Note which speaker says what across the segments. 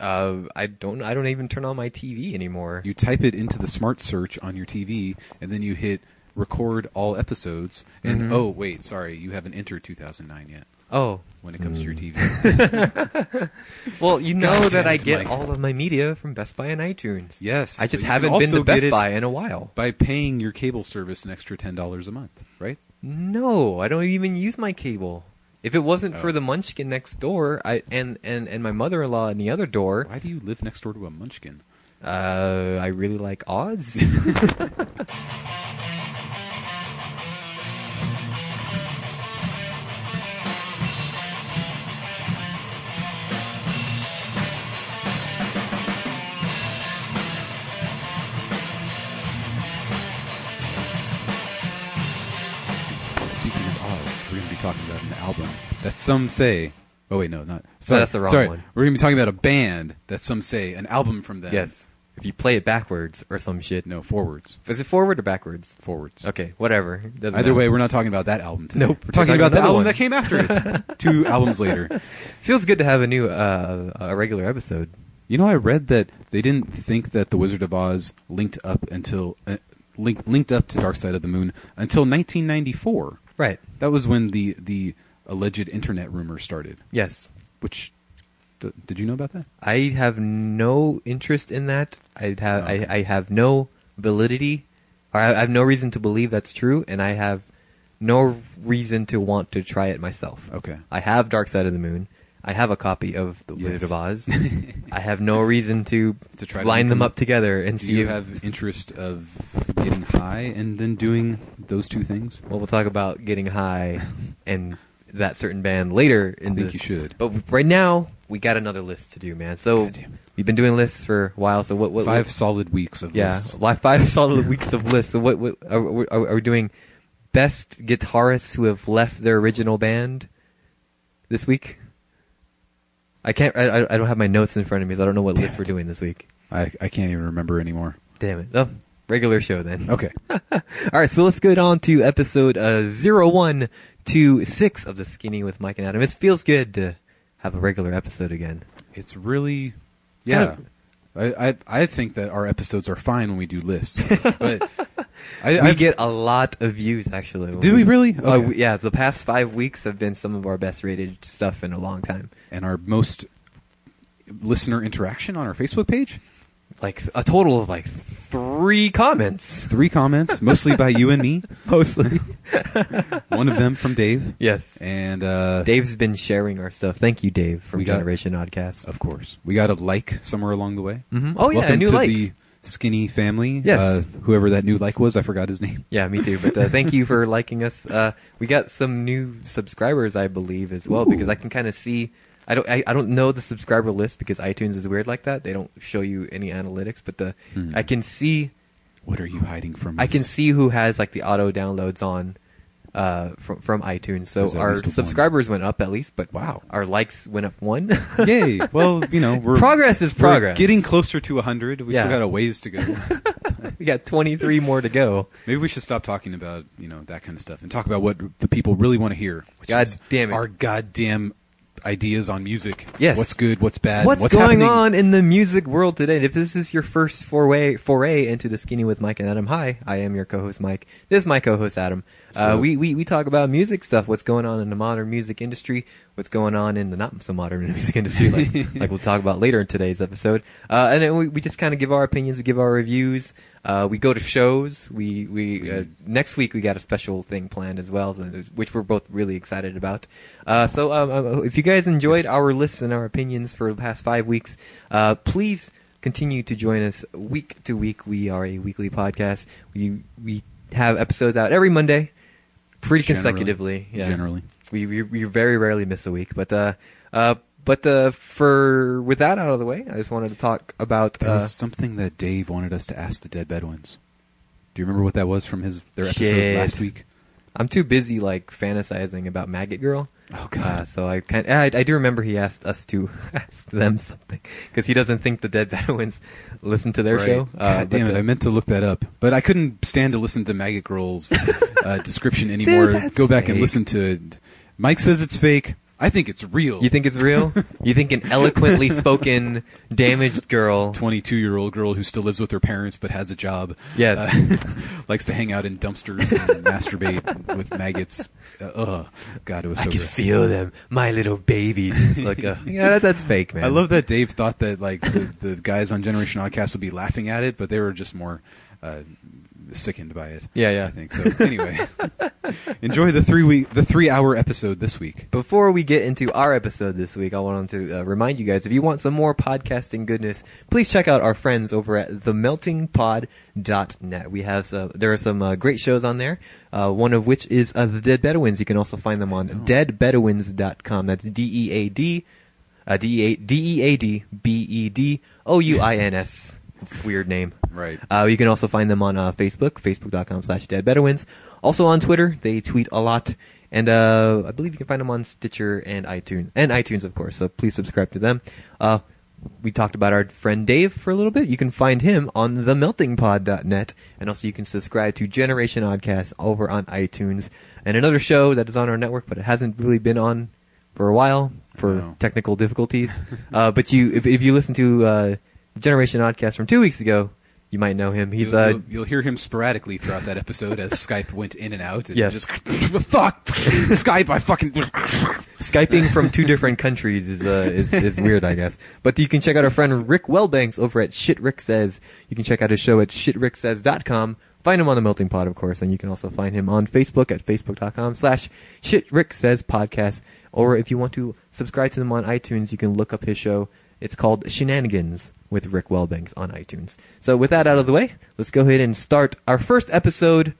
Speaker 1: Uh, I don't. I don't even turn on my TV anymore.
Speaker 2: You type it into the smart search on your TV, and then you hit record all episodes. And
Speaker 1: Mm-hmm.
Speaker 2: oh, wait, sorry, you haven't entered 2009 yet
Speaker 1: oh,
Speaker 2: when it comes to your TV.
Speaker 1: well, you know that I
Speaker 2: Goddamn,
Speaker 1: get
Speaker 2: Mike.
Speaker 1: all of my media from Best Buy and iTunes.
Speaker 2: yes,
Speaker 1: I just
Speaker 2: but you can
Speaker 1: haven't been
Speaker 2: also
Speaker 1: to
Speaker 2: get
Speaker 1: Best
Speaker 2: it
Speaker 1: Buy in a while.
Speaker 2: by paying your cable service an extra ten dollars a month, right?
Speaker 1: No, I don't even use my cable. If it wasn't
Speaker 2: Oh.
Speaker 1: for the Munchkin next door, I and and and my mother-in-law in the other door,
Speaker 2: Why do you live next door to a Munchkin?
Speaker 1: uh, I really like odds.
Speaker 2: Speaking of Oz, we're going to be talking about an album that some say. Oh wait, no, not. Sorry,
Speaker 1: that's the wrong
Speaker 2: sorry.
Speaker 1: one.
Speaker 2: We're going to be talking about a band that some say an album from them.
Speaker 1: yes, if you play it backwards or some shit.
Speaker 2: No, forwards.
Speaker 1: Is it forward or backwards?
Speaker 2: Forwards.
Speaker 1: Okay, whatever. Doesn't
Speaker 2: Either
Speaker 1: matter.
Speaker 2: way, we're not talking about that album today.
Speaker 1: Nope.
Speaker 2: We're talking,
Speaker 1: We're talking
Speaker 2: about the
Speaker 1: another
Speaker 2: album
Speaker 1: one.
Speaker 2: that came after it. Two albums later.
Speaker 1: feels good to have a new uh, a regular episode.
Speaker 2: You know, I read that they didn't think that The Wizard of Oz linked up until uh, link, linked up to Dark Side of the Moon until 1994.
Speaker 1: Right.
Speaker 2: That was when the the alleged internet rumor started.
Speaker 1: Yes.
Speaker 2: Which d- did you know about that?
Speaker 1: I have no interest in that. I'd have
Speaker 2: Okay.
Speaker 1: I, I have no validity, or I I have no reason to believe that's true, and I have no reason to want to try it myself.
Speaker 2: Okay.
Speaker 1: I have Dark Side of the Moon. I have a copy of The
Speaker 2: Yes.
Speaker 1: Wizard of Oz. I have no reason to,
Speaker 2: To try to
Speaker 1: line
Speaker 2: make
Speaker 1: them
Speaker 2: them-
Speaker 1: up together and
Speaker 2: Do
Speaker 1: see
Speaker 2: you
Speaker 1: if,
Speaker 2: have interest of getting high and then doing those two things?
Speaker 1: Well, we'll talk about getting high and that certain band later in
Speaker 2: I think
Speaker 1: this.
Speaker 2: you should.
Speaker 1: But right now, we got another list to do, man. So
Speaker 2: God damn it.
Speaker 1: we've been doing lists for a while. So what? what
Speaker 2: Five
Speaker 1: What,
Speaker 2: solid weeks of
Speaker 1: yeah,
Speaker 2: lists.
Speaker 1: li- five solid weeks of lists. So what? what are, we- are, we- are we doing? Best guitarists who have left their original band this week. I can't. I, I- I don't have my notes in front of me, so I don't know what list we're doing this week.
Speaker 2: I, I can't even remember anymore.
Speaker 1: Damn it! Oh, regular show then.
Speaker 2: Okay.
Speaker 1: All right, so let's go on to episode uh, 0126 of The Skinny with Mike and Adam. It feels good to have a regular episode again.
Speaker 2: it's really yeah
Speaker 1: Kind
Speaker 2: I, I i think that our episodes are fine when we do lists but i
Speaker 1: we
Speaker 2: I-
Speaker 1: get a lot of views, actually. when
Speaker 2: Do we really?
Speaker 1: Oh,
Speaker 2: Okay.
Speaker 1: we- yeah, the past five weeks have been some of our best rated stuff in a long time.
Speaker 2: and our most listener interaction on our facebook page
Speaker 1: Like a total of like three comments,
Speaker 2: three comments mostly by you and me
Speaker 1: mostly.
Speaker 2: one of them from dave
Speaker 1: yes.
Speaker 2: and uh
Speaker 1: Dave's been sharing our stuff. Thank you, Dave, from
Speaker 2: We got-
Speaker 1: Generation Oddcast.
Speaker 2: of course we got a like somewhere along the way
Speaker 1: Mhm. Oh, yeah, a
Speaker 2: welcome
Speaker 1: new
Speaker 2: to
Speaker 1: like.
Speaker 2: the skinny family
Speaker 1: Yes.
Speaker 2: uh, whoever that new like was i forgot his name
Speaker 1: Yeah, me too. But uh, thank you for liking us. Uh, we got some new subscribers, I believe, as well,
Speaker 2: Ooh.
Speaker 1: because I can kind of see. I don't. I, I don't know the subscriber list because iTunes is weird like that. They don't show you any analytics, but the
Speaker 2: Hmm.
Speaker 1: I can see.
Speaker 2: what are you hiding from
Speaker 1: I can
Speaker 2: us?
Speaker 1: see who has like the auto downloads on uh, from from iTunes. So
Speaker 2: There's at
Speaker 1: our
Speaker 2: least one.
Speaker 1: subscribers went up at least, but
Speaker 2: Wow.
Speaker 1: our likes went up one.
Speaker 2: Yay! Well, you know, we're
Speaker 1: Progress is
Speaker 2: we're
Speaker 1: progress.
Speaker 2: getting closer to hundred. We still
Speaker 1: Yeah.
Speaker 2: got a ways to go.
Speaker 1: we got twenty three more to go.
Speaker 2: Maybe we should stop talking about you know that kind of stuff and talk about what the people really want to hear. which
Speaker 1: God
Speaker 2: is
Speaker 1: damn it.
Speaker 2: Our goddamn ideas on music.
Speaker 1: Yes.
Speaker 2: What's good? What's bad?
Speaker 1: What's,
Speaker 2: What's,
Speaker 1: going
Speaker 2: happening?
Speaker 1: on in the music world today? And if this is your first foray foray into the skinny with Mike and Adam, hi, I am your co-host Mike. This is my co-host Adam. Uh,
Speaker 2: So-
Speaker 1: we, we we talk about music stuff. What's going on in the modern music industry? What's going on in the not so modern music industry? Like, like we'll talk about later in today's episode. Uh, and then we, we just kind of give our opinions. We give our reviews. Uh, we go to shows. We we uh, next week we got a special thing planned as well, so- which we're both really excited about. Uh, so um, uh, if you guys enjoyed
Speaker 2: Yes.
Speaker 1: our our lists and our opinions for the past five weeks. Uh, please continue to join us week to week. We are a weekly podcast. We we have episodes out every Monday, pretty
Speaker 2: Generally.
Speaker 1: consecutively. Yeah.
Speaker 2: Generally.
Speaker 1: we, we we very rarely miss a week. But uh, uh, but uh, for with that out of the way, I just wanted to talk about
Speaker 2: There
Speaker 1: uh,
Speaker 2: was something that Dave wanted us to ask the Dead Bedouins. Do you remember what that was from his their episode
Speaker 1: Shit.
Speaker 2: last week?
Speaker 1: I'm too busy like fantasizing about Maggot Girl.
Speaker 2: Oh, God.
Speaker 1: Uh, so I kind I, I do remember he asked us to ask them something because he doesn't think the Dead Bedouins listen to their
Speaker 2: Right.
Speaker 1: show. Uh,
Speaker 2: God damn
Speaker 1: but,
Speaker 2: it!
Speaker 1: uh,
Speaker 2: I meant to look that up, but I couldn't stand to listen to Maggot Girl's uh, description anymore.
Speaker 1: that's
Speaker 2: Go back and
Speaker 1: fake.
Speaker 2: listen to it. Mike says it's fake. I I think it's real.
Speaker 1: You think it's real? you think an eloquently spoken damaged girl?
Speaker 2: 22 year old girl who still lives with her parents but has a job.
Speaker 1: Yes.
Speaker 2: uh, likes to hang out in dumpsters and masturbate with maggots. Uh, ugh. God, it was so gross.
Speaker 1: them, my little babies. It's like, a, yeah, that, that's fake, man.
Speaker 2: I love that Dave thought that like the, the guys on Generation Oddcast would be laughing at it, but they were just more uh, sickened by it.
Speaker 1: Yeah, yeah.
Speaker 2: I think so. Anyway, enjoy the three week, the three hour episode this week.
Speaker 1: Before we get into our episode this week, I wanted to uh, remind you guys if you want some more podcasting goodness, please check out our friends over at themeltingpod.net. We have some, there are some uh, great shows on there, uh, one of which is uh, The Dead Bedouins. You can also find them on deadbedouins.com. That's D E A D uh, D E A D E A D B E D O U I N S. It's a weird name.
Speaker 2: Right.
Speaker 1: Uh, you can also find them on uh, Facebook, facebook.com slash dead Bedouins. Also on Twitter, they tweet a lot. And uh, I believe you can find them on Stitcher and iTunes. And iTunes, of course, so please subscribe to them. Uh, we talked about our friend Dave for a little bit. You can find him on themeltingpod.net. And also you can subscribe to Generation Oddcast over on iTunes. And another show that is on our network, but it hasn't really been on for a while for
Speaker 2: No.
Speaker 1: technical difficulties. uh, but you, if, if you listen to uh, Generation Oddcast from two weeks ago, you might know him. He's
Speaker 2: you'll,
Speaker 1: uh,
Speaker 2: you'll, you'll hear him sporadically throughout that episode as Skype went in and out. And
Speaker 1: Yes.
Speaker 2: just fuck Skype. I fucking
Speaker 1: skyping from two different countries is, uh, is is weird, I guess. But you can check out our friend Rick Wellbanks over at Shit Rick Says. You can check out his show at shitricksays.com. Find him on the Melting Pot, of course, and you can also find him on Facebook at facebook.com slash Shit Rick Says Podcast. Or if you want to subscribe to them on iTunes, you can look up his show. It's called Shenanigans with Rick Wellbanks on iTunes. So with that out of the way, let's go ahead and start our first episode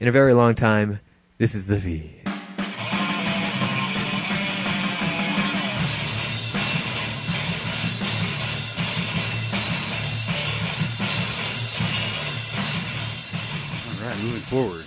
Speaker 1: in a very long time. This is the V.
Speaker 2: All right, moving forward.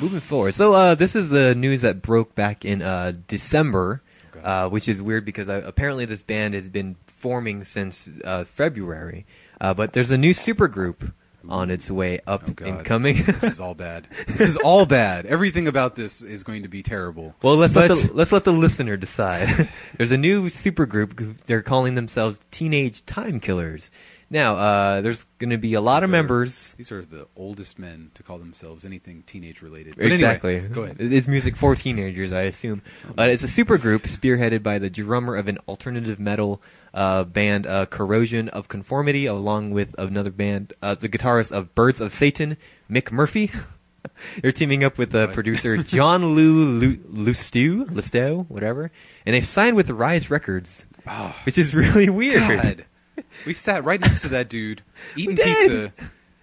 Speaker 1: Moving forward, so uh, this is the news that broke back in uh, December,
Speaker 2: Okay.
Speaker 1: uh, which is weird because uh, apparently this band has been forming since uh, February, uh, but there's a new supergroup on its way up
Speaker 2: Oh, God.
Speaker 1: and coming.
Speaker 2: this is all bad. This is all bad. Everything about this is going to be terrible.
Speaker 1: well, let's let
Speaker 2: But-
Speaker 1: the, let's let the listener decide. there's a new supergroup. They're calling themselves Teenage Time Killers. Now, uh, there's going to be a lot of
Speaker 2: These are-
Speaker 1: members.
Speaker 2: These are the oldest men to call themselves anything teenage related. But anyway,
Speaker 1: Exactly.
Speaker 2: go ahead.
Speaker 1: It- It's music for teenagers, I assume. Uh, it's a supergroup spearheaded by the drummer of an alternative metal uh, band, uh, Corrosion of Conformity, along with another band, uh, the guitarist of Birds of Satan, Mick Murphy. They're teaming up with uh,
Speaker 2: Right.
Speaker 1: producer John Lou Lu- Lusteau, Lusteau, whatever, and they've signed with Rise Records,
Speaker 2: Oh,
Speaker 1: which is really weird.
Speaker 2: God. We sat right next to that dude eating
Speaker 1: did.
Speaker 2: pizza.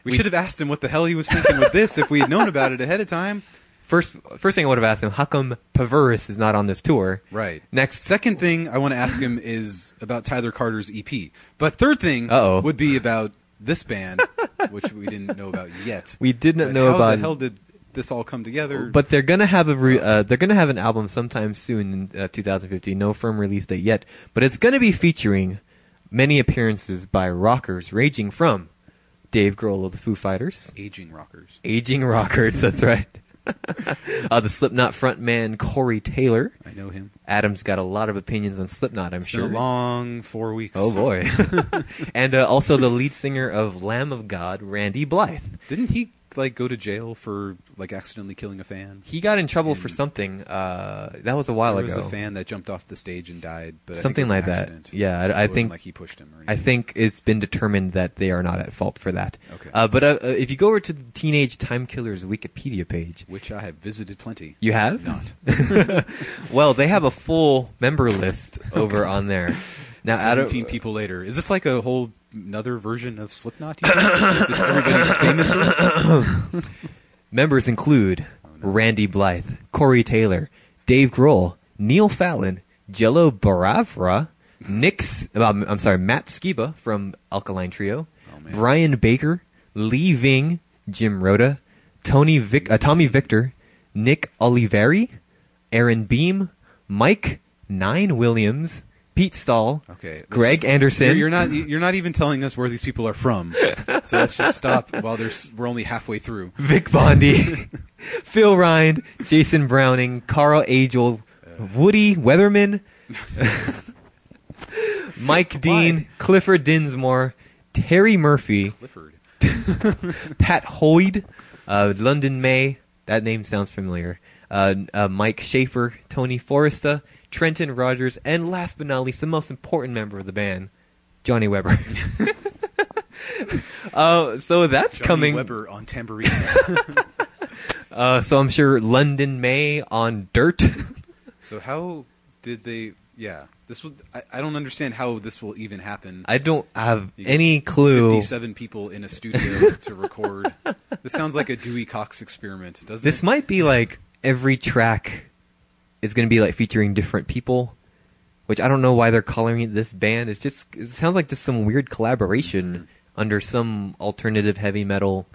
Speaker 2: We,
Speaker 1: We-
Speaker 2: should have asked him what the hell he was thinking with this if we had known about it ahead of time.
Speaker 1: First, first thing I would have asked him, how come Pavaris is not on this tour?
Speaker 2: Right.
Speaker 1: Next,
Speaker 2: Second thing I want to ask him is about Tyler Carter's EP. But third thing
Speaker 1: Uh-oh.
Speaker 2: would be about this band, which we didn't know about yet.
Speaker 1: we did not
Speaker 2: But
Speaker 1: know
Speaker 2: how
Speaker 1: about
Speaker 2: the hell did this all come together?
Speaker 1: But they're gonna have a re- uh, they're gonna have an album sometime soon in uh, 2015. No firm release date yet, but it's gonna be featuring many appearances by rockers ranging from Dave Grohl of the Foo Fighters,
Speaker 2: aging rockers.
Speaker 1: aging rockers. That's right. uh, the Slipknot frontman Corey Taylor.
Speaker 2: I know him.
Speaker 1: Adam's got a lot of opinions on Slipknot. I'm
Speaker 2: It's
Speaker 1: sure.
Speaker 2: been a long four weeks.
Speaker 1: oh boy. and uh, also the lead singer of Lamb of God, Randy Blythe.
Speaker 2: Didn't he like go to jail for like accidentally killing a fan?
Speaker 1: He got in trouble for
Speaker 2: And-
Speaker 1: something. Uh, that was a while
Speaker 2: there
Speaker 1: ago.
Speaker 2: was a fan that jumped off the stage and died, but
Speaker 1: Something
Speaker 2: I
Speaker 1: like
Speaker 2: think it was an
Speaker 1: that.
Speaker 2: accident.
Speaker 1: Yeah, I- I
Speaker 2: It wasn't
Speaker 1: think-
Speaker 2: like he pushed him. Or
Speaker 1: I
Speaker 2: anything.
Speaker 1: think it's been determined that they are not at fault for that.
Speaker 2: Okay.
Speaker 1: Uh, but uh, uh, if you go over to the Teenage Time Killers Wikipedia page,
Speaker 2: which I have visited plenty.
Speaker 1: you have?
Speaker 2: Not.
Speaker 1: Well, they have a full member list over on there. Now, out of,
Speaker 2: Seventeen people later, is this like a whole another version of Slipknot? You think? Just everybody's famous.
Speaker 1: members include Randy Blythe, Corey Taylor, Dave Grohl, Neil Fallon, Jello Baravra, Nick, S- um, I'm sorry, Matt Skiba from Alkaline Trio,
Speaker 2: Oh, man.
Speaker 1: Brian Baker, Lee Ving, Jim Rhoda, Tony Vic, uh, Tommy Victor, Nick Oliveri, Aaron Beam, Mike Nine Williams, Pete Stahl,
Speaker 2: Okay, let's
Speaker 1: Greg
Speaker 2: just-
Speaker 1: Anderson.
Speaker 2: You're, you're not. You're not even telling us where these people are from. So let's just stop while there's. We're only halfway through.
Speaker 1: Vic Bondi, Phil Rind, Jason Browning, Carl Agel, Woody Weatherman, Mike Dean, Clifford Dinsmore, Terry Murphy,
Speaker 2: Clifford.
Speaker 1: Pat Hoyd, uh, London May. That name sounds familiar. Uh, uh, Mike Schaefer, Tony Forresta, Trenton Rogers, and last but not least, the most important member of the band, Johnny Weber. uh, so that's
Speaker 3: Johnny
Speaker 1: coming.
Speaker 3: Weber on tambourine.
Speaker 1: Uh, so I'm sure London May on Dirt.
Speaker 2: So how did they? Yeah, this will. I, I don't understand how this will even happen.
Speaker 1: I don't have
Speaker 2: You-
Speaker 1: any clue.
Speaker 2: Fifty-seven people in a studio to record. This sounds like a Dewey Cox experiment, doesn't
Speaker 1: This
Speaker 2: it?
Speaker 1: might be like every track is going to be like featuring different people, which I don't know why they're calling it this band. It's just it sounds like just some weird collaboration under some alternative heavy metal,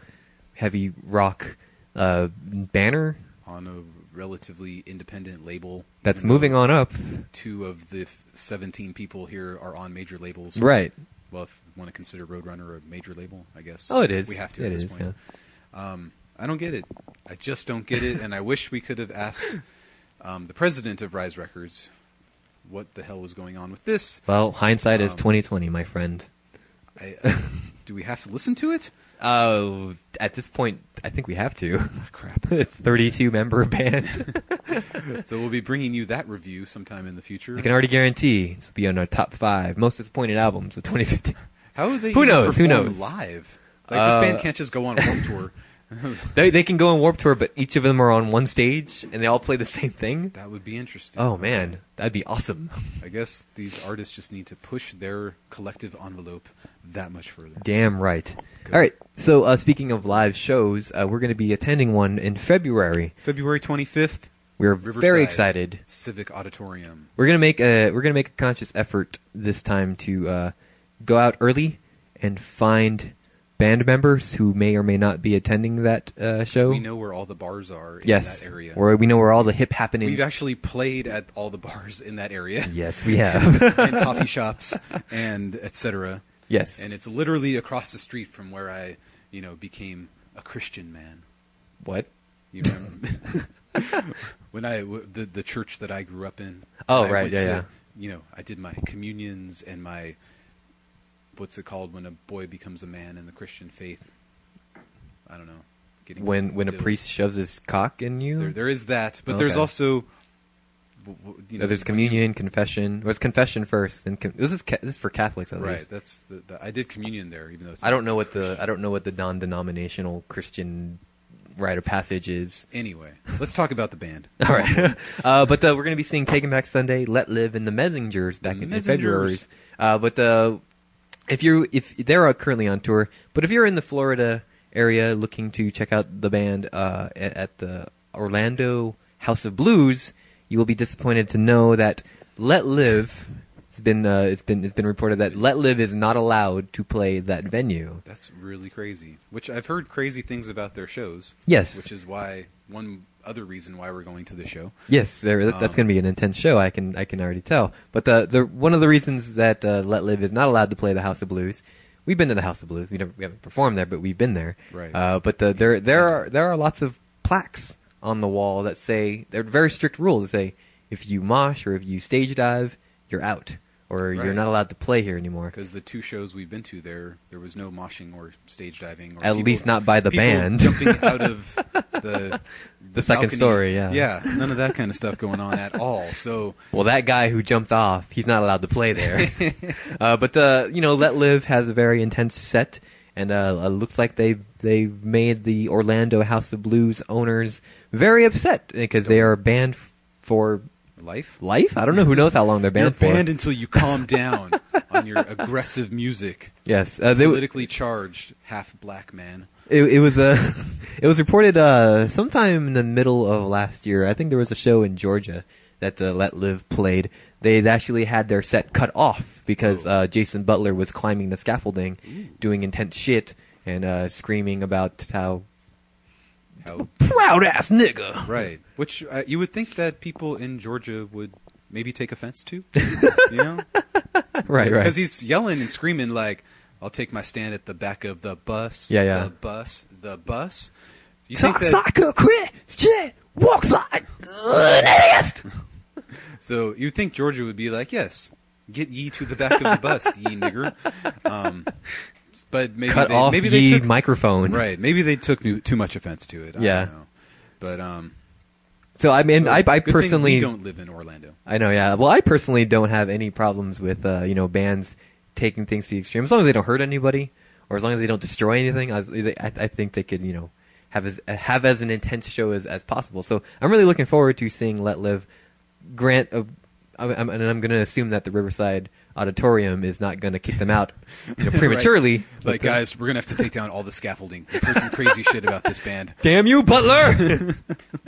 Speaker 1: heavy rock uh, banner
Speaker 2: on a relatively independent label.
Speaker 1: that's
Speaker 2: even though
Speaker 1: moving on up.
Speaker 2: Two of the f- seventeen people here are on major labels.
Speaker 1: Right.
Speaker 2: Well, if you want to consider Roadrunner a major label, I guess.
Speaker 1: Oh, it is.
Speaker 2: We have to
Speaker 1: It
Speaker 2: at this
Speaker 1: is,
Speaker 2: point. Um, I don't get it. I just don't get it, and I wish we could have asked um, the president of Rise Records what the hell was going on with this.
Speaker 1: Well, hindsight is
Speaker 2: Um,
Speaker 1: twenty twenty, my friend.
Speaker 2: I, I, do we have to listen to it?
Speaker 1: Oh, at this point, I think we have to.
Speaker 2: Crap.
Speaker 1: it's thirty-two member band.
Speaker 2: So we'll be bringing you that review sometime in the future.
Speaker 1: I can already guarantee this will be on our top five most disappointed albums of 2015.
Speaker 2: How do they
Speaker 1: Who
Speaker 2: even
Speaker 1: knows? Who
Speaker 2: perform
Speaker 1: knows?
Speaker 2: Live. Like
Speaker 1: Uh,
Speaker 2: this band can't just go on a warp tour.
Speaker 1: They, they can go on Warp Tour, but each of them are on one stage and they all play the same thing.
Speaker 2: That would be interesting.
Speaker 1: Oh man, that'd be awesome.
Speaker 2: I guess these artists just need to push their collective envelope that much further.
Speaker 1: Damn right. All right. So uh, speaking of live shows, uh, we're going to be attending one in February.
Speaker 2: February 25th,
Speaker 1: We're very
Speaker 2: Riverside.
Speaker 1: excited.
Speaker 2: Civic Auditorium.
Speaker 1: We're gonna make a we're gonna make a conscious effort this time to uh, go out early and find band members who may or may not be attending that uh,
Speaker 2: So
Speaker 1: show.
Speaker 2: we know where all the bars are in
Speaker 1: yes,
Speaker 2: that area.
Speaker 1: or we know where all the hip happenings.
Speaker 2: We've actually played at all the bars in that area.
Speaker 1: yes, we have.
Speaker 2: and coffee shops and etc.
Speaker 1: yes,
Speaker 2: And it's literally across the street from where I, you know, became a Christian man.
Speaker 1: what?
Speaker 2: You remember when I w- the the church that I grew up in.
Speaker 1: Oh,
Speaker 2: I
Speaker 1: right,
Speaker 2: went
Speaker 1: yeah,
Speaker 2: to,
Speaker 1: yeah.
Speaker 2: You know, I did my communions and my what's it called when a boy becomes a man in the Christian faith. I don't know. Getting
Speaker 1: When when a
Speaker 2: dildos.
Speaker 1: priest shoves his cock in you?
Speaker 2: there, there is that, but
Speaker 1: Okay.
Speaker 2: there's also w- w- you know,
Speaker 1: Oh, there's
Speaker 2: when you-
Speaker 1: communion, confession. Well, it's confession first, and com- this is ca- this is for Catholics at
Speaker 2: Right,
Speaker 1: least.
Speaker 2: that's the, the I did communion there, even though it's
Speaker 1: I
Speaker 2: not
Speaker 1: don't know what the I don't know what the non-denominational Christian rite of passage is.
Speaker 2: Anyway, let's talk about the band.
Speaker 1: All right, uh, but uh, we're going to be seeing Taken Back Sunday, Let Live, and the Messengers back
Speaker 2: The
Speaker 1: in
Speaker 2: Messengers.
Speaker 1: February. Uh, but uh, if you if they're uh, currently on tour, but if you're in the Florida area looking to check out the band uh, at, at the Orlando House of Blues, you will be disappointed to know that Let Live. It's been uh, it's been it's been reported that Let Live is not allowed to play that venue.
Speaker 2: That's really crazy. Which I've heard crazy things about their shows.
Speaker 1: Yes.
Speaker 2: Which is why one other reason why we're going to the show.
Speaker 1: Yes, there, that, that's
Speaker 2: Um,
Speaker 1: going to be an intense show. I can I can already tell. But the the one of the reasons that uh, Let Live is not allowed to play the House of Blues, we've been to the House of Blues. We, never, we haven't performed there, but we've been there.
Speaker 2: Right.
Speaker 1: Uh, but the, there there are there are lots of plaques on the wall that say there are very strict rules that say if you mosh or if you stage dive, you're out or you're
Speaker 2: Right.
Speaker 1: not allowed to play here anymore.
Speaker 2: Because the two shows we've been to there, there was no moshing or stage diving. Or
Speaker 1: At
Speaker 2: people-
Speaker 1: least not by the
Speaker 2: people
Speaker 1: band.
Speaker 2: jumping out of the
Speaker 1: The second
Speaker 2: balcony.
Speaker 1: story, yeah.
Speaker 2: yeah, none of that kind of stuff going on at all. So
Speaker 1: Well, that guy who jumped off, he's not allowed to play there. uh, but uh, you know, Let Live has a very intense set, and uh, it looks like they they made the Orlando House of Blues owners very upset because they are banned f- for
Speaker 2: life,
Speaker 1: life. I don't know who knows how long they're
Speaker 2: you're
Speaker 1: banned for.
Speaker 2: banned until you calm down on your aggressive music.
Speaker 1: yes, uh, they, w-
Speaker 2: Politically charged, half black man.
Speaker 1: it, it was uh, it was reported uh, sometime in the middle of last year. I think there was a show in Georgia that uh, Let Live played. They actually had their set cut off
Speaker 2: Oh.
Speaker 1: because uh, Jason Butler was climbing the scaffolding, doing intense shit and uh, screaming about how
Speaker 2: How
Speaker 1: proud ass nigga.
Speaker 2: Right. Which uh, you would think that people in Georgia would maybe take offense to, you know?
Speaker 1: Right, right.
Speaker 2: Because he's yelling and screaming like, "I'll take my stand at the back of the bus."
Speaker 1: Yeah, yeah.
Speaker 2: The bus, the bus. You
Speaker 1: Talks like a Christian, walks like an atheist.
Speaker 2: So you'd think Georgia would be like, yes, get ye to the back of the bus, ye nigger. Um, but maybe
Speaker 1: Cut
Speaker 2: they,
Speaker 1: off
Speaker 2: maybe
Speaker 1: ye
Speaker 2: they took
Speaker 1: microphone.
Speaker 2: right. Maybe they took new, too much offense to it. I
Speaker 1: Yeah.
Speaker 2: don't know. But um,
Speaker 1: So I mean,
Speaker 2: so
Speaker 1: I, I
Speaker 2: good thing we
Speaker 1: personally
Speaker 2: don't live in Orlando.
Speaker 1: I know, yeah. Well, I personally don't have any problems with uh, you know bands taking things to the extreme as long as they don't hurt anybody or as long as they don't destroy anything. I, I, I think they could you know have as have as an intense show as, as possible. So I'm really looking forward to seeing Let Live. Grant, uh, I'm, I'm, and I'm going to assume that the Riverside Auditorium is not going to kick them out you know, prematurely.
Speaker 2: Right.
Speaker 1: but
Speaker 2: Like,
Speaker 1: the-
Speaker 2: guys, we're gonna have to take down all the scaffolding. We've heard some crazy shit about this band.
Speaker 1: Damn you, Butler!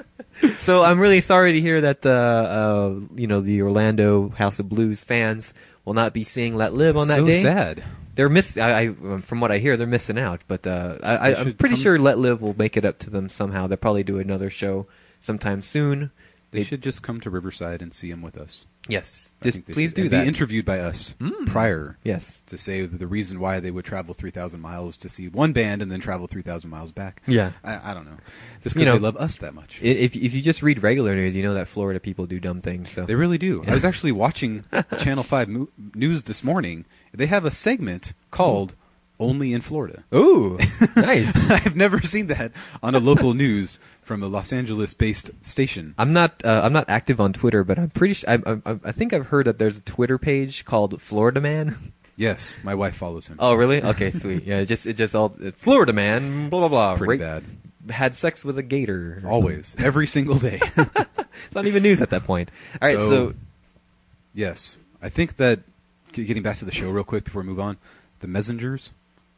Speaker 1: so I'm really sorry to hear that uh, uh, you know the Orlando House of Blues fans will not be seeing Let Live on that
Speaker 2: so
Speaker 1: day.
Speaker 2: sad.
Speaker 1: They're miss. I, I um, from what I hear, they're missing out. But uh, I,
Speaker 2: They
Speaker 1: I, I'm
Speaker 2: should
Speaker 1: pretty
Speaker 2: come-
Speaker 1: sure Let Live will make it up to them somehow. They'll probably do another show sometime soon.
Speaker 2: They
Speaker 1: It-
Speaker 2: should just come to Riverside and see him with us.
Speaker 1: Yes,
Speaker 2: I
Speaker 1: just
Speaker 2: think they
Speaker 1: please
Speaker 2: should.
Speaker 1: do
Speaker 2: And
Speaker 1: that. Mm.
Speaker 2: Be interviewed by us prior
Speaker 1: yes.
Speaker 2: to say the reason why they would travel three thousand miles to see one band and then travel three thousand miles back.
Speaker 1: Yeah.
Speaker 2: I, I don't know. Just because
Speaker 1: You know-
Speaker 2: they love us that much.
Speaker 1: I- If if you just read regular news, you know that Florida people do dumb things. So
Speaker 2: They really do. I was actually watching Channel 5 mo- news this morning. They have a segment
Speaker 1: Mm.
Speaker 2: called Only in Florida.
Speaker 1: ooh, nice.
Speaker 2: I've never seen that on a local news from a Los Angeles based station.
Speaker 1: I'm not uh, I'm not active on Twitter, but I'm pretty sure I, I, I think I've heard that there's a Twitter page called Florida Man.
Speaker 2: Yes, my wife follows him.
Speaker 1: Oh, really? Okay, sweet. Yeah, it just it just all Florida Man, blah blah blah.
Speaker 2: Pretty bad.
Speaker 1: Had sex with a gator. or
Speaker 2: Always, every single day.
Speaker 1: something. It's not even news at that point. All right, so,
Speaker 2: So- yes, I think that g- getting back to the show real quick before we move on, the Messengers,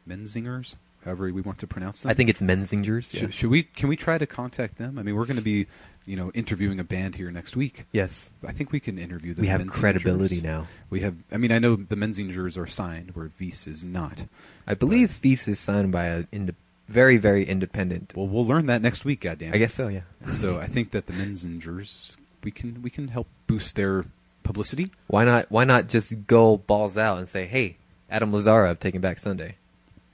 Speaker 2: Menzingers, however we want to pronounce them.
Speaker 1: I think it's Menzinger's.
Speaker 2: should, should we? Can we try to contact them? I mean, we're going to be, you know, interviewing a band here next week.
Speaker 1: Yes.
Speaker 2: I think we can interview them.
Speaker 1: We have credibility now.
Speaker 2: We have. I mean, I know the Menzingers are signed, where Vies is not.
Speaker 1: I believe Feast is signed by a inde- very very independent.
Speaker 2: Well, we'll learn that next week. Goddamn.
Speaker 1: I guess so. Yeah.
Speaker 2: So I think that the Menzingers, we can we can help boost their publicity.
Speaker 1: Why not? Why not just go balls out and say, "Hey, Adam Lazara of Taking Back Sunday,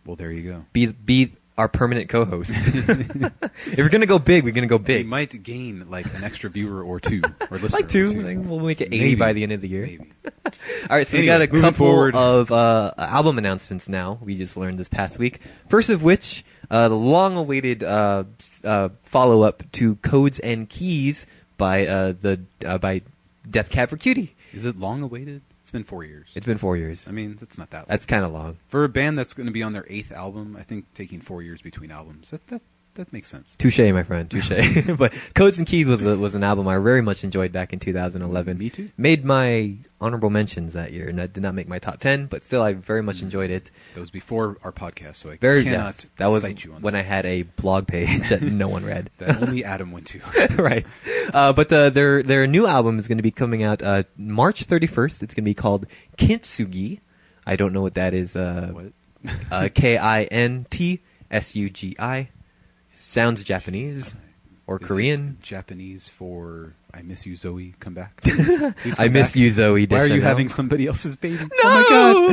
Speaker 2: Well, there you go.
Speaker 1: be be our permanent co-host." if we're gonna go big, we're gonna go
Speaker 2: We
Speaker 1: big.
Speaker 2: might gain like an extra viewer or two or listener.
Speaker 1: like
Speaker 2: or
Speaker 1: two, I think we'll make it eighty
Speaker 2: Maybe.
Speaker 1: by the end of the year.
Speaker 2: Maybe.
Speaker 1: All right, so
Speaker 2: Anyway,
Speaker 1: we got a
Speaker 2: moving
Speaker 1: couple
Speaker 2: forward.
Speaker 1: of uh, album announcements now. We just learned this past week. First of which, uh, the long-awaited uh, uh, follow-up to "Codes and Keys" by uh, the uh, by Death Cab for Cutie.
Speaker 2: Is it long awaited? It's been four years.
Speaker 1: It's been four years.
Speaker 2: I mean, that's not that. Long.
Speaker 1: That's kind of long.
Speaker 2: for a band that's going to be on their eighth album. I think taking four years between albums that that that makes sense.
Speaker 1: Touche, my friend. Touche. but "Codes and Keys" was a, was an album I very much enjoyed back in 2011.
Speaker 2: Me too.
Speaker 1: Made my honorable mentions that year, and I did not make my top ten, but still, I very much enjoyed it.
Speaker 2: That was before our podcast, so I
Speaker 1: Very
Speaker 2: Mm. cannot
Speaker 1: yes, that was
Speaker 2: cite you on
Speaker 1: when
Speaker 2: that.
Speaker 1: I had a blog page that no one read.
Speaker 2: that only Adam went to.
Speaker 1: right. Uh, but uh, their their new album is going to be coming out uh, March 31st. It's going to be called Kintsugi. I don't know what that is. Uh,
Speaker 2: What?
Speaker 1: uh, K I N T S U G I. Sounds Japanese or
Speaker 2: Is it
Speaker 1: Korean.
Speaker 2: Japanese for I miss you, Zoe. Come back.
Speaker 1: I miss you, Zoe.
Speaker 2: Why are you
Speaker 1: Deschanel.
Speaker 2: having somebody else's baby? Oh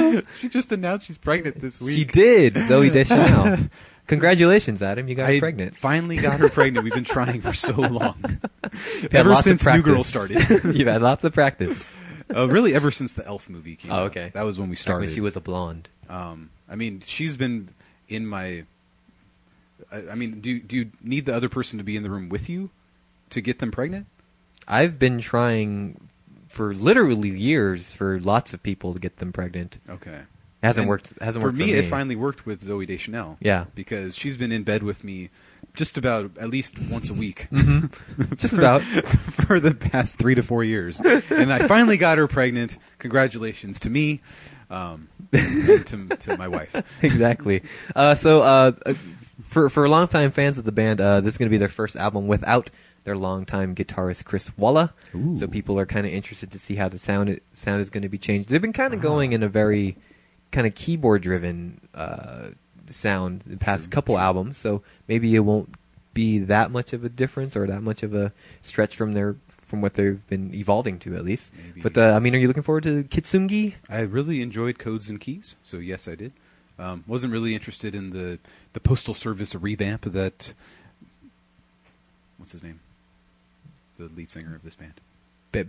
Speaker 2: my god! she just announced she's pregnant this week.
Speaker 1: She did, Zoe Deschanel. Congratulations, Adam. You got
Speaker 2: I
Speaker 1: pregnant.
Speaker 2: Finally got her pregnant. We've been trying for so long.
Speaker 1: You've had
Speaker 2: ever
Speaker 1: lots of
Speaker 2: since New Girl
Speaker 1: practice.
Speaker 2: started.
Speaker 1: You've had lots of practice.
Speaker 2: Uh, really, ever since the Elf movie came.
Speaker 1: Oh,
Speaker 2: out.
Speaker 1: okay.
Speaker 2: That was when we
Speaker 1: Back
Speaker 2: started.
Speaker 1: when she was a blonde.
Speaker 2: Um, I mean, she's been in my. I, I mean, do do you need the other person to be in the room with you to get them pregnant?
Speaker 1: I've been trying for literally years for lots of people to get them pregnant.
Speaker 2: Okay.
Speaker 1: Hasn't worked- hasn't
Speaker 2: for
Speaker 1: worked for
Speaker 2: me, It
Speaker 1: me.
Speaker 2: finally worked with Zoe Deschanel.
Speaker 1: Yeah.
Speaker 2: Because she's been in bed with me just about at least once a week
Speaker 1: Mm-hmm. Just about.
Speaker 2: for the past three to four years, and I finally got her pregnant. Congratulations to me, um, and to to my wife.
Speaker 1: exactly. Uh, so uh, uh, for for longtime fans of the band, uh, this is going to be their first album without their longtime guitarist Chris Walla.
Speaker 2: Ooh.
Speaker 1: So people are kind of interested to see how the sound sound is going to be changed. They've been kind of going in a very kind of keyboard driven uh, sound the past couple albums. So maybe it won't be that much of a difference or that much of a stretch from their from what they've been evolving to at least.
Speaker 2: Maybe.
Speaker 1: But uh, I mean, are you looking forward to Kitsungi?
Speaker 2: I really enjoyed Codes and Keys, so yes, I did. Um, wasn't really interested in the the Postal Service revamp that. What's his name? The lead singer of this band,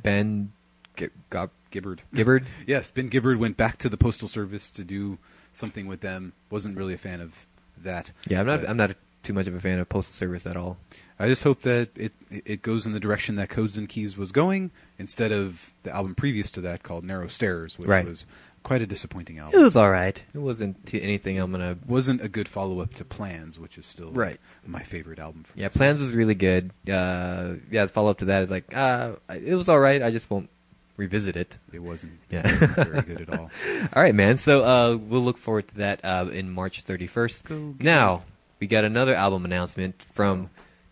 Speaker 1: Ben Gi- Gob-
Speaker 2: Gibbard.
Speaker 1: Gibbard.
Speaker 2: Yes, Ben Gibbard went back to the Postal Service to do something with them. Wasn't really a fan of that.
Speaker 1: Yeah, I'm not.
Speaker 2: But
Speaker 1: I'm not too much of a fan of postal service at all.
Speaker 2: I just hope that it it goes in the direction that Codes and Keys was going instead of the album previous to that called Narrow Stairs, which
Speaker 1: Right.
Speaker 2: was quite a disappointing
Speaker 1: It
Speaker 2: album.
Speaker 1: was all right. It wasn't to anything I'm gonna.
Speaker 2: wasn't a good follow up to Plans, which is still like,
Speaker 1: Right.
Speaker 2: my favorite album. From
Speaker 1: Yeah,
Speaker 2: this
Speaker 1: plans was really good. Uh, yeah, the follow up to that is like, uh, it was all right. I just won't revisit it.
Speaker 2: album. It wasn't,
Speaker 1: Yeah.
Speaker 2: it wasn't very good at all.
Speaker 1: All right, man. So uh, we'll look forward to that uh, in March 31st.
Speaker 2: Go get
Speaker 1: now we got another album announcement from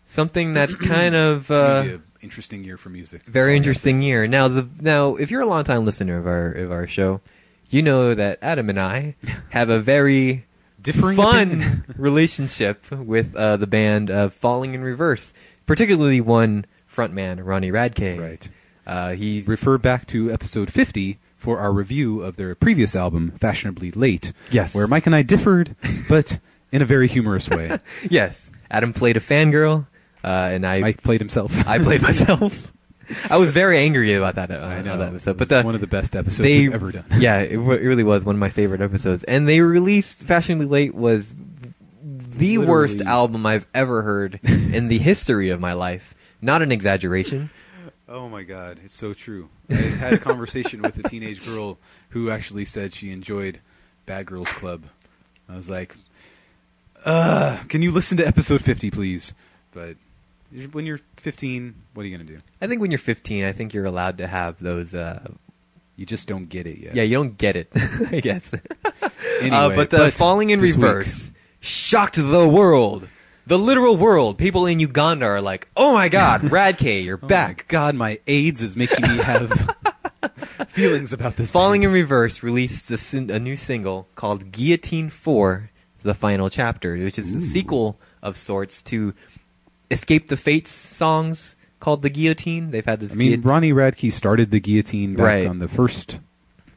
Speaker 1: something that kind of uh,
Speaker 2: it's gonna be an interesting year for music. That's all I
Speaker 1: very
Speaker 2: have
Speaker 1: interesting year. Now the now if you're a longtime listener of our of our show, you know that Adam and I have a very
Speaker 2: Differing
Speaker 1: fun
Speaker 2: opinion.
Speaker 1: relationship with uh, the band uh, Falling in Reverse, particularly one frontman Ronnie
Speaker 2: to
Speaker 1: Radke.
Speaker 2: say. Right.
Speaker 1: Uh, he's
Speaker 2: refer back to episode 50 for our review of their previous album, Fashionably Late.
Speaker 1: Yes.
Speaker 2: Where Mike and I differed, but in a very humorous way.
Speaker 1: yes. Adam played a fangirl, uh, and I
Speaker 2: Mike played himself.
Speaker 1: I played myself. I was very angry about that. Uh,
Speaker 2: I know.
Speaker 1: about that episode,
Speaker 2: It was
Speaker 1: but uh,
Speaker 2: one of the best episodes
Speaker 1: they-
Speaker 2: we've ever done.
Speaker 1: yeah, it, w- it really was one of my favorite episodes. And they released "Fashionably Late" was the
Speaker 2: Literally.
Speaker 1: worst album I've ever heard in the history of my life. Not an exaggeration.
Speaker 2: Oh my God, it's so true. I had a conversation with a teenage girl who actually said she enjoyed Bad Girls Club. I was like, uh, can you listen to episode 50, please? But when you're 15, what are you going to do?
Speaker 1: I think when you're 15, I think you're allowed to have those. Uh,
Speaker 2: You just don't get it yet.
Speaker 1: yeah, you don't get it, I guess.
Speaker 2: Anyway,
Speaker 1: uh, but, uh, falling in
Speaker 2: this week-
Speaker 1: reverse shocked the world, the literal world. People in Uganda are like, "Oh my God, Radke, you're
Speaker 2: Oh
Speaker 1: back!"
Speaker 2: my God, my AIDS is making me have feelings about this.
Speaker 1: Falling
Speaker 2: band.
Speaker 1: in Reverse released a, sin- a new single called Guillotine 4, The Final Chapter, which is a sequel of sorts to Escape the Fates songs called The Guillotine. They've had this
Speaker 2: I mean,
Speaker 1: guillot-
Speaker 2: Ronnie Radke started the Guillotine back
Speaker 1: Right.
Speaker 2: on the first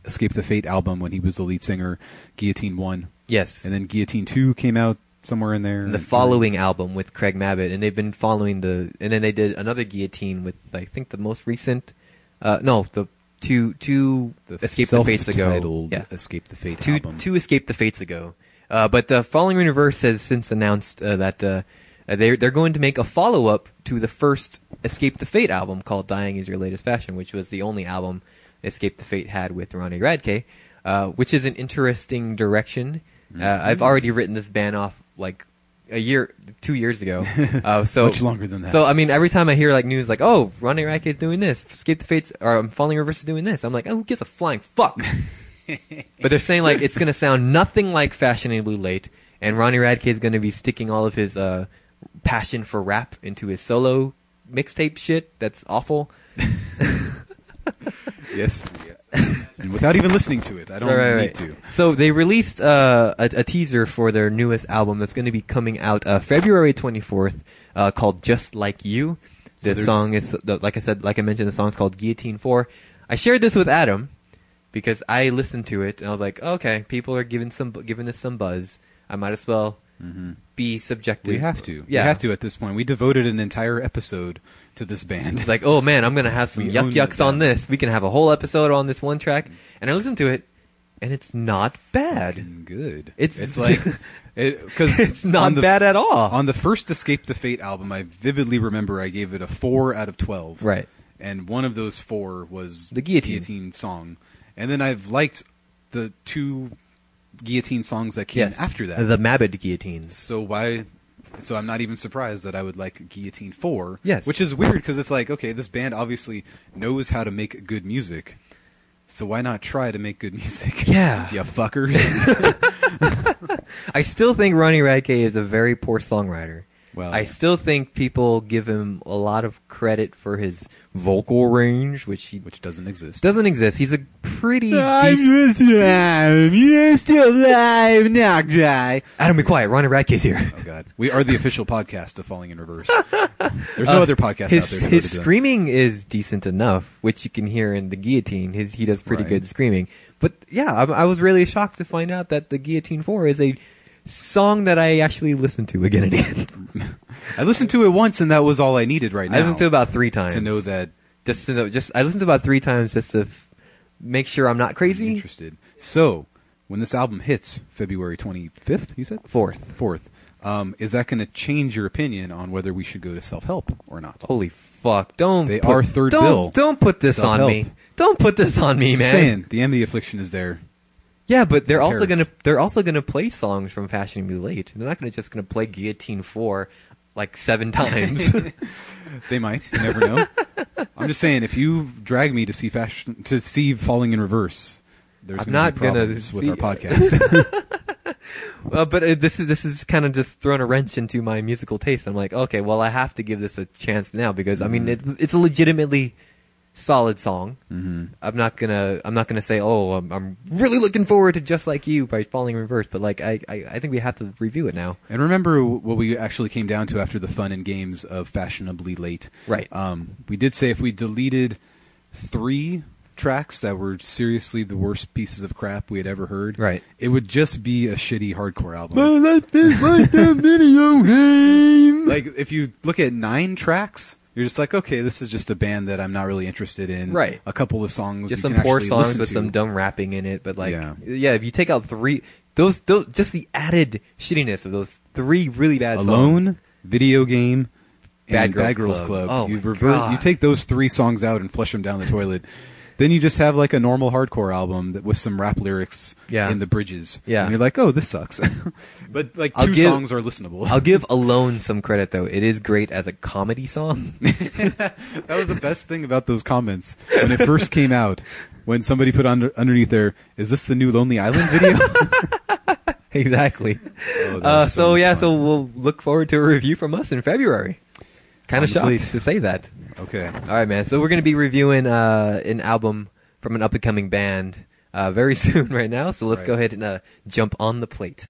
Speaker 2: Escape the Fate album when he was the lead singer, Guillotine One,
Speaker 1: Yes.
Speaker 2: and then Guillotine Two came out somewhere in there.
Speaker 1: the following album with Craig Mabbitt, and they've been following the, and then they did another guillotine with I think the most recent, uh, no, the two two Escape the Fates ago,
Speaker 2: self-titled
Speaker 1: yeah,
Speaker 2: Escape the Fate
Speaker 1: two
Speaker 2: album.
Speaker 1: two Escape the Fates ago. Uh, but uh, Falling in Reverse has since announced uh, that uh, they're they're going to make a follow up to the first Escape the Fate album called "Dying Is Your Latest Fashion," which was the only album Escape the Fate had with Ronnie Radke, uh, which is an interesting direction. Uh, I've already written this band off like a year, two years ago. Uh, so
Speaker 2: Much longer than that.
Speaker 1: So I mean, every time I hear like news, like oh, Ronnie Radke is doing this, Escape the Fates, or um, Falling in Reverse is doing this, I'm like, oh, who gives a flying fuck? But they're saying like it's going to sound nothing like fashionably late, and Ronnie Radke is going to be sticking all of his uh, passion for rap into his solo mixtape shit. That's awful.
Speaker 2: yes, and without even listening to it, I don't
Speaker 1: Right, right,
Speaker 2: need
Speaker 1: right.
Speaker 2: to.
Speaker 1: So they released uh, a, a teaser for their newest album that's going to be coming out uh, February 24th, uh, called "Just Like You."
Speaker 2: So
Speaker 1: The
Speaker 2: there's-
Speaker 1: song is the, like I said, like I mentioned, the song's called "Guillotine 4. I shared this with Adam because I listened to it and I was like, okay, people are giving some giving this some buzz. I might as well be subjective.
Speaker 2: Mm-hmm. We have to.
Speaker 1: Yeah.
Speaker 2: We have to at this point. We devoted an entire episode to this band.
Speaker 1: It's like, oh man, I'm gonna have some
Speaker 2: We
Speaker 1: yuck
Speaker 2: own
Speaker 1: yucks
Speaker 2: that.
Speaker 1: on this. We can have a whole episode on this one track. And I listened to it, and it's not bad.
Speaker 2: fucking good.
Speaker 1: It's-
Speaker 2: like because
Speaker 1: It's not bad at all.
Speaker 2: On the first Escape the Fate album, I vividly remember I gave it a four out of twelve.
Speaker 1: Right.
Speaker 2: and one of those four was
Speaker 1: The Guillotine.
Speaker 2: song, and then I've liked the two guillotine songs that came after that.
Speaker 1: the Mabid guillotines.
Speaker 2: so why? So I'm not even surprised that I would like Guillotine Four.
Speaker 1: Yes.
Speaker 2: which is weird because it's like okay, this band obviously knows how to make good music. So why not try to make good music?
Speaker 1: Yeah.
Speaker 2: you fuckers.
Speaker 1: I still think Ronnie Radke is a very poor songwriter.
Speaker 2: Well-
Speaker 1: I still think people give him a lot of credit for his vocal range, which he
Speaker 2: Which doesn't exist.
Speaker 1: doesn't exist. He's a pretty.
Speaker 2: I'm
Speaker 1: dec-
Speaker 2: used to that. You're still alive now, guy.
Speaker 1: Adam, be quiet. Ronnie Radke's here.
Speaker 2: Oh God, we are the official podcast of Falling in Reverse. There's no
Speaker 1: Uh,
Speaker 2: other podcast
Speaker 1: his,
Speaker 2: out there. devoted
Speaker 1: His
Speaker 2: to that.
Speaker 1: screaming is decent enough, which you can hear in the guillotine. His he does pretty
Speaker 2: Right.
Speaker 1: good screaming. But yeah, I, I was really shocked to find out that the guillotine four is a song that I actually listened to again and again.
Speaker 2: I listened to it once, and that was all I needed right now.
Speaker 1: I listened to it about three times
Speaker 2: to know that
Speaker 1: just to know, just I listened to about three times just to f- make sure I'm not
Speaker 2: I'm
Speaker 1: crazy.
Speaker 2: interested. So, when this album hits February 25th, you said?
Speaker 1: Fourth.
Speaker 2: 4th. Um, is that going to change your opinion on whether we should go to self help or not?
Speaker 1: Holy fuck! Don't
Speaker 2: They
Speaker 1: put,
Speaker 2: are third
Speaker 1: don't,
Speaker 2: bill.
Speaker 1: Don't put this on
Speaker 2: Self-help.
Speaker 1: me. Don't put this on me,
Speaker 2: Just
Speaker 1: man.
Speaker 2: saying, the end of the affliction is there.
Speaker 1: Yeah, but they're also
Speaker 2: Paris.
Speaker 1: gonna they're also gonna play songs from Fashionably Late. They're not gonna just gonna play Guillotine Four like seven times.
Speaker 2: They might. You never know. I'm just saying, if you drag me to see fashion, to see falling in reverse, there's
Speaker 1: I'm
Speaker 2: gonna
Speaker 1: not
Speaker 2: be
Speaker 1: gonna
Speaker 2: problems
Speaker 1: see-
Speaker 2: with our podcast.
Speaker 1: uh, but uh, this is this is kind of just thrown a wrench into my musical taste. I'm like, okay, well, I have to give this a chance now because I mean, it,
Speaker 2: Mm-hmm.
Speaker 1: it's a legitimately solid song. Mm-hmm. I'm not gonna I'm not gonna say, oh, I'm, I'm really looking forward to Just Like You by Falling in Reverse, but like, I, I I think we have to review it now.
Speaker 2: and remember what we actually came down to after the fun and games of fashionably late.
Speaker 1: Right.
Speaker 2: Um, we did say if we deleted three tracks that were seriously the worst pieces of crap we had ever heard,
Speaker 1: Right.
Speaker 2: It would just be a shitty hardcore album.
Speaker 1: life is like a video game.
Speaker 2: like if you look at nine tracks you're just like okay this is just a band that i'm not really interested in
Speaker 1: Right.
Speaker 2: a couple of songs
Speaker 1: just
Speaker 2: you
Speaker 1: some
Speaker 2: can
Speaker 1: poor
Speaker 2: actually
Speaker 1: songs
Speaker 2: listen
Speaker 1: with
Speaker 2: to.
Speaker 1: some dumb rapping in it. But like, yeah,
Speaker 2: Yeah.
Speaker 1: if you take out three, those, those just the added shittiness of those three really bad
Speaker 2: alone
Speaker 1: songs.
Speaker 2: video game
Speaker 1: Bad
Speaker 2: and
Speaker 1: Girls
Speaker 2: bad girls
Speaker 1: Club.
Speaker 2: club,
Speaker 1: Oh
Speaker 2: you
Speaker 1: my God.
Speaker 2: you take those three songs out and flush them down the toilet then you just have like a normal hardcore album that with some rap lyrics
Speaker 1: Yeah.
Speaker 2: in the bridges
Speaker 1: Yeah.
Speaker 2: and you're like oh this sucks but like 2
Speaker 1: I'll give-
Speaker 2: songs are listenable
Speaker 1: I'll give Alone some credit though. It is great as a comedy song.
Speaker 2: That was the best thing about those comments when it first came out. When somebody put under, underneath there, is this the new Lonely Island video?
Speaker 1: exactly.
Speaker 2: Oh, that
Speaker 1: uh,
Speaker 2: was
Speaker 1: so
Speaker 2: much
Speaker 1: yeah,
Speaker 2: fun.
Speaker 1: so we'll look forward to a review from us in February. Kind
Speaker 2: I'm
Speaker 1: of shocked
Speaker 2: pleased.
Speaker 1: to say that.
Speaker 2: okay,
Speaker 1: All right, man. So we're gonna be reviewing uh, an album from an up and coming band uh, very soon, right now. So let's
Speaker 2: Right.
Speaker 1: go ahead and uh, jump on the plate.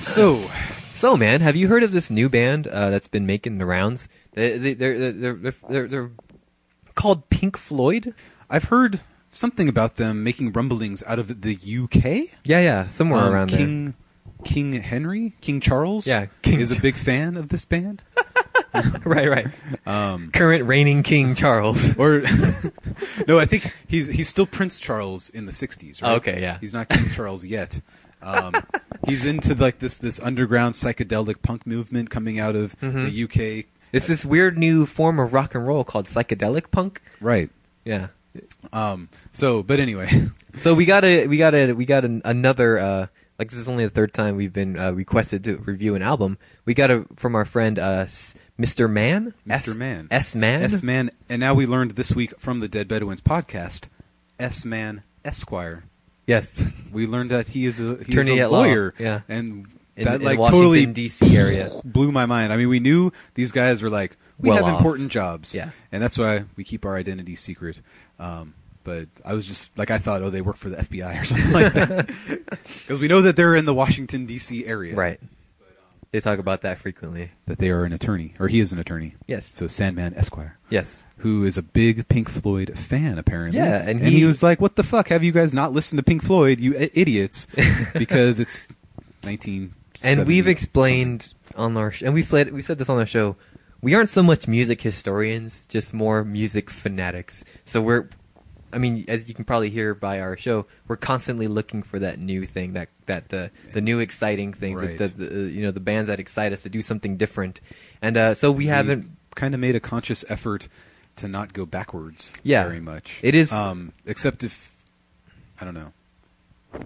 Speaker 2: so
Speaker 1: So, man, have you heard of this new band uh, that's been making the rounds? They, they, they're, they're, they're, they're, they're called Pink Floyd.
Speaker 2: I've heard something about them making rumblings out of the UK.
Speaker 1: Yeah, yeah, somewhere
Speaker 2: Um,
Speaker 1: around there.
Speaker 2: King King Henry, King Charles,
Speaker 1: Yeah, King
Speaker 2: is
Speaker 1: Ch-
Speaker 2: a big fan of this band.
Speaker 1: right, right.
Speaker 2: Um,
Speaker 1: Current reigning King Charles.
Speaker 2: or no, I think he's he's still Prince Charles in the '60s. Right?
Speaker 1: Oh, okay, yeah.
Speaker 2: He's not King Charles yet. Um, he's into like this this underground psychedelic punk movement coming out of
Speaker 1: Mm-hmm.
Speaker 2: the UK.
Speaker 1: It's this weird new form of rock and roll called psychedelic punk.
Speaker 2: Right.
Speaker 1: Yeah.
Speaker 2: Um, so, but anyway,
Speaker 1: So we got a we got a we got an, another uh, like this is only the third time we've been uh, requested to review an album. We got a from our friend uh, S- Mr. Man.
Speaker 2: Mr.
Speaker 1: S-
Speaker 2: Man,
Speaker 1: S Man.
Speaker 2: S Man, and now we learned this week from the Dead Bedouins podcast, S Man Esquire.
Speaker 1: Yes.
Speaker 2: We learned that he is a he
Speaker 1: Attorney
Speaker 2: is a
Speaker 1: at law,
Speaker 2: lawyer.
Speaker 1: yeah.
Speaker 2: and
Speaker 1: In,
Speaker 2: that
Speaker 1: in
Speaker 2: like
Speaker 1: Washington
Speaker 2: totally
Speaker 1: D.C. area.
Speaker 2: blew my mind. I mean, we knew these guys were like, we
Speaker 1: Well
Speaker 2: have
Speaker 1: off.
Speaker 2: important jobs.
Speaker 1: Yeah.
Speaker 2: And that's why we keep our identity secret. Um, but I was just like, I thought, oh, they work for the FBI or something like that. Because we know that they're in the Washington, D.C. area.
Speaker 1: Right. They talk about that frequently.
Speaker 2: That they are an attorney, or he is an attorney.
Speaker 1: Yes.
Speaker 2: So Sandman Esquire.
Speaker 1: Yes.
Speaker 2: Who is a big Pink Floyd fan, apparently.
Speaker 1: Yeah, and
Speaker 2: he,
Speaker 1: he-
Speaker 2: was like, "What the fuck? Have you guys not listened to Pink Floyd, you i- idiots?" Because it's nineteen.
Speaker 1: And we've explained on our sh- and we've played, we said this on our show. We aren't so much music historians, just more music fanatics. So we're I mean, as you can probably hear by our show, we're constantly looking for that new thing, that that the the new exciting things,
Speaker 2: Right.
Speaker 1: the, the you know the bands that excite us to do something different. And uh, so we haven't
Speaker 2: kind of made a conscious effort to not go backwards
Speaker 1: Yeah.
Speaker 2: very much.
Speaker 1: It is-
Speaker 2: um, except if I don't know.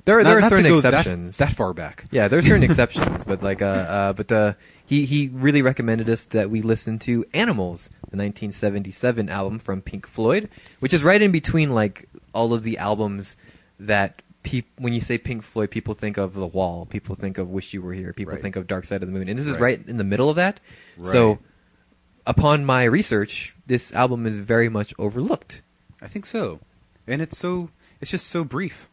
Speaker 1: there are-
Speaker 2: Not-
Speaker 1: there are
Speaker 2: not to
Speaker 1: certain
Speaker 2: go that-
Speaker 1: exceptions.
Speaker 2: that, far back.
Speaker 1: Yeah, there are certain exceptions, but like, uh, uh, but uh, he he really recommended us that we listen to "Animals," the 1977 album from Pink Floyd, which is right in between like all of the albums that peop- when you say Pink Floyd, people think of The Wall, people think of "Wish You Were Here," people
Speaker 2: Right.
Speaker 1: think of "Dark Side of the Moon," and this is
Speaker 2: Right.
Speaker 1: right, in the middle of that. So,
Speaker 2: Right.
Speaker 1: upon my research, this album is very much overlooked.
Speaker 2: I think so. And it's so it's just so brief.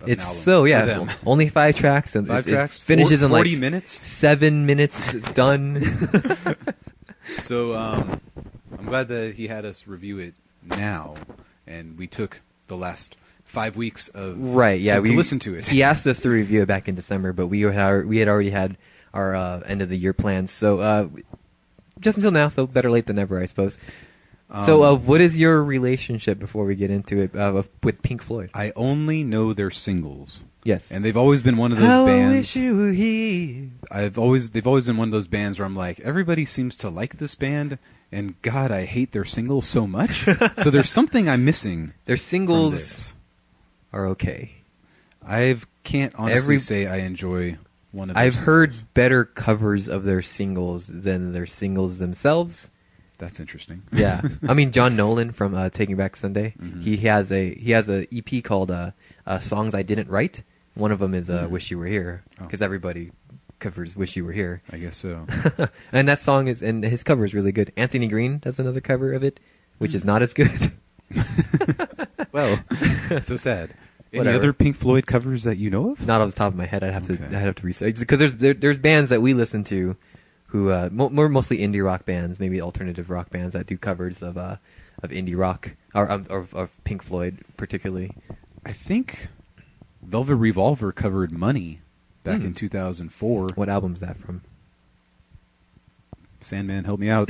Speaker 2: of an
Speaker 1: It's
Speaker 2: album
Speaker 1: so
Speaker 2: for
Speaker 1: yeah,
Speaker 2: them.
Speaker 1: only five tracks and
Speaker 2: Five
Speaker 1: it's- it
Speaker 2: tracks,
Speaker 1: finishes
Speaker 2: four-
Speaker 1: in like
Speaker 2: 40 minutes?
Speaker 1: seven minutes done.
Speaker 2: So um, I'm glad that he had us review it now, and we took the last five weeks of
Speaker 1: Right. Yeah.
Speaker 2: to,
Speaker 1: we
Speaker 2: to listen to it.
Speaker 1: He asked us to review it back in December, but we had we had already had our uh, end of the year plans. So uh, just until now, so better late than never, I suppose. so, uh,
Speaker 2: Um,
Speaker 1: what is your relationship before we get into it uh, of- with Pink Floyd?
Speaker 2: I only know their singles,
Speaker 1: yes.
Speaker 2: and they've always been one of those
Speaker 1: How
Speaker 2: bands.
Speaker 1: I wish you were here.
Speaker 2: I've always they've always been one of those bands where I'm like, everybody seems to like this band, and God, I hate their singles so much. so there's something I'm missing.
Speaker 1: Their
Speaker 2: from
Speaker 1: singles
Speaker 2: this.
Speaker 1: are okay.
Speaker 2: I can't honestly
Speaker 1: Every-
Speaker 2: say I enjoy one of. Their
Speaker 1: I've heard
Speaker 2: singles.
Speaker 1: better covers of their singles than their singles themselves.
Speaker 2: that's interesting.
Speaker 1: Yeah, I mean John Nolan from uh, Taking Back Sunday.
Speaker 2: Mm-hmm.
Speaker 1: He has a he has a EP called uh, uh, "Songs I Didn't Write." One of them is uh, "Wish You Were Here"
Speaker 2: Mm-hmm. Oh.
Speaker 1: because everybody covers "Wish You Were Here,"
Speaker 2: I guess so.
Speaker 1: and that song is and his cover is really good. Anthony Green does another cover of it, which is not as good.
Speaker 2: Mm. well, so sad. Any
Speaker 1: Whatever.
Speaker 2: other Pink Floyd covers that you know of?
Speaker 1: not off the top of my head. I'd have
Speaker 2: Okay.
Speaker 1: to I'd have to research because there's there, there's bands that we listen to who uh, mo- more mostly indie rock bands, maybe alternative rock bands that do covers of uh of indie rock or um, of, of Pink Floyd particularly.
Speaker 2: I think Velvet Revolver covered Money back
Speaker 1: Hmm.
Speaker 2: in 2004.
Speaker 1: What album's that from?
Speaker 2: Sandman, help me out.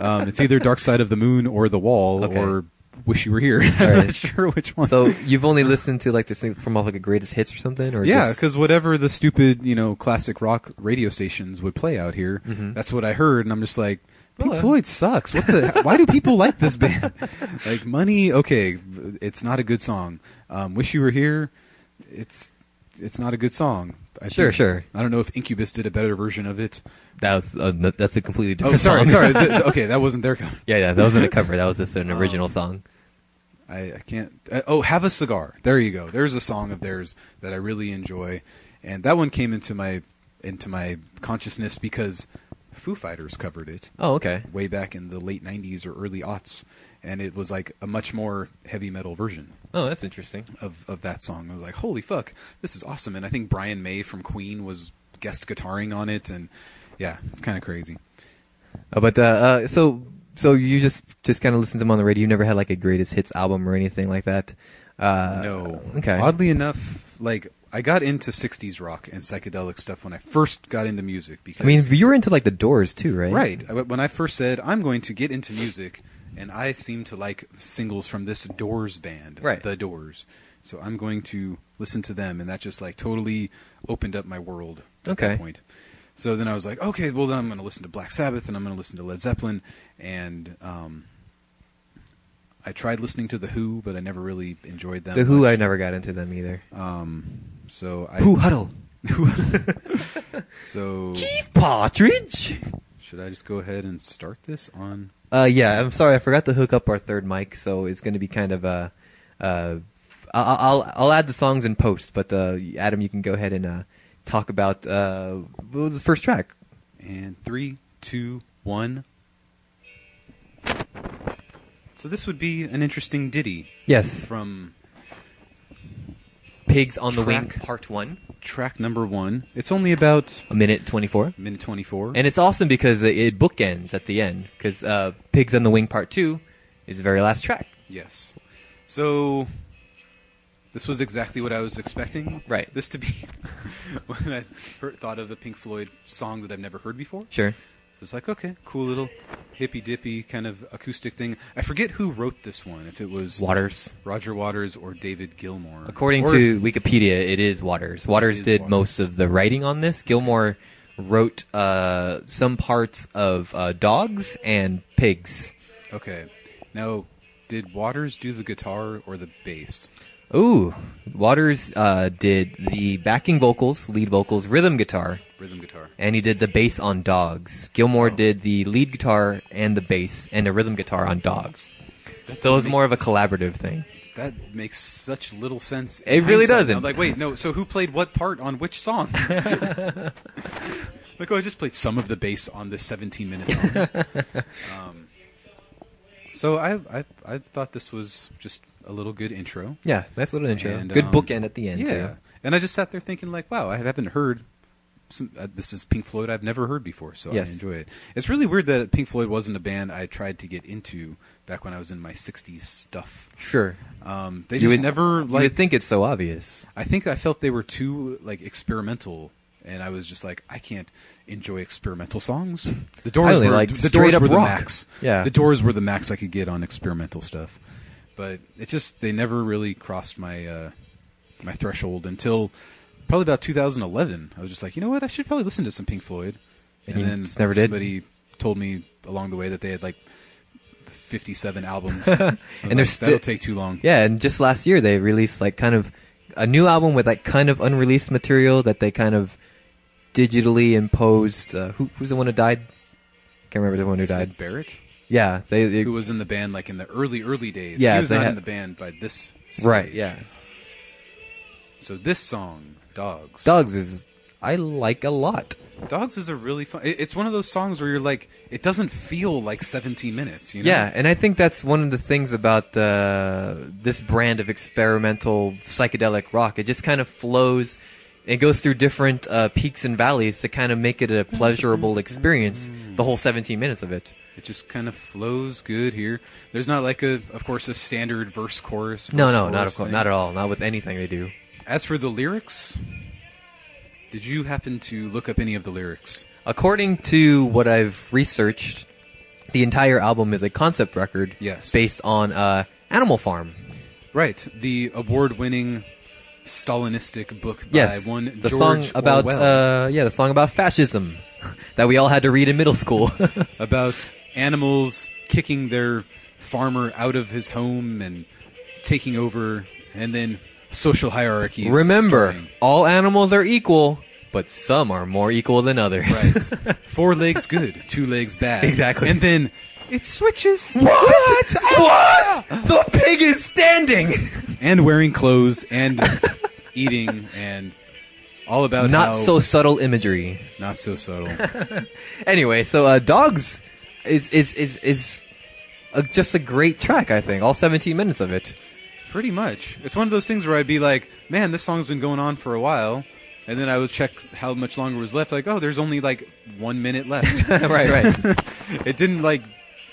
Speaker 2: um, it's either Dark Side of the Moon or The Wall
Speaker 1: Okay.
Speaker 2: or Wish You Were Here.
Speaker 1: All
Speaker 2: I'm
Speaker 1: right.
Speaker 2: not sure which one.
Speaker 1: So you've only listened to like this thing from off like a greatest hits or something, or
Speaker 2: yeah,
Speaker 1: just-
Speaker 2: because whatever the stupid you know classic rock radio stations would play out here,
Speaker 1: Mhm.
Speaker 2: that's what I heard, and I'm just like, Pink
Speaker 1: Well, uh,
Speaker 2: Floyd sucks. What the? why do people like this band? like Money, okay, it's not a good song. Um, Wish You Were Here, it's it's not a good song. I
Speaker 1: Sure, sure.
Speaker 2: I don't know if Incubus did a better version of it.
Speaker 1: that was a, that's a completely different.
Speaker 2: Oh, sorry,
Speaker 1: song.
Speaker 2: sorry. Th- th- okay, that wasn't their. cover.
Speaker 1: yeah, yeah, that wasn't a cover. That was just an original song.
Speaker 2: I, I can't. Uh, oh, have a cigar. There you go. There's a song of theirs that I really enjoy, and that one came into my into my consciousness because Foo Fighters covered it
Speaker 1: Oh, okay.
Speaker 2: way back in the late '90s or early aughts, and it was like a much more heavy metal version
Speaker 1: Oh, that's interesting.
Speaker 2: of of that song. I was like, holy fuck, this is awesome! And I think Brian May from Queen was guest guitaring on it, and yeah, it's kind of crazy.
Speaker 1: Uh, but uh, uh, so so you just just kind of listened to them on the radio. You never had like a greatest hits album or anything like that. Uh,
Speaker 2: No.
Speaker 1: Okay.
Speaker 2: Oddly enough, like I got into '60s rock and psychedelic stuff when I first got into music. Because
Speaker 1: I mean, you were into like the Doors too, right?
Speaker 2: right I- when I first said I'm going to get into music, and I seem to like singles from this Doors band,
Speaker 1: Right.
Speaker 2: The Doors. So I'm going to listen to them, and that just like totally opened up my world at
Speaker 1: Okay.
Speaker 2: that point. So then I was like, okay, well then I'm going to listen to Black Sabbath, and I'm going to listen to Led Zeppelin, and um, I tried listening to the Who, but I never really enjoyed them.
Speaker 1: The Who,
Speaker 2: much.
Speaker 1: I never got into them either.
Speaker 2: So I
Speaker 1: Who huddle?
Speaker 2: so
Speaker 1: Keith Partridge.
Speaker 2: should I just go ahead and start this on?
Speaker 1: Uh, yeah. I'm sorry, I forgot to hook up our third mic, so it's going to be kind of uh, uh, I- I- I'll I'll add the songs in post, but uh, Adam, you can go ahead and uh, talk about uh, what was the first track.
Speaker 2: And three, two, one. So this would be an interesting ditty
Speaker 1: Yes,
Speaker 2: from
Speaker 1: Pigs on the Wing,
Speaker 2: Track.
Speaker 1: Part One,
Speaker 2: track number one. It's only about
Speaker 1: a minute twenty-four.
Speaker 2: minute twenty-four.
Speaker 1: And it's awesome because it- it bookends at the end because uh, "Pigs on the Wing" Part Two is the very last track.
Speaker 2: yes, so this was exactly what I was expecting.
Speaker 1: Right.
Speaker 2: This to be when I heard, thought of a Pink Floyd song that I've never heard before.
Speaker 1: Sure.
Speaker 2: So it's like, okay, cool little hippy dippy kind of acoustic thing. I forget who wrote this one, if it was
Speaker 1: Waters.
Speaker 2: Roger Waters or David Gilmour.
Speaker 1: According
Speaker 2: Or
Speaker 1: to Wikipedia, it is Waters. Waters
Speaker 2: is
Speaker 1: did
Speaker 2: Waters.
Speaker 1: most of the writing on this. Gilmore wrote uh, some parts of uh, dogs and pigs.
Speaker 2: if- okay. Now, did Waters do the guitar or the bass?
Speaker 1: Ooh, Waters uh, did the backing vocals, lead vocals, rhythm guitar,
Speaker 2: Rhythm guitar.
Speaker 1: and he did the bass on dogs. Gilmore did the lead guitar and the bass and the rhythm guitar on dogs.
Speaker 2: That
Speaker 1: So it was
Speaker 2: doesn't
Speaker 1: more of a collaborative thing.
Speaker 2: make- That makes such little sense.
Speaker 1: It
Speaker 2: in
Speaker 1: really
Speaker 2: hindsight.
Speaker 1: doesn't.
Speaker 2: I'm like, wait, no. So who played what part on which song? like, oh, I just played some of the bass on this 17 minute song. um, so I, I, I thought this was just a little good intro.
Speaker 1: Yeah, nice little intro.
Speaker 2: And,
Speaker 1: Good
Speaker 2: um,
Speaker 1: bookend at the end.
Speaker 2: Yeah.
Speaker 1: too.
Speaker 2: And I just sat there thinking, like, wow, I haven't heard some, uh, this is Pink Floyd I've never heard before, so
Speaker 1: Yes.
Speaker 2: I enjoy it. It's really weird that Pink Floyd wasn't a band I tried to get into back when I was in my '60s stuff.
Speaker 1: Sure.
Speaker 2: Um, they
Speaker 1: You
Speaker 2: just
Speaker 1: would-
Speaker 2: never
Speaker 1: you
Speaker 2: like.
Speaker 1: would think it's so obvious.
Speaker 2: I think I felt they were too like experimental, and I was just like, I can't enjoy experimental songs.
Speaker 1: I
Speaker 2: The Doors
Speaker 1: only
Speaker 2: were
Speaker 1: liked
Speaker 2: the
Speaker 1: straight
Speaker 2: Doors
Speaker 1: up
Speaker 2: were the
Speaker 1: rock.
Speaker 2: max.
Speaker 1: Yeah.
Speaker 2: the Doors were the max I could get on experimental stuff, but it just they never really crossed my uh, my threshold until probably about 2011. I was just like, you know what, I should probably listen to some Pink Floyd,
Speaker 1: And you just never did?
Speaker 2: Somebody told me along the way that they had like 57 albums, and
Speaker 1: they're
Speaker 2: like,
Speaker 1: sti-
Speaker 2: that'll take too long.
Speaker 1: Yeah, and just last year they released like kind of a new album with like kind of unreleased material that they kind of digitally imposed. Uh, who, who's the one who died? Can't remember the one who
Speaker 2: Sid
Speaker 1: died.
Speaker 2: Barrett.
Speaker 1: Yeah, they, they
Speaker 2: who was in the band like in the early early days.
Speaker 1: Yeah,
Speaker 2: he was
Speaker 1: they
Speaker 2: not
Speaker 1: had-
Speaker 2: in the band by this. Stage.
Speaker 1: right. Yeah,
Speaker 2: So this song, Dogs.
Speaker 1: Dogs is I like a lot.
Speaker 2: Dogs is a really fun. it- It's one of those songs where you're like, it doesn't feel like 17 minutes. You know?
Speaker 1: Yeah, and I think that's one of the things about uh, this brand of experimental psychedelic rock. It just kind of flows. It goes through different uh, peaks and valleys to kind of make it a
Speaker 2: Mm-hmm.
Speaker 1: pleasurable experience. The whole 17 minutes of it.
Speaker 2: It just kind of flows good here. There's not like a, of course, a standard verse chorus.
Speaker 1: No,
Speaker 2: verse
Speaker 1: no, not
Speaker 2: chorus
Speaker 1: of course,
Speaker 2: thing.
Speaker 1: not at all. Not with anything they do.
Speaker 2: As for the lyrics, did you happen to look up any of the lyrics?
Speaker 1: According to what I've researched, the entire album is a concept record.
Speaker 2: Yes.
Speaker 1: Based on uh, Animal Farm.
Speaker 2: Right, the award-winning Stalinistic book by
Speaker 1: Yes.
Speaker 2: one
Speaker 1: the
Speaker 2: George
Speaker 1: song about
Speaker 2: Orwell.
Speaker 1: uh, yeah, the song about fascism that we all had to read in middle school.
Speaker 2: about animals kicking their farmer out of his home and taking over, and then social hierarchies.
Speaker 1: Remember,
Speaker 2: starting.
Speaker 1: all animals are equal, but some are more equal than others.
Speaker 2: right? Four legs good, two legs bad.
Speaker 1: Exactly.
Speaker 2: and then it switches.
Speaker 1: What? What? the pig is standing.
Speaker 2: And wearing clothes and eating and all about
Speaker 1: Not
Speaker 2: how-
Speaker 1: so subtle imagery.
Speaker 2: not so subtle.
Speaker 1: Anyway, so uh, dogs is is is is a, just a great track. I think all 17 minutes of it.
Speaker 2: Pretty much. It's one of those things where I'd be like, man, this song's been going on for a while. And then I would check how much longer was left. Like, oh, there's only like one minute left.
Speaker 1: right, right.
Speaker 2: it didn't like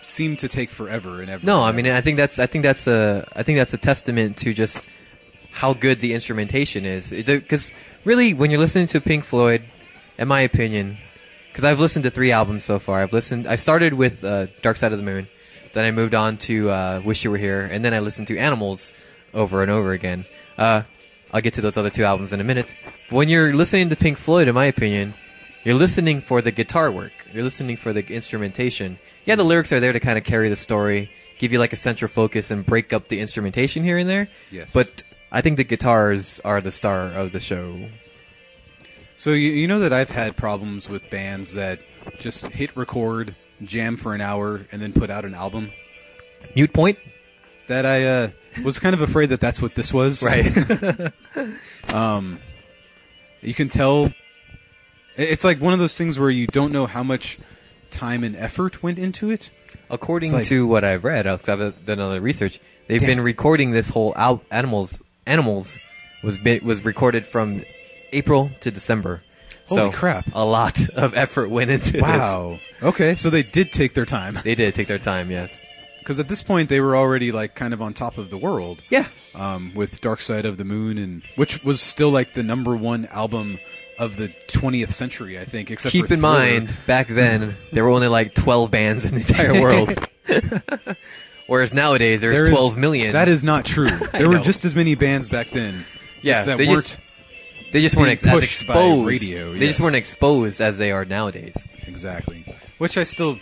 Speaker 2: seem to take forever and ever.
Speaker 1: No,
Speaker 2: and
Speaker 1: I
Speaker 2: ever.
Speaker 1: mean, I think that's I think that's a I think that's a testament to just how good the instrumentation is. Because really, when you're listening to Pink Floyd, in my opinion, because I've listened to three albums so far. I've listened. I started with uh, Dark Side of the Moon, then I moved on to uh, Wish You Were Here, and then I listened to Animals over and over again. Uh, I'll get to those other two albums in a minute. When you're listening to Pink Floyd, in my opinion, you're listening for the guitar work. You're listening for the instrumentation. Yeah, the lyrics are there to kind of carry the story, give you like a central focus, and break up the instrumentation here and there.
Speaker 2: Yes.
Speaker 1: But I think the guitars are the star of the show.
Speaker 2: so you, you know that I've had problems with bands that just hit record, jam for an hour, and then put out an album.
Speaker 1: Mute point.
Speaker 2: That I uh, was kind of afraid that that's what this was. You can tell. it- It's like one of those things where you don't know how much time and effort went into it.
Speaker 1: According
Speaker 2: It's like-
Speaker 1: to what I've read, because I've done other research, they've
Speaker 2: Damn
Speaker 1: been
Speaker 2: it.
Speaker 1: recording this whole out animals. Animals was bit, was recorded from April to December.
Speaker 2: Holy
Speaker 1: so
Speaker 2: crap.
Speaker 1: A lot of effort went into this.
Speaker 2: Wow. Okay, so they did take their time
Speaker 1: They did take their time. Yes.
Speaker 2: because at this point they were already like kind of on top of the world.
Speaker 1: Yeah.
Speaker 2: um, with Dark Side of the Moon, and which was still like the number one album of the 20th century, I think. Except
Speaker 1: Keep
Speaker 2: for
Speaker 1: in
Speaker 2: Thriller.
Speaker 1: mind, back then there were only like twelve bands in the entire world, whereas nowadays there's
Speaker 2: There is-
Speaker 1: twelve million.
Speaker 2: That is not true. There were
Speaker 1: know.
Speaker 2: just as many bands back then. just
Speaker 1: Yeah,
Speaker 2: that
Speaker 1: they
Speaker 2: weren't.
Speaker 1: just- they just weren't
Speaker 2: being
Speaker 1: ex- as
Speaker 2: pushed by
Speaker 1: exposed.
Speaker 2: radio,
Speaker 1: They just
Speaker 2: yes.
Speaker 1: weren't exposed as they are nowadays.
Speaker 2: Exactly. Which I still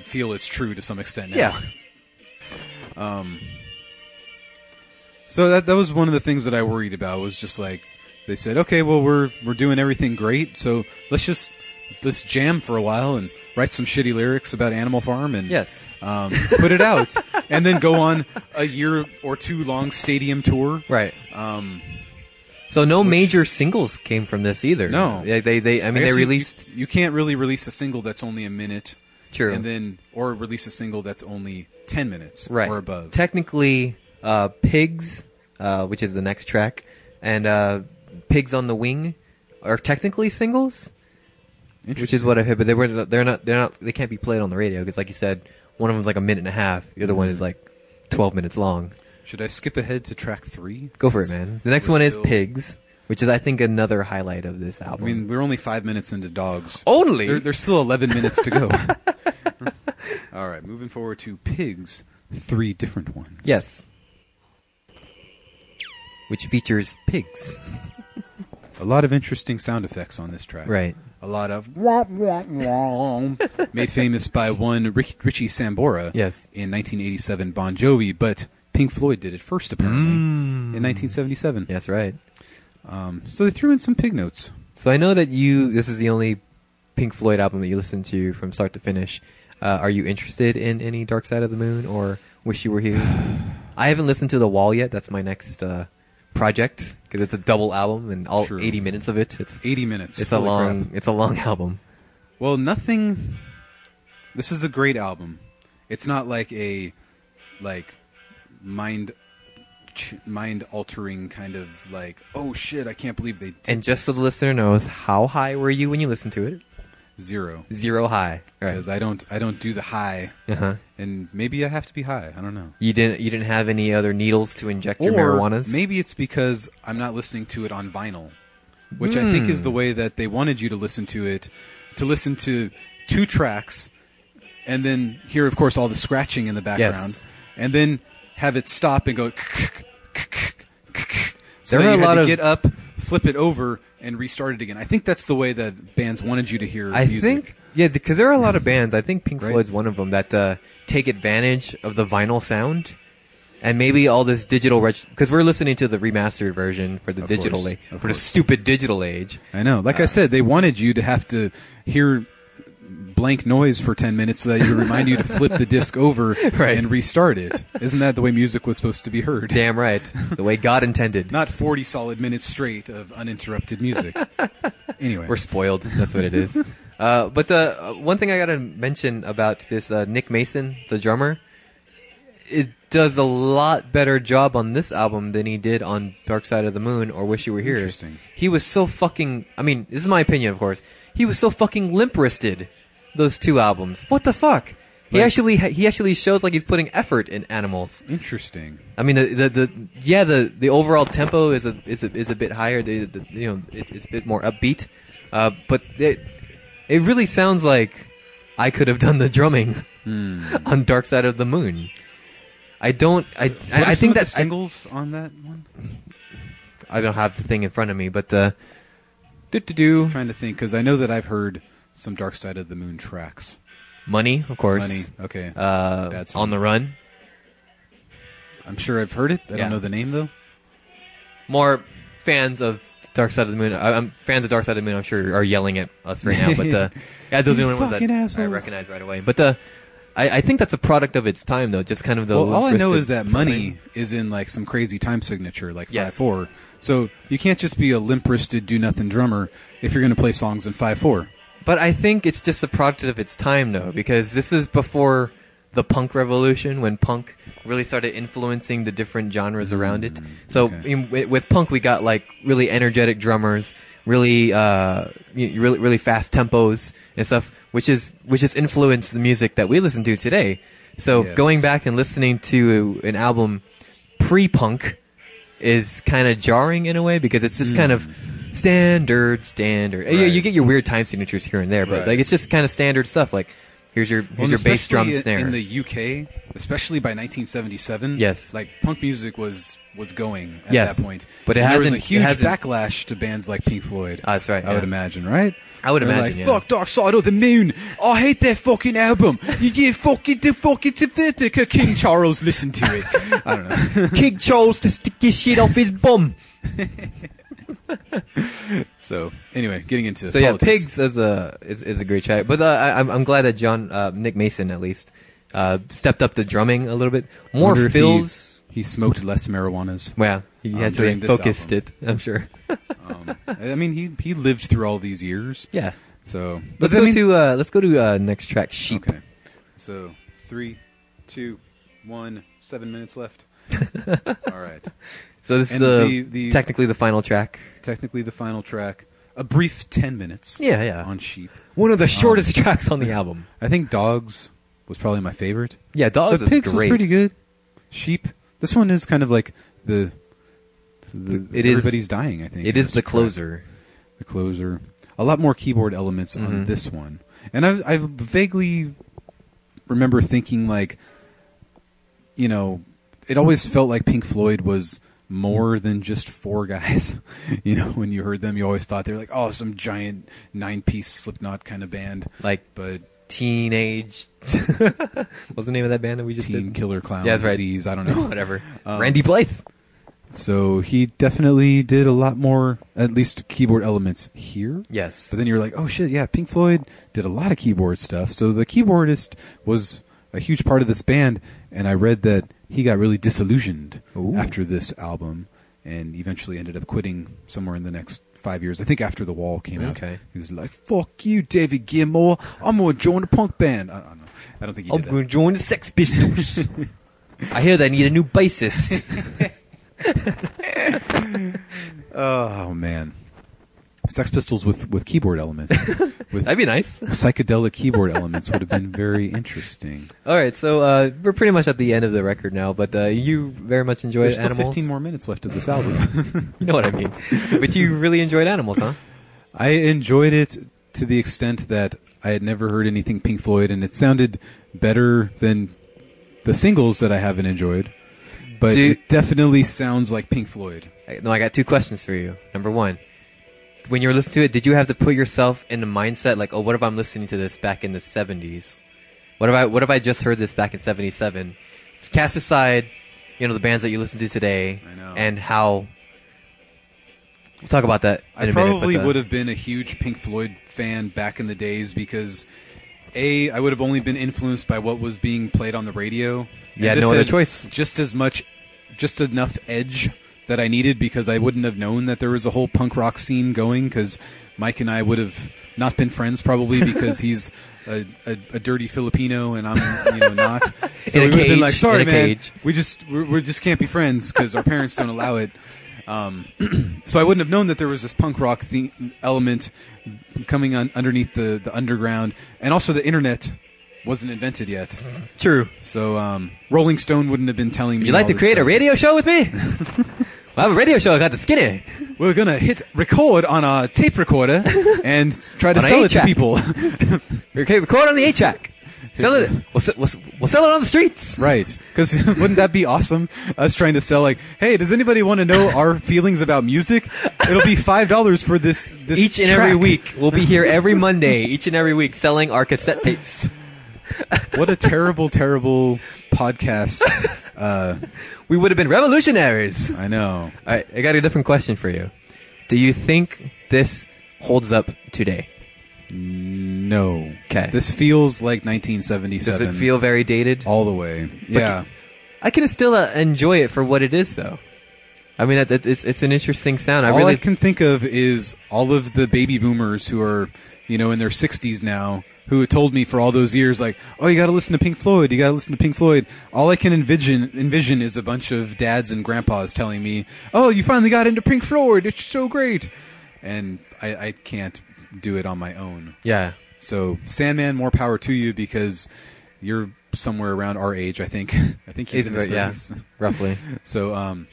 Speaker 2: feel is true to some extent. Now.
Speaker 1: Yeah.
Speaker 2: So that that was one of the things that I worried about was just like they said, okay, well we're we're doing everything great, so let's just let's jam for a while and write some shitty lyrics about Animal Farm and
Speaker 1: Yes.
Speaker 2: um, put it out, and then go on a year or two long stadium tour.
Speaker 1: Right. Um, so no major singles came from this either.
Speaker 2: No.
Speaker 1: Yeah, they they I mean
Speaker 2: guess
Speaker 1: they
Speaker 2: you-
Speaker 1: released
Speaker 2: You, can't really release a single that's only a minute,
Speaker 1: True.
Speaker 2: and then or release a single that's only ten minutes
Speaker 1: right
Speaker 2: or above.
Speaker 1: Technically, uh, pigs, uh, which is the next track, and uh, pigs on the wing are technically singles. which is what I heard. But they were they're not they're not they can't be played on the radio because, like you said, one of them's like a minute and a half. The other one
Speaker 2: Mm-hmm.
Speaker 1: is like twelve minutes long.
Speaker 2: Should I skip ahead to track three?
Speaker 1: Go for it,
Speaker 2: Since
Speaker 1: man. The next
Speaker 2: we're
Speaker 1: one is
Speaker 2: still-
Speaker 1: Pigs, which is I think another highlight of this
Speaker 2: I
Speaker 1: album.
Speaker 2: mean, we're only five minutes into dogs.
Speaker 1: Only
Speaker 2: There, there's still 11 minutes to go. All right, moving forward to pigs, three different ones.
Speaker 1: yes, which features pigs.
Speaker 2: A lot of interesting sound effects on this track.
Speaker 1: Right.
Speaker 2: A lot of womp, womp, womp, made famous by one Rick, Richie Sambora
Speaker 1: Yes.
Speaker 2: in 1987 Bon Jovi, but Pink Floyd did it first, apparently, in 1977.
Speaker 1: Yes, right.
Speaker 2: Um, so they threw in some pig notes.
Speaker 1: So I know that you. This is the only Pink Floyd album that you listen to from start to finish. Uh, are you interested in any Dark Side of the Moon or Wish You Were Here? I haven't listened to The Wall yet. That's my next uh, project because it's a double album and all
Speaker 2: True.
Speaker 1: 80 minutes of it. It's
Speaker 2: 80 minutes.
Speaker 1: it's a
Speaker 2: Holy crap.
Speaker 1: long it's a long album.
Speaker 2: Well, nothing. This is a great album. It's not like a like mind ch- mind altering kind of like oh shit I can't believe they did
Speaker 1: And just so the listener knows, how high were you when you listened to it?
Speaker 2: zero
Speaker 1: Zero high. Right.
Speaker 2: because I don't I don't do the high
Speaker 1: Uh huh.
Speaker 2: and maybe I have to be high I don't know
Speaker 1: You didn't you didn't have any other needles to inject your marijuanas.
Speaker 2: maybe it's because I'm not listening to it on vinyl which I think is the
Speaker 1: Hmm.
Speaker 2: way that they wanted you to listen to it to listen to two tracks and then hear, of course, all the scratching in the background,
Speaker 1: Yes.
Speaker 2: and then have it stop and go.
Speaker 1: There
Speaker 2: So then
Speaker 1: are
Speaker 2: you
Speaker 1: a
Speaker 2: had
Speaker 1: lot
Speaker 2: to
Speaker 1: of-
Speaker 2: get up, flip it over, and restart it again. I think that's the way that bands wanted you to hear
Speaker 1: I
Speaker 2: music.
Speaker 1: think yeah, because there are a lot of bands. I think Pink
Speaker 2: Right.
Speaker 1: Floyd's one of them that uh, take advantage of the vinyl sound, and maybe all this digital because we're listening to the remastered version for the
Speaker 2: Of
Speaker 1: digital
Speaker 2: course,
Speaker 1: age,
Speaker 2: of
Speaker 1: for the
Speaker 2: course.
Speaker 1: stupid digital age.
Speaker 2: I know. Like
Speaker 1: Uh,
Speaker 2: I said, they wanted you to have to hear blank noise for 10 minutes so that you remind you to flip the disc over
Speaker 1: Right.
Speaker 2: and restart it. Isn't that the way music was supposed to be heard?
Speaker 1: Damn right, the way God intended.
Speaker 2: Not 40 solid minutes straight of uninterrupted music. anyway.
Speaker 1: We're spoiled. That's what it is. uh, but the uh, one thing I gotta mention about this uh, Nick Mason, the drummer, it does a lot better job on this album than he did on Dark Side of the Moon or Wish You Were Here.
Speaker 2: Interesting.
Speaker 1: He was so fucking. I mean, this is my opinion, of course. He was so fucking limp wristed. Those two albums. What the fuck? He
Speaker 2: Like-
Speaker 1: actually he actually shows like he's putting effort in Animals.
Speaker 2: Interesting.
Speaker 1: I mean, the, the the yeah the the overall tempo is a is a is a bit higher. The, the, you know, it's, it's a bit more upbeat, uh, but it it really sounds like I could have done the drumming
Speaker 2: Hmm.
Speaker 1: on Dark Side of the Moon. I don't. I
Speaker 2: What are
Speaker 1: I, I
Speaker 2: some of
Speaker 1: think
Speaker 2: the
Speaker 1: that's. I,
Speaker 2: singles on that one.
Speaker 1: I don't have the thing in front of me, but uh, do do do
Speaker 2: I'm trying to think because I know that I've heard some Dark Side of the Moon tracks.
Speaker 1: money, of course.
Speaker 2: Money. Okay.
Speaker 1: Uh,
Speaker 2: That's-
Speaker 1: on the run.
Speaker 2: I'm sure I've heard it. I
Speaker 1: Yeah.
Speaker 2: don't know the name though.
Speaker 1: More fans of Dark Side of the Moon. I, I'm fans of Dark Side of the Moon. I'm sure are yelling at us right now, but uh, yeah, those are the
Speaker 2: You
Speaker 1: only ones that
Speaker 2: fucking
Speaker 1: I
Speaker 2: assholes.
Speaker 1: recognize right away. But uh, I, I think that's a product of its time, though. Just kind of the.
Speaker 2: Well, all I know
Speaker 1: limp-wristed
Speaker 2: is that money
Speaker 1: drumming.
Speaker 2: is in like some crazy time signature, like
Speaker 1: Yes.
Speaker 2: five four. So you can't just be a limp-wristed, do-nothing drummer if you're going to play songs in five four.
Speaker 1: But I think it's just a product of its time, though, because this is before the punk revolution when punk really started influencing the different genres around it. So
Speaker 2: Mm, okay.
Speaker 1: in, with, with punk, we got like really energetic drummers, really, uh, y- really, really fast tempos and stuff, which is which has influenced the music that we listen to today. So
Speaker 2: Yes.
Speaker 1: going back and listening to an album pre-punk is kind of jarring in a way because it's just kind of
Speaker 2: Mm.
Speaker 1: standard, standard. Yeah,
Speaker 2: Right.
Speaker 1: you get your weird time signatures here and there, but
Speaker 2: Right.
Speaker 1: like it's just kind of standard stuff. Like here's your here's
Speaker 2: Well,
Speaker 1: your bass,
Speaker 2: especially
Speaker 1: drum, snare.
Speaker 2: in the UK, especially by 1977.
Speaker 1: Yes.
Speaker 2: like punk music was was going at
Speaker 1: Yes.
Speaker 2: that point.
Speaker 1: But it
Speaker 2: And there was a
Speaker 1: hasn't- it
Speaker 2: huge
Speaker 1: hasn't-
Speaker 2: backlash to bands like Pink Floyd.
Speaker 1: Ah, that's right,
Speaker 2: I would
Speaker 1: yeah.
Speaker 2: imagine, right?
Speaker 1: I would
Speaker 2: They're
Speaker 1: imagine, yeah.
Speaker 2: Like, Fuck Dark Side of the Moon. I hate that fucking album. You get fucking the fucking to the King Charles. Listen to it. I don't know.
Speaker 1: King Charles to stick his shit off his bum.
Speaker 2: So anyway, getting into
Speaker 1: So
Speaker 2: politics.
Speaker 1: yeah, pigs is a is, is a great track. But uh, I, I'm I'm glad that John uh, Nick Mason at least uh, stepped up the drumming a little bit more
Speaker 2: Wonder if
Speaker 1: fills.
Speaker 2: He, he smoked less marijuanas.
Speaker 1: Well, he
Speaker 2: Um,
Speaker 1: actually
Speaker 2: during this
Speaker 1: focused it. I'm sure.
Speaker 2: Um, I mean, he he lived through all these years.
Speaker 1: Yeah.
Speaker 2: So
Speaker 1: Let's
Speaker 2: I
Speaker 1: go
Speaker 2: mean-
Speaker 1: to uh, let's go to uh, next track. Sheep.
Speaker 2: Okay. So three, two, one. Seven minutes left. all right.
Speaker 1: So this
Speaker 2: And
Speaker 1: is the,
Speaker 2: the- the-
Speaker 1: technically the final track.
Speaker 2: Technically, the final track. a brief ten minutes.
Speaker 1: Yeah, yeah.
Speaker 2: On sheep,
Speaker 1: One of the shortest tracks on the album.
Speaker 2: I think dogs was probably my favorite.
Speaker 1: Yeah, Dogs
Speaker 2: but
Speaker 1: is
Speaker 2: pigs was
Speaker 1: great.
Speaker 2: pretty good. Sheep. This one is kind of like the. the
Speaker 1: It is-
Speaker 2: everybody's dying. I think
Speaker 1: It is
Speaker 2: That's
Speaker 1: the closer.
Speaker 2: the closer. A lot more keyboard elements on
Speaker 1: Mhm.
Speaker 2: this one, and I, I vaguely remember thinking like, you know, it always felt like Pink Floyd was more than just four guys. you know, when you heard them, you always thought they were like, oh, some giant nine-piece Slipknot kind of band.
Speaker 1: Like
Speaker 2: But
Speaker 1: teenage. What's the name of that band that we just
Speaker 2: Teen
Speaker 1: did?
Speaker 2: Killer Clown
Speaker 1: Yeah, that's right.
Speaker 2: Disease, I don't know.
Speaker 1: Whatever.
Speaker 2: Um,
Speaker 1: Randy Blythe.
Speaker 2: So he definitely did a lot more, at least keyboard elements here.
Speaker 1: Yes.
Speaker 2: But then you're like, oh shit, yeah, Pink Floyd did a lot of keyboard stuff. So the keyboardist was a huge part of this band, and I read that he got really disillusioned
Speaker 1: Ooh.
Speaker 2: after this album, and eventually ended up quitting somewhere in the next five years. I think after The Wall came out,
Speaker 1: Okay.
Speaker 2: he was like, "Fuck you, David Gilmour. I'm gonna join a punk band." I, I don't know. I don't think he
Speaker 1: I'm
Speaker 2: did that.
Speaker 1: going to join the Sex Pistols. I hear they need a new bassist.
Speaker 2: Oh man, Sex Pistols with with keyboard elements, with
Speaker 1: That'd be nice.
Speaker 2: psychedelic keyboard elements would have been very interesting.
Speaker 1: All right, so uh, we're pretty much at the end of the record now, but uh, you very much enjoyed
Speaker 2: There's still
Speaker 1: animals.
Speaker 2: 15 more minutes left of this album.
Speaker 1: You know what I mean. but you really enjoyed animals, huh?
Speaker 2: I enjoyed it to the extent that I had never heard anything Pink Floyd, and it sounded better than the singles that I haven't enjoyed. But
Speaker 1: Do-
Speaker 2: it definitely sounds like Pink Floyd.
Speaker 1: I- No, I got two questions for you. Number one, when you were listening to it, did you have to put yourself in the mindset like, oh, what if I'm listening to this back in the '70s? What if I what if I just heard this back in '77? Just Cast aside, you know, the bands that you listen to today,
Speaker 2: I know.
Speaker 1: and how. We'll talk about that. In
Speaker 2: I
Speaker 1: a
Speaker 2: probably
Speaker 1: minute, but, uh,
Speaker 2: would have been a huge Pink Floyd fan back in the days because a I would have only been influenced by what was being played on the radio.
Speaker 1: You had
Speaker 2: And this
Speaker 1: no other choice.
Speaker 2: Just as much, just enough edge that I needed because I wouldn't have known that there was a whole punk rock scene going because Mike and I would have not been friends probably because he's. A, a, a dirty Filipino, and I'm you know not. So
Speaker 1: In a
Speaker 2: we would have been
Speaker 1: cage,
Speaker 2: like, "Sorry,
Speaker 1: in a
Speaker 2: man,
Speaker 1: cage."
Speaker 2: we just we we just can't be friends because our parents don't allow it." Um, so I wouldn't have known that there was this punk rock the- element coming on underneath the, the underground, and also the internet wasn't invented yet.
Speaker 1: True.
Speaker 2: So um, Rolling Stone wouldn't have been telling me.
Speaker 1: Would you like
Speaker 2: all
Speaker 1: to
Speaker 2: this
Speaker 1: create a
Speaker 2: stuff.
Speaker 1: radio show with me? well, I have a radio show. I got the skinny.
Speaker 2: We're gonna hit record on a tape recorder and try to
Speaker 1: On a
Speaker 2: sell it to
Speaker 1: eight-track.
Speaker 2: people.
Speaker 1: We can record on the A track. Sell it. We'll, se- we'll, se- we'll sell it on the streets.
Speaker 2: Right. Because wouldn't that be awesome? Us trying to sell like, hey, does anybody want to know our feelings about music? It'll be five dollars for this, this
Speaker 1: Each and every
Speaker 2: track.
Speaker 1: week, we'll be here every Monday. Each and every week, selling our cassette tapes.
Speaker 2: What a terrible, terrible podcast. Uh,
Speaker 1: We would have been revolutionaries. All
Speaker 2: I know.
Speaker 1: right, I got a different question for you. Do you think this holds up today?
Speaker 2: No.
Speaker 1: 'Kay.
Speaker 2: This feels like
Speaker 1: Does
Speaker 2: 1977.
Speaker 1: it feel very dated?
Speaker 2: all the way? Yeah.
Speaker 1: I can still uh, enjoy it for what it is, though. I mean, it, it- it's it's an interesting sound. I
Speaker 2: all
Speaker 1: really
Speaker 2: I can think of is all of the baby boomers who are, you know, in their 60s now, who had told me for all those years, like, oh, you got to listen to Pink Floyd. You got to listen to Pink Floyd. All I can envision envision is a bunch of dads and grandpas telling me, oh, you finally got into Pink Floyd. It's so great. And I, I can't do it on my own.
Speaker 1: yeah.
Speaker 2: So Sandman, more power to you because you're somewhere around our age. I think. I think he's in his
Speaker 1: It's- yeah,
Speaker 2: thirties.
Speaker 1: roughly.
Speaker 2: So um,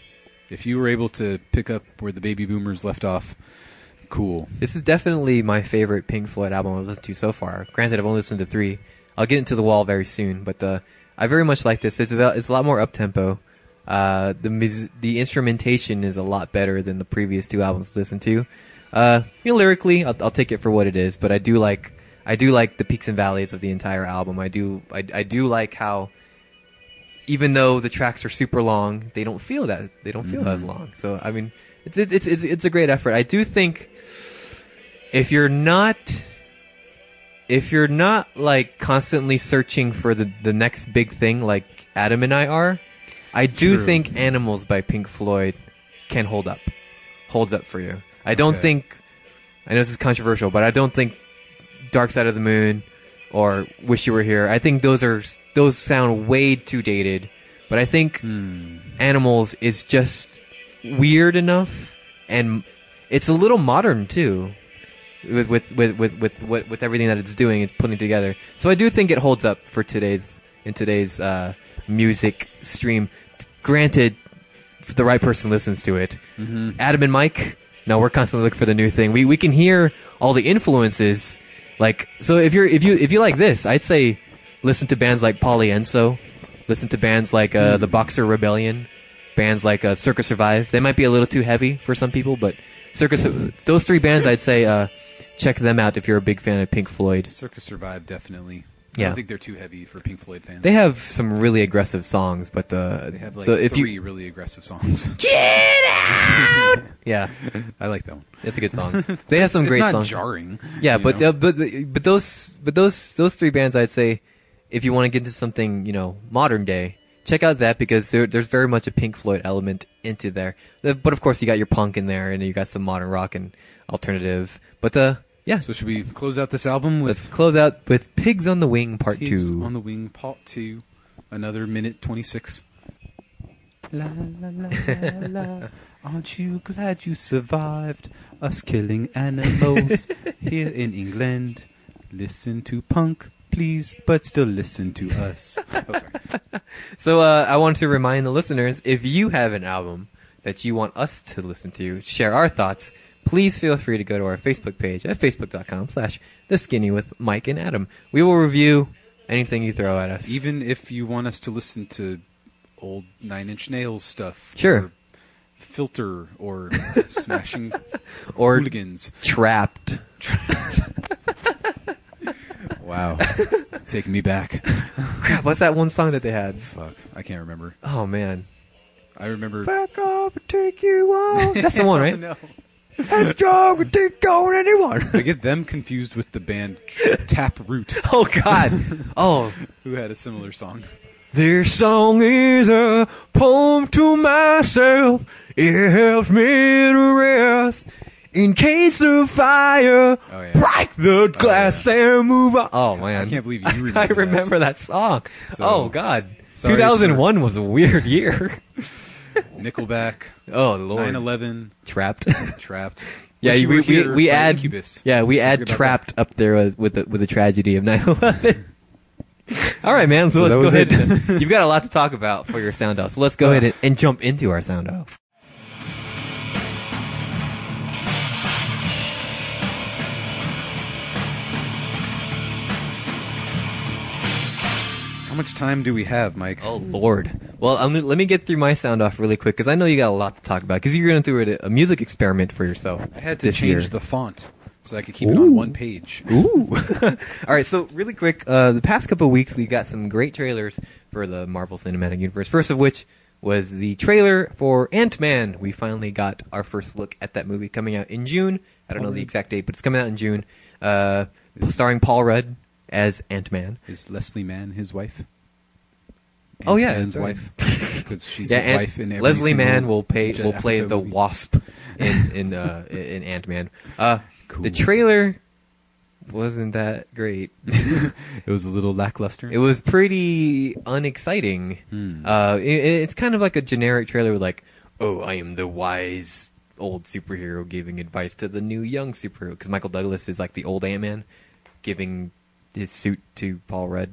Speaker 2: if you were able to pick up where the baby boomers left off, cool.
Speaker 1: This is definitely my favorite Pink Floyd album I've listened to so far. Granted, I've only listened to three. I'll get into the wall very soon, but uh, I very much like this. It's about, it's a lot more up tempo. Uh, the mus- the instrumentation is a lot better than the previous two albums I listened to. Uh, you know, lyrically, I'll, I'll take it for what it is, but I do like I do like the peaks and valleys of the entire album. I do I, I do like how even though the tracks are super long, they don't feel that they don't feel
Speaker 2: Mm-hmm.
Speaker 1: as long. So I mean, it's it's it's it's- it's a great effort. I do think if you're not if you're not like constantly searching for the the next big thing like Adam and I are, I do
Speaker 2: True.
Speaker 1: think Animals by Pink Floyd can hold up. Holds up for you. I don't
Speaker 2: Okay.
Speaker 1: think I know this is controversial, but I don't think Dark Side of the Moon or Wish You Were Here. I think those are those sound way too dated. But I think
Speaker 2: Hmm.
Speaker 1: Animals is just weird enough and it's a little modern too. with with with with with, with, with everything that it's doing, it's putting together. So I do think it holds up for today's in today's uh, music stream. Granted, if the right person listens to it.
Speaker 2: Mm-hmm.
Speaker 1: Mm. Adam and Mike, no, we're constantly looking for the new thing. We we can hear all the influences. Like so, if you're if you if you like this, I'd say listen to bands like Polly Enso, listen to bands like
Speaker 2: Mm.
Speaker 1: uh, the Boxer Rebellion, bands like uh, Circus Survive. They might be a little too heavy for some people, but Circus those three bands, I'd say uh, check them out if you're a big fan of Pink Floyd.
Speaker 2: Circus Survive, definitely. I
Speaker 1: Yeah.
Speaker 2: don't think they're too heavy for Pink Floyd fans.
Speaker 1: They have some really aggressive songs, but the
Speaker 2: They have like
Speaker 1: so if
Speaker 2: three
Speaker 1: you
Speaker 2: really aggressive songs.
Speaker 1: yeah,
Speaker 2: I like that one.
Speaker 1: it's a good song. They have some
Speaker 2: it's
Speaker 1: great
Speaker 2: not
Speaker 1: songs.
Speaker 2: jarring.
Speaker 1: Yeah,
Speaker 2: you
Speaker 1: but,
Speaker 2: know?
Speaker 1: uh, but but those but those those three bands, I'd say, if you want to get into something, you know, modern day, check out that because there, there's very much a Pink Floyd element into there. The- But of course, you got your punk in there, and you got some modern rock and alternative. But uh, yeah,
Speaker 2: so should we close out this album
Speaker 1: let's
Speaker 2: with
Speaker 1: close out with "Pigs on the Wing" part
Speaker 2: Pigs
Speaker 1: two.
Speaker 2: on the Wing Part Two, another minute twenty six. La la la la la. Aren't you glad you survived us killing animals here in England? Listen to punk, please, but still listen to us. Oh, sorry.
Speaker 1: So uh, I want to remind the listeners: if you have an album that you want us to listen to, share our thoughts. Please feel free to go to our Facebook page at facebook.com/slash The Skinny with Mike and Adam. We will review anything you throw at us.
Speaker 2: Even if you want us to listen to old Nine Inch Nails stuff,
Speaker 1: Sure.
Speaker 2: or Filter or Smashing
Speaker 1: Or-
Speaker 2: Hooligans.
Speaker 1: trapped.
Speaker 2: Wow, taking me back.
Speaker 1: Crap! What's that one song that they had?
Speaker 2: Fuck, I can't remember.
Speaker 1: Oh man!
Speaker 2: I remember.
Speaker 1: Back off and take you on. That's the one, right?
Speaker 2: no.
Speaker 1: Headstrong would take on anyone.
Speaker 2: I get them confused with the band Taproot,
Speaker 1: oh God! Oh,
Speaker 2: who had a similar song.
Speaker 1: This song is a poem to myself. It helps me to rest in case of fire.
Speaker 2: Oh, yeah.
Speaker 1: Break the glass and move on. Oh man,
Speaker 2: I can't believe you remember.
Speaker 1: I remember that, song.
Speaker 2: So,
Speaker 1: oh God,
Speaker 2: sorry
Speaker 1: 2001 was a weird year.
Speaker 2: that. Nickelback,
Speaker 1: oh Lord,
Speaker 2: 9/11.
Speaker 1: trapped.
Speaker 2: Trapped.
Speaker 1: yeah,
Speaker 2: Wish
Speaker 1: you,
Speaker 2: were
Speaker 1: we, we,
Speaker 2: here
Speaker 1: we
Speaker 2: for
Speaker 1: add
Speaker 2: Incubus.
Speaker 1: yeah we add
Speaker 2: forget about
Speaker 1: trapped up there with with the, with the tragedy of 9/11. All right, man. So,
Speaker 2: So
Speaker 1: let's go
Speaker 2: that was
Speaker 1: ahead. You've got a lot to talk about for your sound off. So let's go ahead and, and jump into our sound off.
Speaker 2: How much time do we have, Mike?
Speaker 1: Oh Lord! Well, um, let me get through my sound off really quick because I know you got a lot to talk about because you're going to do a, a music experiment for yourself.
Speaker 2: I had to
Speaker 1: this
Speaker 2: change
Speaker 1: year.
Speaker 2: the font so I could keep it on
Speaker 1: Ooh.
Speaker 2: one page.
Speaker 1: Ooh. All right, so really quick, uh, the past couple of weeks we got some great trailers for the Marvel Cinematic Universe. First of which was the trailer for Ant Man. We finally got our first look at that movie coming out in June. I don't know
Speaker 2: Mm-hmm.
Speaker 1: the exact date, but it's coming out in June. Uh, starring Paul Rudd as Ant Man.
Speaker 2: Is Leslie Mann his wife?
Speaker 1: Oh, yeah,
Speaker 2: Mann's
Speaker 1: that's right.
Speaker 2: wife because she's his
Speaker 1: and
Speaker 2: wife in every
Speaker 1: Leslie
Speaker 2: single
Speaker 1: Mann will pay
Speaker 2: Judd
Speaker 1: will play
Speaker 2: Apatow
Speaker 1: the
Speaker 2: movie.
Speaker 1: Wasp in in uh, in Ant Man. Uh,
Speaker 2: Cool.
Speaker 1: The trailer wasn't that great.
Speaker 2: It was a little lackluster.
Speaker 1: It was pretty unexciting.
Speaker 2: Hmm.
Speaker 1: Uh, it, it's kind of like a generic trailer with like, "Oh, I am the wise old superhero giving advice to the new young superhero." Because Michael Douglas is like the old Ant Man, giving his suit to Paul Rudd.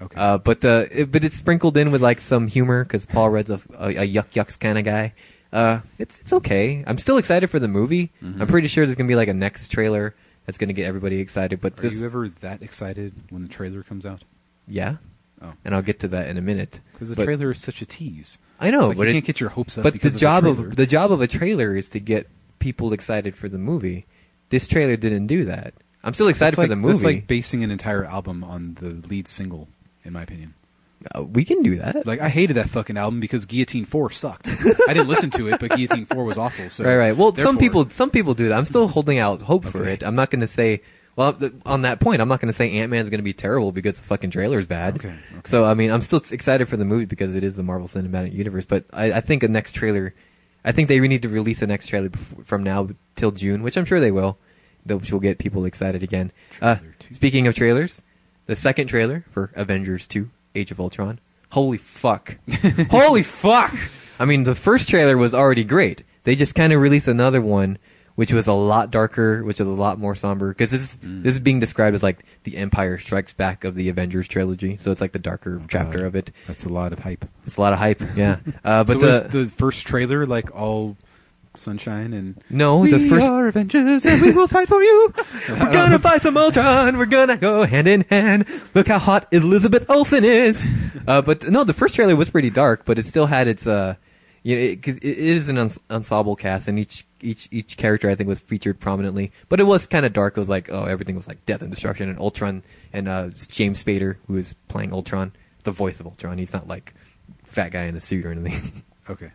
Speaker 2: okay.
Speaker 1: Uh, but the it, but it's sprinkled in with like some humor because Paul Rudd's a, a, a yuck yucks kind of guy. Uh, it's it's okay. I'm still excited for the movie.
Speaker 2: Mm-hmm.
Speaker 1: I'm pretty sure there's gonna be like a next trailer that's gonna get everybody excited. But
Speaker 2: Are
Speaker 1: this,
Speaker 2: you ever that excited when the trailer comes out?
Speaker 1: yeah,
Speaker 2: Oh,
Speaker 1: and I'll get to that in a minute.
Speaker 2: because the
Speaker 1: But-
Speaker 2: trailer is such a tease.
Speaker 1: I know,
Speaker 2: It's like
Speaker 1: but
Speaker 2: you
Speaker 1: it-
Speaker 2: can't get your hopes up.
Speaker 1: But the
Speaker 2: because
Speaker 1: job
Speaker 2: the
Speaker 1: of
Speaker 2: trailer.
Speaker 1: the job of a trailer is to get people excited for the movie. This trailer didn't do that. I'm still excited
Speaker 2: That's like,
Speaker 1: for the movie.
Speaker 2: It's like basing an entire album on the lead single, in my opinion.
Speaker 1: Uh, we can do that.
Speaker 2: Like I hated that fucking album because Guillotine Four sucked. I didn't listen to it, but Guillotine Four was awful. So
Speaker 1: right, right. Well, some
Speaker 2: therefore- uh,
Speaker 1: people some people do that. I'm still holding out hope for
Speaker 2: Okay.
Speaker 1: it. I'm not going to say. Well, th- on that point, I'm not going to say Ant Man's going to be terrible because the fucking trailer's bad.
Speaker 2: Okay, okay.
Speaker 1: So I mean, I'm still excited for the movie because it is the Marvel Cinematic Universe. But I, I think a next trailer, I think they need to release a next trailer bef- from now till June, which I'm sure they will, though, which will get people excited again. Uh,
Speaker 2: Trailer two.
Speaker 1: speaking of trailers, the second trailer for Avengers 2: Age of Ultron. Holy fuck! Holy fuck! I mean, the first trailer was already great. They just kind of released another one which was a lot darker, which is a lot more somber because this
Speaker 2: Mm.
Speaker 1: this is being described as like the Empire Strikes Back of the Avengers trilogy. So it's like the darker chapter
Speaker 2: Oh, God.
Speaker 1: of it.
Speaker 2: That's a lot of hype.
Speaker 1: It's a lot of hype. Yeah, uh, but
Speaker 2: so
Speaker 1: the,
Speaker 2: was the first trailer like all sunshine and
Speaker 1: no,
Speaker 2: we
Speaker 1: the first
Speaker 2: are Avengers and we will fight for you.
Speaker 1: We're gonna fight some Ultron. We're gonna go hand in hand. Look how hot Elizabeth Olsen is. Uh, but no, the first trailer was pretty dark, but it still had its uh, you know, because it, it is an ens- ensemble cast, and each each each character I think was featured prominently. But it was kind of dark. It was like oh, everything was like death and destruction and Ultron and uh, James Spader who is playing Ultron, the voice of Ultron. He's not like fat guy in a suit or anything.
Speaker 2: okay,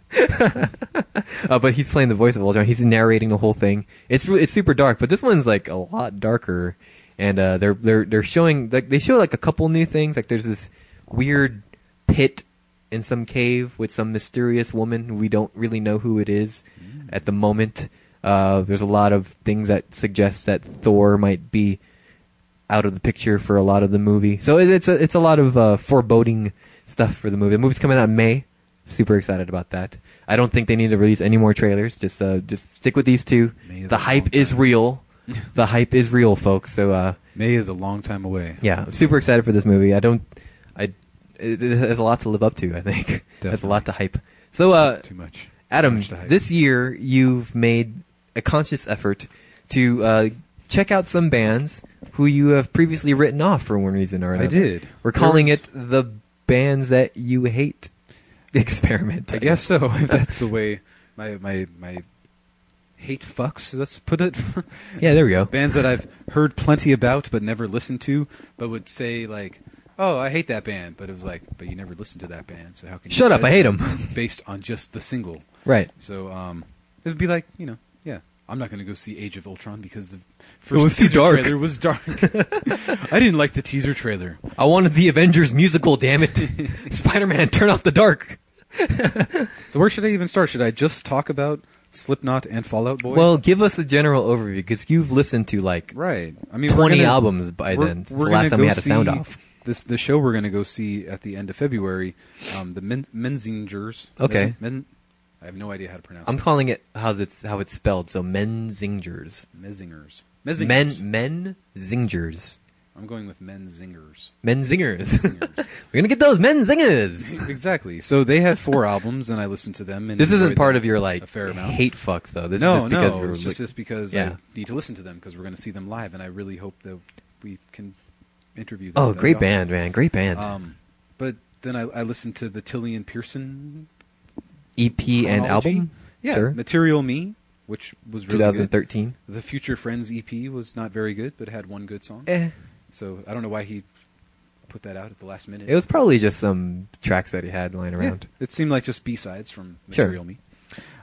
Speaker 1: Uh, but he's playing the voice of Ultron. He's narrating the whole thing. It's re- it's super dark, but this one's like a lot darker. And uh, they're they're they're showing like they show like a couple new things. Like there's this weird pit in some cave with some mysterious woman who we don't really know who it is at the moment. Uh, there's a lot of things that suggest that Thor might be out of the picture for a lot of the movie. So it, it's a, it's a lot of uh, foreboding stuff for the movie. The movie's coming out in May. Super excited about that. I don't think they need to release any more trailers. Just uh, just stick with these two.
Speaker 2: May is
Speaker 1: the
Speaker 2: a long
Speaker 1: hype is
Speaker 2: time.
Speaker 1: real. the hype is real, folks. So uh,
Speaker 2: May is a long time away.
Speaker 1: yeah, I'm super excited for this movie. I don't. I it, it has a lot to live up to. I think there's a
Speaker 2: Definitely.
Speaker 1: lot to hype. So uh,
Speaker 2: too much.
Speaker 1: Adam,
Speaker 2: Much to hype.
Speaker 1: this year you've made a conscious effort to uh, check out some bands who you have previously written off for one reason or
Speaker 2: I
Speaker 1: another.
Speaker 2: did.
Speaker 1: We're calling
Speaker 2: There was-
Speaker 1: it the bands that you hate experiment.
Speaker 2: I guess so. If that's the way my my my hate fucks. Let's put it.
Speaker 1: Yeah, there we go.
Speaker 2: bands that I've heard plenty about but never listened to, but would say like, "Oh, I hate that band," but it was like, "But you never listened to that band, so how can you
Speaker 1: Shut up,
Speaker 2: judge
Speaker 1: I hate
Speaker 2: them
Speaker 1: 'em.
Speaker 2: Based on just the single,
Speaker 1: Right.
Speaker 2: so um, it would be like, you know, yeah, I'm not going to go see Age of Ultron because the first
Speaker 1: was too
Speaker 2: teaser
Speaker 1: dark.
Speaker 2: trailer was dark. I didn't like the teaser trailer.
Speaker 1: I wanted the Avengers musical, damn it. Spider-Man, turn off the dark.
Speaker 2: So where should I even start? Should I just talk about Slipknot and Fallout Boy?
Speaker 1: Well, give us a general overview because you've listened to like
Speaker 2: right. I mean, we're
Speaker 1: 20
Speaker 2: gonna-
Speaker 1: albums by
Speaker 2: We're-
Speaker 1: then. It's
Speaker 2: we're
Speaker 1: the last
Speaker 2: gonna
Speaker 1: time we
Speaker 2: go
Speaker 1: had a sound
Speaker 2: see
Speaker 1: off.
Speaker 2: This the show we're going to go see at the end of February, um, the Men- Menzingers.
Speaker 1: Okay.
Speaker 2: Men- I have no idea how to pronounce.
Speaker 1: I'm
Speaker 2: it.
Speaker 1: calling it how's it's how it's spelled. So Menzingers.
Speaker 2: Menzingers.
Speaker 1: Men
Speaker 2: Menzingers.
Speaker 1: men zingers.
Speaker 2: I'm going with Menzingers.
Speaker 1: Men zingers.
Speaker 2: Zingers.
Speaker 1: We're gonna get those men zingers.
Speaker 2: exactly. So they had four albums, and I listened to them. And
Speaker 1: This
Speaker 2: enjoyed
Speaker 1: isn't part
Speaker 2: them
Speaker 1: of your like
Speaker 2: a fair amount.
Speaker 1: hate fucks though. This
Speaker 2: no,
Speaker 1: is just because
Speaker 2: no,
Speaker 1: we're
Speaker 2: it's just, just because
Speaker 1: Yeah.
Speaker 2: I need to listen to them because we're going to see them live, and I really hope that we can interview them.
Speaker 1: oh,
Speaker 2: That'd be
Speaker 1: great
Speaker 2: awesome.
Speaker 1: band, man, great band.
Speaker 2: Um, but then I, I listened to the Tillian Pearson
Speaker 1: EP E and
Speaker 2: chronology.
Speaker 1: album.
Speaker 2: Yeah,
Speaker 1: Sure.
Speaker 2: Material Me, which was really good.
Speaker 1: 2013.
Speaker 2: The Future Friends EP was not very good, but it had one good song.
Speaker 1: Eh,
Speaker 2: So I don't know why he put that out at the last minute.
Speaker 1: it was probably just some tracks that he had lying
Speaker 2: Yeah,
Speaker 1: around.
Speaker 2: It seemed like just B sides from
Speaker 1: Sure.
Speaker 2: Material Me.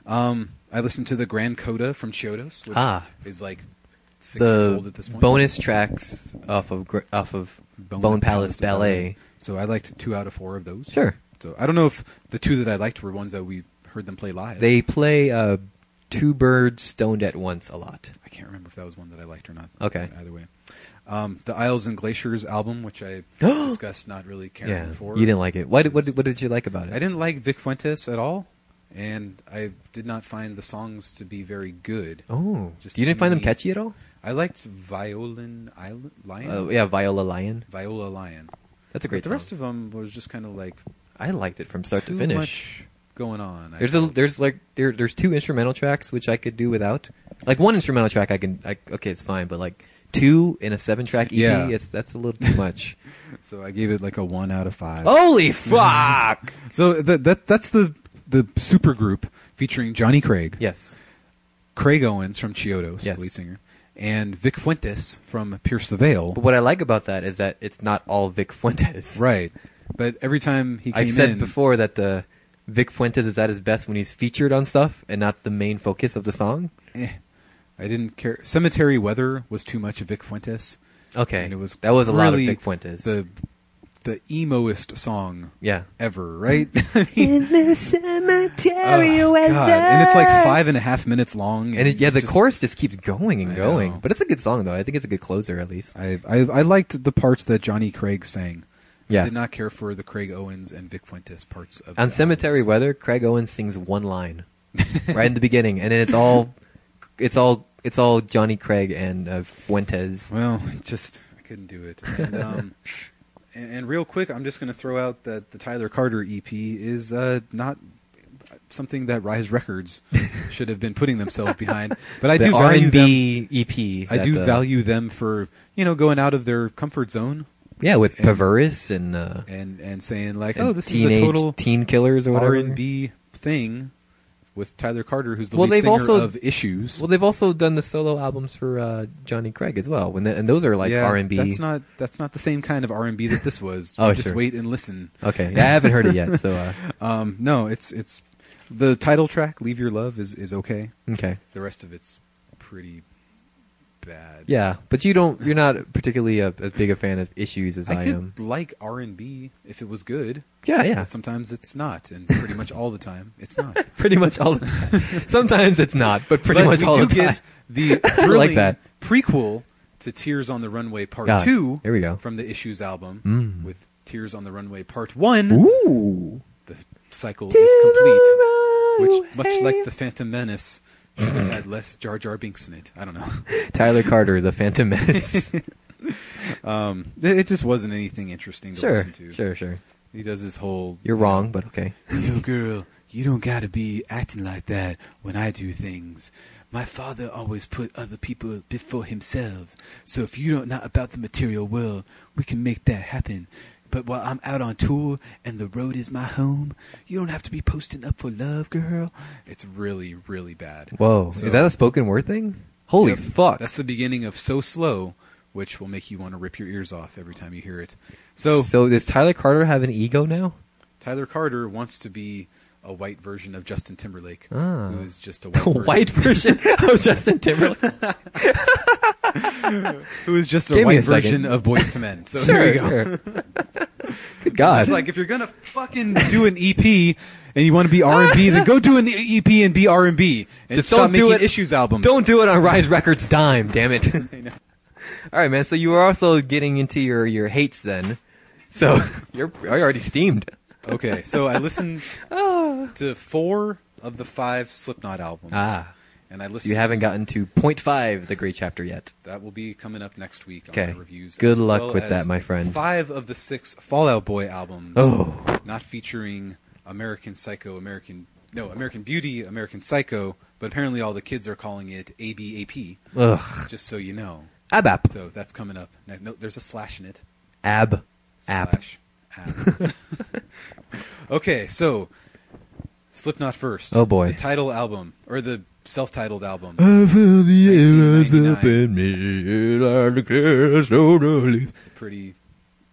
Speaker 2: Um, I listened to the Grand Coda from Chiodos, which
Speaker 1: Ah.
Speaker 2: is like six years old
Speaker 1: The
Speaker 2: at this point.
Speaker 1: bonus tracks off of gr- off of Bone, Palace, Ballet.
Speaker 2: So I liked two out of four of those.
Speaker 1: Sure.
Speaker 2: So I don't know if the two that I liked were ones that we heard them play live.
Speaker 1: They play uh, two birds stoned at once a lot.
Speaker 2: I can't remember if that was one that I liked or not.
Speaker 1: Okay.
Speaker 2: Either way. Um, the Isles and Glaciers album, which I discussed not really caring
Speaker 1: yeah,
Speaker 2: for.
Speaker 1: you didn't like it. What, did- what did- what did you like about it?
Speaker 2: I didn't like Vic Fuentes at all, and I did not find the songs to be very good.
Speaker 1: Oh,
Speaker 2: Just
Speaker 1: you didn't find them
Speaker 2: me.
Speaker 1: catchy at all?
Speaker 2: I liked Violin Island, Lion?
Speaker 1: Uh, yeah, Viola Lion.
Speaker 2: Viola Lion.
Speaker 1: That's a great
Speaker 2: But the
Speaker 1: song.
Speaker 2: rest of them was just kind of like
Speaker 1: I liked it from start
Speaker 2: too
Speaker 1: to finish.
Speaker 2: much going on. I
Speaker 1: There's a
Speaker 2: felt.
Speaker 1: there's like there there's two instrumental tracks which I could do without. Like one instrumental track I can I, okay it's fine, but like two in a seven track EP
Speaker 2: Yeah.
Speaker 1: it's, that's a little too much.
Speaker 2: so I gave it like a one out of five.
Speaker 1: Holy fuck!
Speaker 2: So that that that's the the super group featuring Johnny Craig.
Speaker 1: yes,
Speaker 2: Craig Owens from Chiodos,
Speaker 1: Yes.
Speaker 2: the lead singer, and Vic Fuentes from Pierce the Veil.
Speaker 1: but what I like about that is that it's not all Vic Fuentes.
Speaker 2: Right. But every time he came
Speaker 1: I've said
Speaker 2: in,
Speaker 1: before that the Vic Fuentes is at his best when he's featured on stuff and not the main focus of the song.
Speaker 2: eh, I didn't care. Cemetery Weather was too much Vic Fuentes.
Speaker 1: Okay,
Speaker 2: And it was
Speaker 1: that was a lot of
Speaker 2: really
Speaker 1: Vic Fuentes.
Speaker 2: The the emoest song
Speaker 1: yeah,
Speaker 2: ever, right?
Speaker 1: in the cemetery
Speaker 2: Oh, God. And it's like five and a half minutes long.
Speaker 1: And it, yeah, the
Speaker 2: just-
Speaker 1: chorus just keeps going and
Speaker 2: I
Speaker 1: going.
Speaker 2: know.
Speaker 1: But it's a good song though. I think it's a good closer at least.
Speaker 2: I, I I liked the parts that Johnny Craig sang.
Speaker 1: Yeah.
Speaker 2: I did not care for the Craig Owens and Vic Fuentes parts of the
Speaker 1: On
Speaker 2: album.
Speaker 1: Cemetery Weather, Craig Owens sings one line right in the beginning, and then it's all it's all it's all Johnny Craig and uh, Fuentes.
Speaker 2: Well, just I couldn't do it. And, um, and, and real quick, I'm just going to throw out that the Tyler Carter EP is uh, not something that Rise Records should have been putting themselves behind. But I
Speaker 1: the
Speaker 2: do
Speaker 1: R
Speaker 2: value
Speaker 1: and
Speaker 2: them.
Speaker 1: B EP.
Speaker 2: I
Speaker 1: that,
Speaker 2: do
Speaker 1: uh,
Speaker 2: value them for you know going out of their comfort zone
Speaker 1: Yeah, with
Speaker 2: and-
Speaker 1: Pavaris and, uh,
Speaker 2: and and saying like,
Speaker 1: and
Speaker 2: oh, this
Speaker 1: teenage
Speaker 2: is a total
Speaker 1: Teen Killers or whatever.
Speaker 2: R and B thing with Tyler Carter, who's the
Speaker 1: Well,
Speaker 2: lead
Speaker 1: they've
Speaker 2: singer
Speaker 1: also-
Speaker 2: of Issues.
Speaker 1: Well, they've also done the solo albums for uh, Johnny Craig as well, when the, and those are like
Speaker 2: Yeah,
Speaker 1: R and B.
Speaker 2: That's not that's not the same kind of R and B that this was.
Speaker 1: Oh,
Speaker 2: just
Speaker 1: sure.
Speaker 2: wait and listen.
Speaker 1: Okay, yeah, I haven't heard it yet, so uh,
Speaker 2: Um, no, it's it's the title track "Leave Your Love" is is okay.
Speaker 1: okay,
Speaker 2: The rest of it's pretty bad.
Speaker 1: yeah, but you don't, you're not particularly a, as big a fan of issues as I,
Speaker 2: I, could
Speaker 1: am.
Speaker 2: like R and B if it was good,
Speaker 1: Yeah, yeah,
Speaker 2: but sometimes it's not, and pretty much all the time it's not.
Speaker 1: pretty much all the time. Sometimes it's not, but pretty
Speaker 2: But
Speaker 1: much
Speaker 2: we
Speaker 1: all
Speaker 2: do
Speaker 1: the time.
Speaker 2: get the thrilling
Speaker 1: that.
Speaker 2: prequel to Tears on the Runway Part
Speaker 1: God,
Speaker 2: Two.
Speaker 1: here we go.
Speaker 2: from the Issues album
Speaker 1: Mm.
Speaker 2: with Tears on the Runway Part One.
Speaker 1: Ooh,
Speaker 2: The cycle is complete. which much like the Phantom Menace should have had less Jar Jar Binks in it. I don't know.
Speaker 1: Tyler Carter, the Phantom Menace.
Speaker 2: Um, it, it just wasn't anything interesting to
Speaker 1: sure,
Speaker 2: listen to.
Speaker 1: sure, sure.
Speaker 2: He does his whole.
Speaker 1: You're wrong, but okay.
Speaker 2: Little girl, you don't gotta be acting like that when I do things. My father always put other people before himself. So if you don't not about the material world, we can make that happen. But while I'm out on tour and the road is my home, you don't have to be posting up for love, girl. It's really, really bad.
Speaker 1: Whoa,
Speaker 2: So-
Speaker 1: is that a spoken word thing? Holy
Speaker 2: Yep.
Speaker 1: fuck!
Speaker 2: That's the beginning of So Slow, which will make you want to rip your ears off every time you hear it. So,
Speaker 1: so does Tyler Carter have an ego now?
Speaker 2: Tyler Carter wants to be a white version of Justin Timberlake,
Speaker 1: Ah.
Speaker 2: who is just a
Speaker 1: The
Speaker 2: white, version-
Speaker 1: white version of Justin Timberlake.
Speaker 2: who is just a
Speaker 1: Give me
Speaker 2: white
Speaker 1: a second.
Speaker 2: version of Boys to Men. So
Speaker 1: sure,
Speaker 2: here we go.
Speaker 1: sure. Good God!
Speaker 2: It's like if you're gonna fucking do an EP and you want to be R and B, then go do an EP and be R and B, and
Speaker 1: Just
Speaker 2: stop
Speaker 1: don't do
Speaker 2: making
Speaker 1: it-
Speaker 2: issues albums.
Speaker 1: Don't do it on Rise Records dime, damn it! All
Speaker 2: I know.
Speaker 1: right, man. So you were also getting into your your hates then. So you're are you already steamed.
Speaker 2: Okay, so I listened to four of the five Slipknot albums.
Speaker 1: Ah.
Speaker 2: and I listened.
Speaker 1: You
Speaker 2: to-
Speaker 1: haven't gotten to point five, the great chapter yet.
Speaker 2: That will be coming up next week on
Speaker 1: Okay.
Speaker 2: the reviews.
Speaker 1: Good
Speaker 2: as
Speaker 1: luck
Speaker 2: well
Speaker 1: with
Speaker 2: as
Speaker 1: that, my friend.
Speaker 2: Five of the six Fallout Boy albums.
Speaker 1: Oh.
Speaker 2: Not featuring American Psycho, American no, American Beauty, American Psycho, but apparently all the kids are calling it ABAP,
Speaker 1: Ugh.
Speaker 2: just so you know.
Speaker 1: Abap.
Speaker 2: So that's coming up. Ne- No, there's a slash in it.
Speaker 1: Ab. App.
Speaker 2: Slash app. okay, so Slipknot first.
Speaker 1: Oh, boy.
Speaker 2: The title album or the self-titled album.
Speaker 1: I feel the
Speaker 2: air rise up 1999.
Speaker 1: me, and I declare so relief.
Speaker 2: It's a pretty.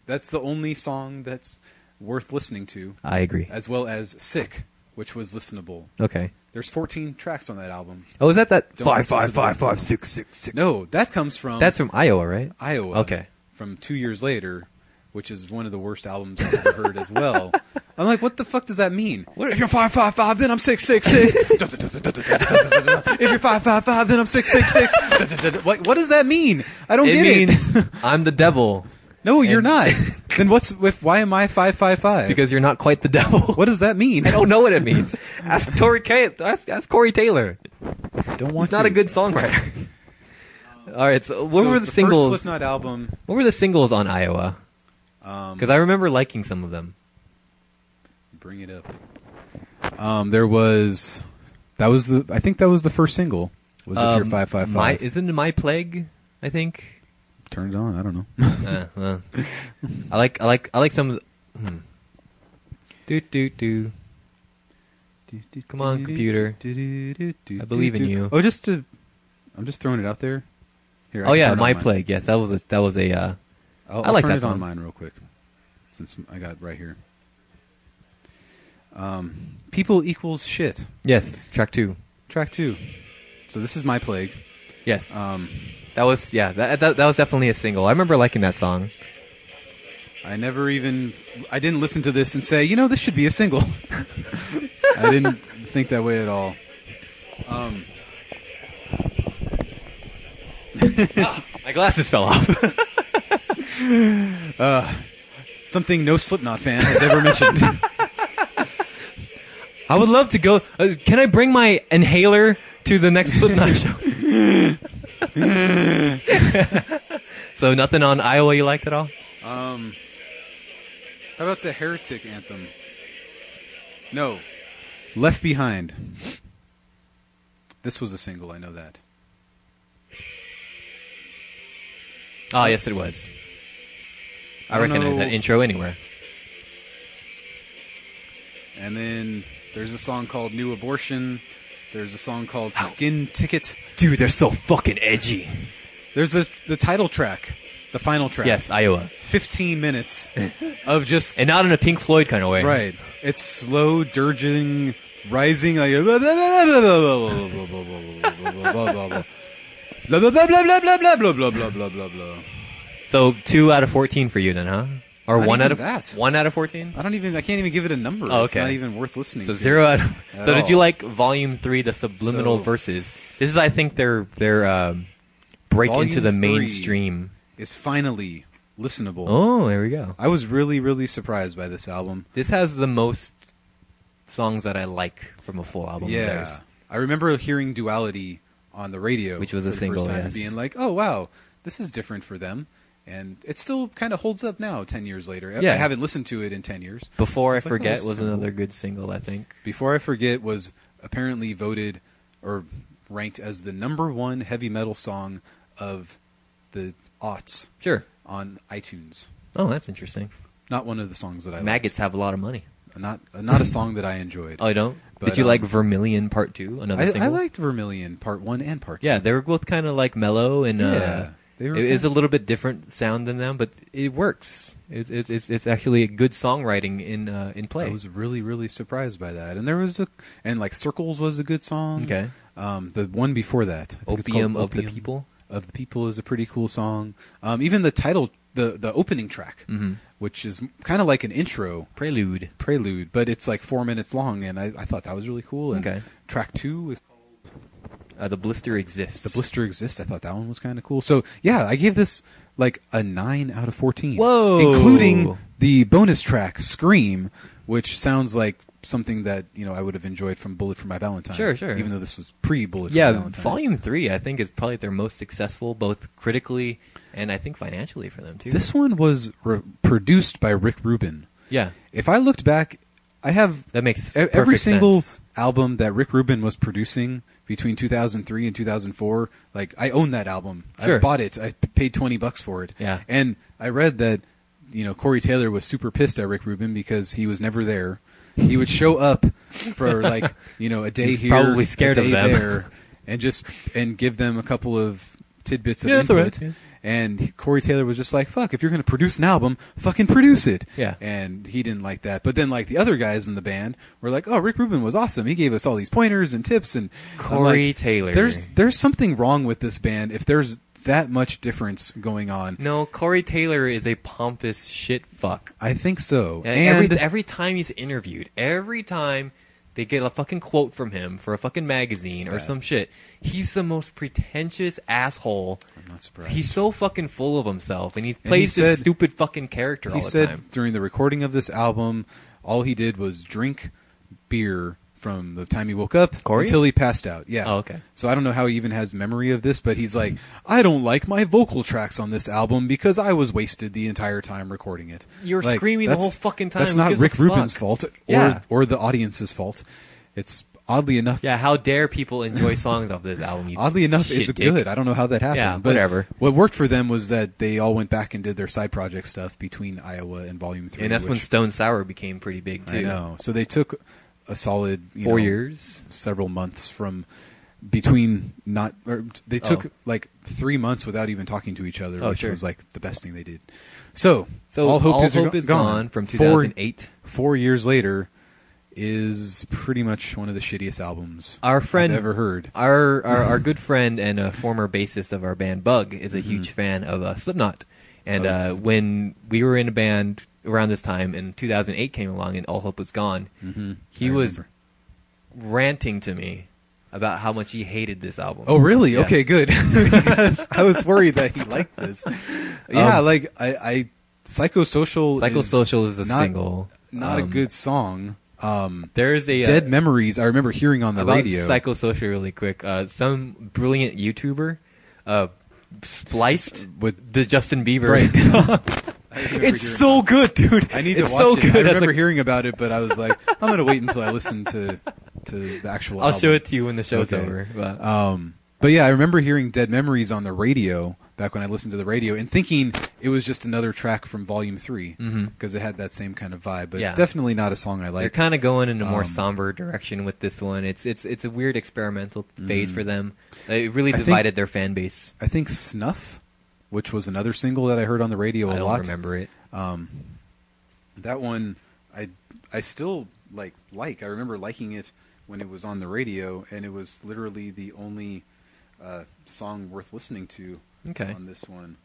Speaker 2: That's the only song that's worth listening to,
Speaker 1: I agree.
Speaker 2: as well as "Sick," which was listenable.
Speaker 1: Okay.
Speaker 2: There's 14 tracks on that album.
Speaker 1: Oh, is that that
Speaker 2: Don't
Speaker 1: five
Speaker 2: listen to
Speaker 1: five
Speaker 2: the
Speaker 1: five
Speaker 2: rest of
Speaker 1: five
Speaker 2: them.
Speaker 1: six six six?
Speaker 2: No, that comes from
Speaker 1: That's from Iowa, right?
Speaker 2: Iowa.
Speaker 1: Okay.
Speaker 2: from two years later, which is one of the worst albums I've ever heard as well. I'm like, what the fuck does that mean?
Speaker 1: What-
Speaker 2: If you're five five five, then I'm six six six. If you're five five five, then I'm six six six. What what does that mean? I don't
Speaker 1: It
Speaker 2: get it.
Speaker 1: means I'm the devil
Speaker 2: No, you're
Speaker 1: And-
Speaker 2: not. Then what's with why am I five five five?
Speaker 1: because you're not quite the devil.
Speaker 2: What does that mean?
Speaker 1: I don't know what it means. ask Tori K. Ask, ask Corey Taylor.
Speaker 2: don't
Speaker 1: He's not a good songwriter. All right. So what
Speaker 2: So
Speaker 1: were the,
Speaker 2: it's the
Speaker 1: singles?
Speaker 2: First Slipknot album.
Speaker 1: What were the singles on Iowa?
Speaker 2: Um,
Speaker 1: Because I remember liking some of them.
Speaker 2: bring it up. Um, there was that was the I think that was the first single. Was if
Speaker 1: Um,
Speaker 2: you're five five
Speaker 1: My,
Speaker 2: five?
Speaker 1: isn't it my plague? I think.
Speaker 2: Turn it on. I don't know.
Speaker 1: uh, well, I like. I like. I like some. Hmm. Do do do. Come on, computer.
Speaker 2: I
Speaker 1: believe in you.
Speaker 2: Oh, just to I'm just throwing it out there. Here. I
Speaker 1: Oh
Speaker 2: can
Speaker 1: yeah,
Speaker 2: turn it
Speaker 1: my
Speaker 2: on mine.
Speaker 1: plague. Yes, that was a, that was a. Uh,
Speaker 2: I'll,
Speaker 1: I
Speaker 2: I'll
Speaker 1: like
Speaker 2: turn
Speaker 1: that
Speaker 2: it on
Speaker 1: song.
Speaker 2: mine real quick, since I got it right here. Um, people equals shit.
Speaker 1: yes, track two.
Speaker 2: Track two. So this is my plague.
Speaker 1: Yes,
Speaker 2: Um,
Speaker 1: that was yeah. That, that that was definitely a single. I remember liking that song.
Speaker 2: I never even I didn't listen to this and say, you know, this should be a single. I didn't think that way at all. Um,
Speaker 1: My glasses fell off.
Speaker 2: something no Slipknot fan has ever mentioned.
Speaker 1: I would love to go. Uh, can I bring my inhaler to the next Slipknot show? So nothing on Iowa you liked at all?
Speaker 2: Um, how about the Heretic anthem? No, Left Behind. This was a single. I know that.
Speaker 1: Oh, yes, it was. I
Speaker 2: I don't
Speaker 1: recognize
Speaker 2: know.
Speaker 1: that intro anywhere.
Speaker 2: And then there's a song called New Abortion. There's a song called Skin Ticket.
Speaker 1: Dude, they're so fucking edgy.
Speaker 2: There's the the title track, the final track.
Speaker 1: Yes, Iowa.
Speaker 2: 15 minutes of just
Speaker 1: And not in a Pink Floyd kind of way.
Speaker 2: right. It's slow dirging, rising like blah, blah, blah, blah, blah, blah, blah, blah, blah, blah, blah, blah, blah. Blah, blah, blah, blah, blah, blah, blah, blah, blah, blah, blah, blah, blah.
Speaker 1: So two out of 14 for you then, huh? Or
Speaker 2: Not
Speaker 1: one out of
Speaker 2: even that.
Speaker 1: one out of 14?
Speaker 2: I don't even. I can't even give it a number.
Speaker 1: Oh,
Speaker 2: It's
Speaker 1: okay.
Speaker 2: not even worth listening.
Speaker 1: So
Speaker 2: to.
Speaker 1: zero out. Of,
Speaker 2: At
Speaker 1: so did
Speaker 2: all.
Speaker 1: you like Volume Three, the subliminal
Speaker 2: Oh. So-
Speaker 1: verses? This is, I think, their their um, break
Speaker 2: Volume
Speaker 1: into the
Speaker 2: three.
Speaker 1: mainstream.
Speaker 2: It's finally listenable.
Speaker 1: Oh, there we go.
Speaker 2: I was really, really surprised by this album.
Speaker 1: This has the most songs that I like from a full album. of
Speaker 2: yeah,
Speaker 1: theirs.
Speaker 2: I remember hearing Duality on the radio,
Speaker 1: Which was
Speaker 2: for
Speaker 1: a
Speaker 2: the
Speaker 1: single,
Speaker 2: first time,
Speaker 1: yes.
Speaker 2: and being like, "Oh wow, this is different for them," and it still kind of holds up now, ten years later. I-
Speaker 1: Yeah.
Speaker 2: I haven't listened to it in ten years.
Speaker 1: Before I
Speaker 2: It's like, oh,
Speaker 1: Forget
Speaker 2: this
Speaker 1: was
Speaker 2: is
Speaker 1: another good single, I think.
Speaker 2: Before I forget was apparently voted or ranked as the number one heavy metal song of the aughts
Speaker 1: Sure.
Speaker 2: on iTunes.
Speaker 1: Oh, that's interesting.
Speaker 2: Not one of the songs that I liked.
Speaker 1: Maggots have a lot of money.
Speaker 2: Not not a song that I enjoyed.
Speaker 1: Oh, you don't?
Speaker 2: But,
Speaker 1: did you
Speaker 2: um,
Speaker 1: like Vermilion Part Two? Another
Speaker 2: I, I
Speaker 1: single.
Speaker 2: liked Vermilion Part One and Part Two.
Speaker 1: Yeah, they were both kind of like mellow and uh,
Speaker 2: Yeah, they were
Speaker 1: it is a
Speaker 2: good.
Speaker 1: little bit different sound than them, but it works. It's it's it's, it's actually a good songwriting in uh, in play.
Speaker 2: I was really really surprised by that. And there was a and like Circles was a good song.
Speaker 1: Okay.
Speaker 2: Um, the one before that, I think it's called
Speaker 1: Opium of the
Speaker 2: Opium
Speaker 1: People?
Speaker 2: of the people is a pretty cool song. Um, even the title, the the opening track, which is kind of like an intro
Speaker 1: Mm-hmm. Prelude.
Speaker 2: prelude, but it's like four minutes long, and I, I thought that was really cool. And
Speaker 1: Okay.
Speaker 2: track two is
Speaker 1: Uh, the blister exists.
Speaker 2: the blister exists. I thought that one was kind of cool. So yeah, I gave this like a nine out of fourteen.
Speaker 1: Whoa.
Speaker 2: including the bonus track "Scream," which sounds like something that you know I would have enjoyed from "Bullet for My Valentine."
Speaker 1: Sure, sure.
Speaker 2: Even though this was pre-"Bullet
Speaker 1: Yeah,
Speaker 2: for My Valentine.
Speaker 1: Volume Three, I think, is probably their most successful, both critically and I think financially for them too.
Speaker 2: This one was re- produced by Rick Rubin.
Speaker 1: yeah,
Speaker 2: If I looked back, I have
Speaker 1: that makes
Speaker 2: e- every
Speaker 1: perfect
Speaker 2: single
Speaker 1: sense.
Speaker 2: album that Rick Rubin was producing between 2003 and 2004. Like I own that album.
Speaker 1: Sure.
Speaker 2: I bought it. I paid 20 bucks for it.
Speaker 1: Yeah.
Speaker 2: And I read that you know Corey Taylor was super pissed at Rick Rubin because he was never there. He would show up for like you know a day
Speaker 1: was
Speaker 2: here,
Speaker 1: probably scared
Speaker 2: a
Speaker 1: of
Speaker 2: day
Speaker 1: them.
Speaker 2: there, and just and give them a couple of tidbits of
Speaker 1: Yeah, that's all
Speaker 2: input.
Speaker 1: right.
Speaker 2: And Corey Taylor was just like, "Fuck! If you're going to produce an album, fucking produce it."
Speaker 1: Yeah.
Speaker 2: And he didn't like that. But then, like the other guys in the band were like, "Oh, Rick Rubin was awesome. He gave us all these pointers and tips." And I'm
Speaker 1: Corey
Speaker 2: like,
Speaker 1: Taylor.
Speaker 2: There's there's something wrong with this band if there's that much difference going on.
Speaker 1: No, Corey Taylor is a pompous shit fuck.
Speaker 2: I think so.
Speaker 1: And
Speaker 2: And
Speaker 1: every, every time he's interviewed, every time they get a fucking quote from him for a fucking magazine or
Speaker 2: bad.
Speaker 1: some shit, he's the most pretentious asshole.
Speaker 2: I'm not surprised.
Speaker 1: He's so fucking full of himself, and he
Speaker 2: he
Speaker 1: plays this
Speaker 2: said-
Speaker 1: stupid fucking character all
Speaker 2: he
Speaker 1: the
Speaker 2: said
Speaker 1: time.
Speaker 2: during the recording of this album, all he did was drink beer from the time he woke up
Speaker 1: Corey?
Speaker 2: until he passed out. Yeah.
Speaker 1: Oh, okay.
Speaker 2: So I don't know how he even has memory of this, but he's like, I don't like my vocal tracks on this album because I was wasted the entire time recording it.
Speaker 1: You were
Speaker 2: Like,
Speaker 1: screaming the
Speaker 2: that's-
Speaker 1: whole fucking time.
Speaker 2: That's
Speaker 1: Who
Speaker 2: not
Speaker 1: gives a
Speaker 2: Rick Rubin's
Speaker 1: fuck?
Speaker 2: fault or
Speaker 1: Yeah.
Speaker 2: or the audience's fault. It's oddly enough
Speaker 1: Yeah, how dare people enjoy songs off this album? You
Speaker 2: Oddly enough,
Speaker 1: shit
Speaker 2: it's
Speaker 1: dick.
Speaker 2: good. I don't know how that happened.
Speaker 1: Yeah,
Speaker 2: but
Speaker 1: whatever.
Speaker 2: What worked for them was that they all went back and did their side project stuff between Iowa and Volume Three.
Speaker 1: And that's when
Speaker 2: which-
Speaker 1: Stone Sour became pretty big too.
Speaker 2: I know. So they took a solid you
Speaker 1: Four
Speaker 2: know,
Speaker 1: years.
Speaker 2: several months from between not. Or they took
Speaker 1: Oh.
Speaker 2: like three months without even talking to each other,
Speaker 1: Oh,
Speaker 2: which
Speaker 1: sure.
Speaker 2: was like the best thing they did. So,
Speaker 1: So
Speaker 2: all hope, is, Go-
Speaker 1: gone, from
Speaker 2: Four-
Speaker 1: 2008.
Speaker 2: four years later is pretty much one of the shittiest albums
Speaker 1: Our friend-
Speaker 2: I've ever heard.
Speaker 1: Our, our our good friend and a former bassist of our band Bug is
Speaker 2: Mm-hmm.
Speaker 1: a huge fan of uh, Slipknot, and
Speaker 2: Oh.
Speaker 1: uh, when we were in a band around this time, and 2008 came along, and All Hope Was Gone, he
Speaker 2: Mm-hmm. I
Speaker 1: was
Speaker 2: remember.
Speaker 1: ranting to me about how much he hated this album.
Speaker 2: Oh, really?
Speaker 1: Yes.
Speaker 2: Okay, good. Because I was worried that he liked this. Yeah,
Speaker 1: Um,
Speaker 2: like I, I psychosocial.
Speaker 1: Psychosocial is a
Speaker 2: not-
Speaker 1: single.
Speaker 2: Not a
Speaker 1: Um,
Speaker 2: good song. Um,
Speaker 1: There is a uh,
Speaker 2: Dead Memories. I remember hearing on the
Speaker 1: about
Speaker 2: radio.
Speaker 1: psychosocial really quick. Uh, some brilliant YouTuber uh, spliced
Speaker 2: With-
Speaker 1: the Justin Bieber
Speaker 2: Right.
Speaker 1: song.
Speaker 2: I remember
Speaker 1: it's
Speaker 2: hearing-
Speaker 1: so good, dude.
Speaker 2: I need to
Speaker 1: it's
Speaker 2: watch
Speaker 1: so
Speaker 2: it.
Speaker 1: Good.
Speaker 2: I
Speaker 1: was
Speaker 2: remember
Speaker 1: like,
Speaker 2: hearing about it, but I was like, I'm gonna wait until I listen to to the actual.
Speaker 1: I'll show
Speaker 2: album.
Speaker 1: it to you when the show's
Speaker 2: Okay.
Speaker 1: over. But,
Speaker 2: Um, but yeah, I remember hearing Dead Memories on the radio back when I listened to the radio and thinking it was just another track from Volume 3 because it had that same kind of vibe, but
Speaker 1: Mm-hmm. Yeah.
Speaker 2: definitely not a song I
Speaker 1: they're
Speaker 2: like.
Speaker 1: kind of going in a more
Speaker 2: um,
Speaker 1: somber direction with this one. It's it's it's a weird experimental phase for them. It really
Speaker 2: Mm. I think-
Speaker 1: divided their fan base.
Speaker 2: I think Snuff, which was another single that I heard on the radio a
Speaker 1: I don't
Speaker 2: lot.
Speaker 1: remember it.
Speaker 2: Um, that one, I I still like like. I remember liking it when it was on the radio, and it was literally the only uh, song worth listening to
Speaker 1: Okay.
Speaker 2: on this one.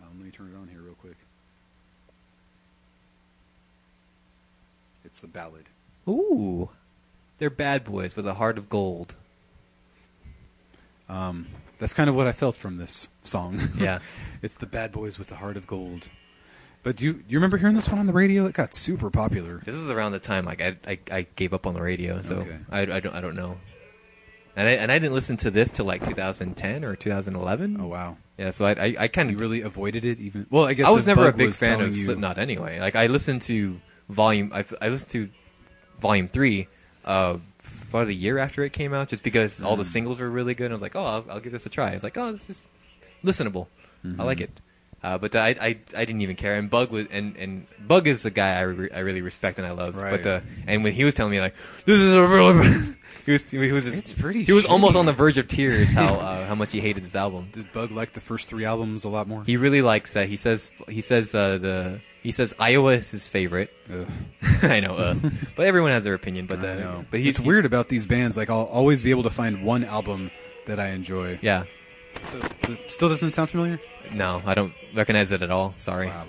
Speaker 2: Um, let me turn it on here real quick. It's the ballad.
Speaker 1: Ooh, they're bad boys with a heart of gold.
Speaker 2: Um, that's kind of what I felt from this song.
Speaker 1: Yeah.
Speaker 2: it's the Bad Boys with the Heart of Gold. But do you, do you remember hearing this one on the radio? It got super popular.
Speaker 1: This is around the time like I I, I gave up on the radio, so
Speaker 2: Okay.
Speaker 1: I, I don't I don't know. And I and I didn't listen to this till like 2010 or 2011.
Speaker 2: Oh wow!
Speaker 1: Yeah, so I I, I kind
Speaker 2: You
Speaker 1: of
Speaker 2: really avoided it, even well. I guess
Speaker 1: I was
Speaker 2: the
Speaker 1: never a
Speaker 2: bug
Speaker 1: big
Speaker 2: was
Speaker 1: fan
Speaker 2: telling
Speaker 1: of
Speaker 2: you-
Speaker 1: Slipknot anyway. Like I listened to volume I, f- I listened to volume three uh about a year after it came out just because all the
Speaker 2: Mm.
Speaker 1: singles were really good. I was like, oh, I'll, I'll give this a try. I was like, oh, this is listenable. I
Speaker 2: Mm-hmm.
Speaker 1: like it. Uh, but I, I I didn't even care. And Bug was and, and Bug is the guy I, re- I really respect and I love.
Speaker 2: Right.
Speaker 1: But the and when he was telling me like this is a real he was he was just,
Speaker 2: It's pretty
Speaker 1: he was almost
Speaker 2: shitty.
Speaker 1: on the verge of tears how uh, how much he hated this album
Speaker 2: Did Bug like the first three albums a lot more?
Speaker 1: he really likes that. He says he says uh, the he says Iowa is his favorite.
Speaker 2: Ugh.
Speaker 1: I know, uh, but everyone has their opinion. But the,
Speaker 2: I know.
Speaker 1: but he's
Speaker 2: it's weird about these bands. Like I'll always be able to find one album that I enjoy.
Speaker 1: Yeah,
Speaker 2: So, th- still doesn't sound familiar.
Speaker 1: no, I don't recognize it at all. Sorry.
Speaker 2: Wow,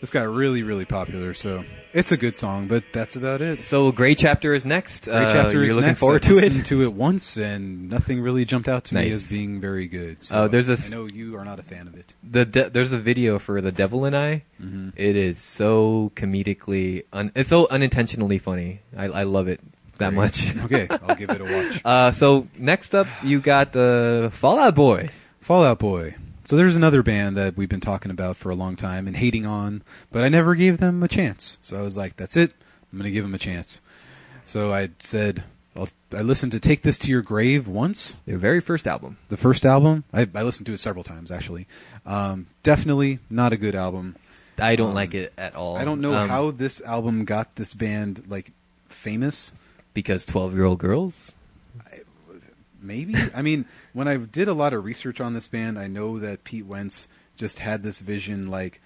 Speaker 2: this got really really popular. So it's a good song, but that's about it.
Speaker 1: So Gray Chapter is next.
Speaker 2: Great
Speaker 1: uh,
Speaker 2: chapter
Speaker 1: You're
Speaker 2: is
Speaker 1: looking
Speaker 2: next.
Speaker 1: forward
Speaker 2: I
Speaker 1: to
Speaker 2: listened
Speaker 1: it.
Speaker 2: to it once, and nothing really jumped out to me
Speaker 1: Nice.
Speaker 2: as being very good. So
Speaker 1: Oh, there's this-
Speaker 2: I know you are not a fan of it.
Speaker 1: The de- there's a video for The Devil and I.
Speaker 2: Mm-hmm.
Speaker 1: It is so comedically, un- it's so unintentionally funny. I, I love it that
Speaker 2: Great.
Speaker 1: much.
Speaker 2: okay, I'll give it a watch.
Speaker 1: Uh, so next up, you got the Fallout Boy.
Speaker 2: Fallout Boy. So there's another band that we've been talking about for a long time and hating on, but I never gave them a chance. So I was like, that's it. I'm going to give them a chance. So I said, I'll, I listened to Take This to Your Grave once,
Speaker 1: Their very first album.
Speaker 2: the first album. I, I listened to it several times, actually. Um, definitely not a good album.
Speaker 1: I don't
Speaker 2: Um,
Speaker 1: like it at all.
Speaker 2: I don't know
Speaker 1: Um,
Speaker 2: how this album got this band, like, famous.
Speaker 1: because 12 year old girls
Speaker 2: Maybe. I mean, when I did a lot of research on this band, I know that Pete Wentz just had this vision like,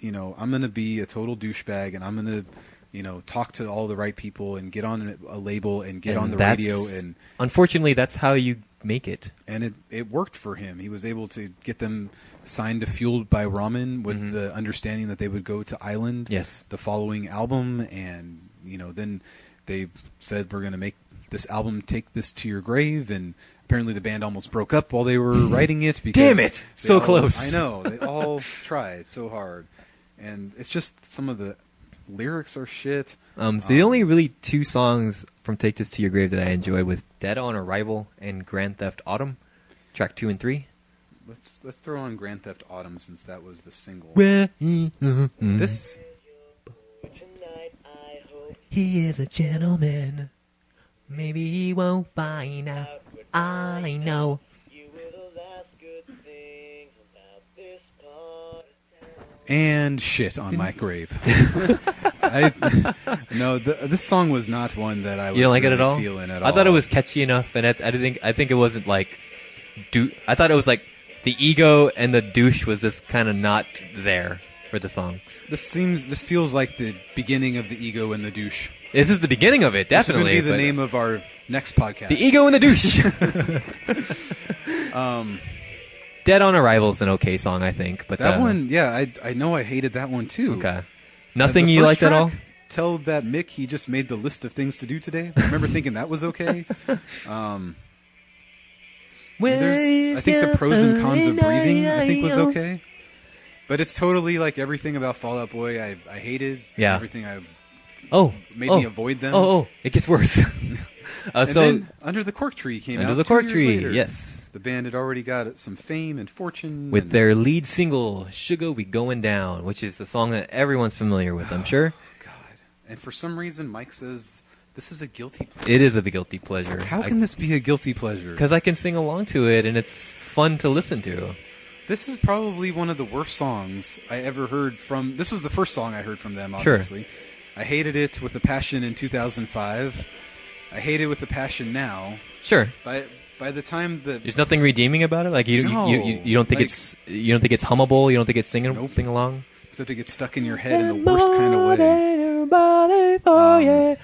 Speaker 2: you know, I'm going to be a total douchebag and I'm going to, you know, talk to all the right people and get on a label and get
Speaker 1: And
Speaker 2: on the
Speaker 1: that's-
Speaker 2: radio and
Speaker 1: unfortunately that's how you make it
Speaker 2: and it it worked for him. He was able to get them signed to Fueled by Ramen with the understanding that they would go to Island
Speaker 1: Mm-hmm. Yes.
Speaker 2: the following album and you know then they said we're going to make this album take this to your grave and apparently the band almost broke up while they were writing it because
Speaker 1: Damn it!
Speaker 2: they
Speaker 1: So
Speaker 2: all-
Speaker 1: close.
Speaker 2: I know. They all tried so hard. And it's just some of the lyrics are shit.
Speaker 1: um, the only really two songs from take this to your grave that i enjoyed was dead on arrival and grand theft autumn track two and three
Speaker 2: Let's let's throw on Grand Theft Autumn since that was the single.
Speaker 1: well Mm-hmm.
Speaker 2: This
Speaker 3: Tonight, I hope
Speaker 1: he is a gentleman maybe he won't find out i know
Speaker 3: you were the last good thing about this part of town.
Speaker 2: and shit on my grave. I, no, th this song was not one that I was
Speaker 1: you don't like it at
Speaker 2: really
Speaker 1: all?
Speaker 2: feeling at
Speaker 1: i thought it
Speaker 2: all.
Speaker 1: was catchy enough and i, I didn't think i think it wasn't like do i thought it was like the ego and the douche was just kind of not there for the song
Speaker 2: This seems. This feels like the beginning of the ego and the douche.
Speaker 1: This is the beginning of it,
Speaker 2: This is going
Speaker 1: definitely.
Speaker 2: to be the
Speaker 1: but-
Speaker 2: name of our next podcast.
Speaker 1: The ego and the douche. um, Dead on Arrival is an okay song, I think, but
Speaker 2: Um, That
Speaker 1: uh,
Speaker 2: one, yeah, I I know I hated that one too.
Speaker 1: okay.
Speaker 2: And the
Speaker 1: Nothing you liked
Speaker 2: first
Speaker 1: at all.
Speaker 2: track, Tell that Mick he just made the list of things to do today. I remember thinking that was okay. There's, I think the pros and cons of breathing I think was okay, but it's totally like everything about Fallout Boy I I hated.
Speaker 1: Yeah.
Speaker 2: everything I
Speaker 1: Oh,
Speaker 2: made
Speaker 1: oh,
Speaker 2: me avoid them.
Speaker 1: Oh, oh, it gets worse. uh,
Speaker 2: and
Speaker 1: so
Speaker 2: then Under the Cork Tree came
Speaker 1: Under
Speaker 2: out
Speaker 1: the
Speaker 2: two
Speaker 1: Cork
Speaker 2: years
Speaker 1: Tree,
Speaker 2: later.
Speaker 1: yes.
Speaker 2: The band had already got some fame and fortune.
Speaker 1: with
Speaker 2: and
Speaker 1: their lead single "Sugar We Going Down," which is the song that everyone's familiar with, I'm sure.
Speaker 2: God. And for some reason, Mike says this is a guilty. Pleasure.
Speaker 1: It is a guilty pleasure.
Speaker 2: How can this be a guilty pleasure?
Speaker 1: Because I can sing along to it, and it's fun to listen to.
Speaker 2: This is probably one of the worst songs I ever heard from. This was the first song I heard from them,
Speaker 1: Sure.
Speaker 2: obviously. I hated it with a passion in 2005. I hate it with a passion now.
Speaker 1: Sure,
Speaker 2: By by the time the
Speaker 1: there's nothing redeeming about it. Like you, you- you, you,
Speaker 2: No,
Speaker 1: you don't think
Speaker 2: like-
Speaker 1: it's you don't think it's hummable. You don't think it's singing
Speaker 2: Nope.
Speaker 1: sing along.
Speaker 2: except it gets stuck in your head in the worst kind of way.
Speaker 1: Um,
Speaker 2: yeah,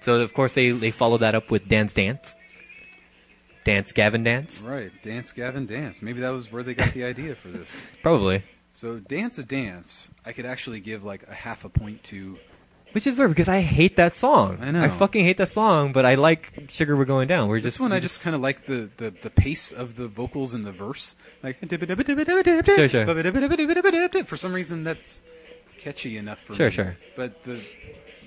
Speaker 1: So of course they they follow that up with Dance Dance, Dance Gavin Dance,
Speaker 2: Right, dance, Gavin, dance. Maybe that was where they got the idea for this.
Speaker 1: probably,
Speaker 2: So, dance a dance. I could actually give like a half a point to.
Speaker 1: which is weird because I hate that song.
Speaker 2: I know.
Speaker 1: I fucking hate that song, but I like Sugar We're Going Down. We're
Speaker 2: This
Speaker 1: just
Speaker 2: one,
Speaker 1: we're
Speaker 2: I just kind of like the, the, the pace of the vocals in the verse. Like, for some reason, that's catchy enough for
Speaker 1: Sure,
Speaker 2: me.
Speaker 1: sure.
Speaker 2: But the,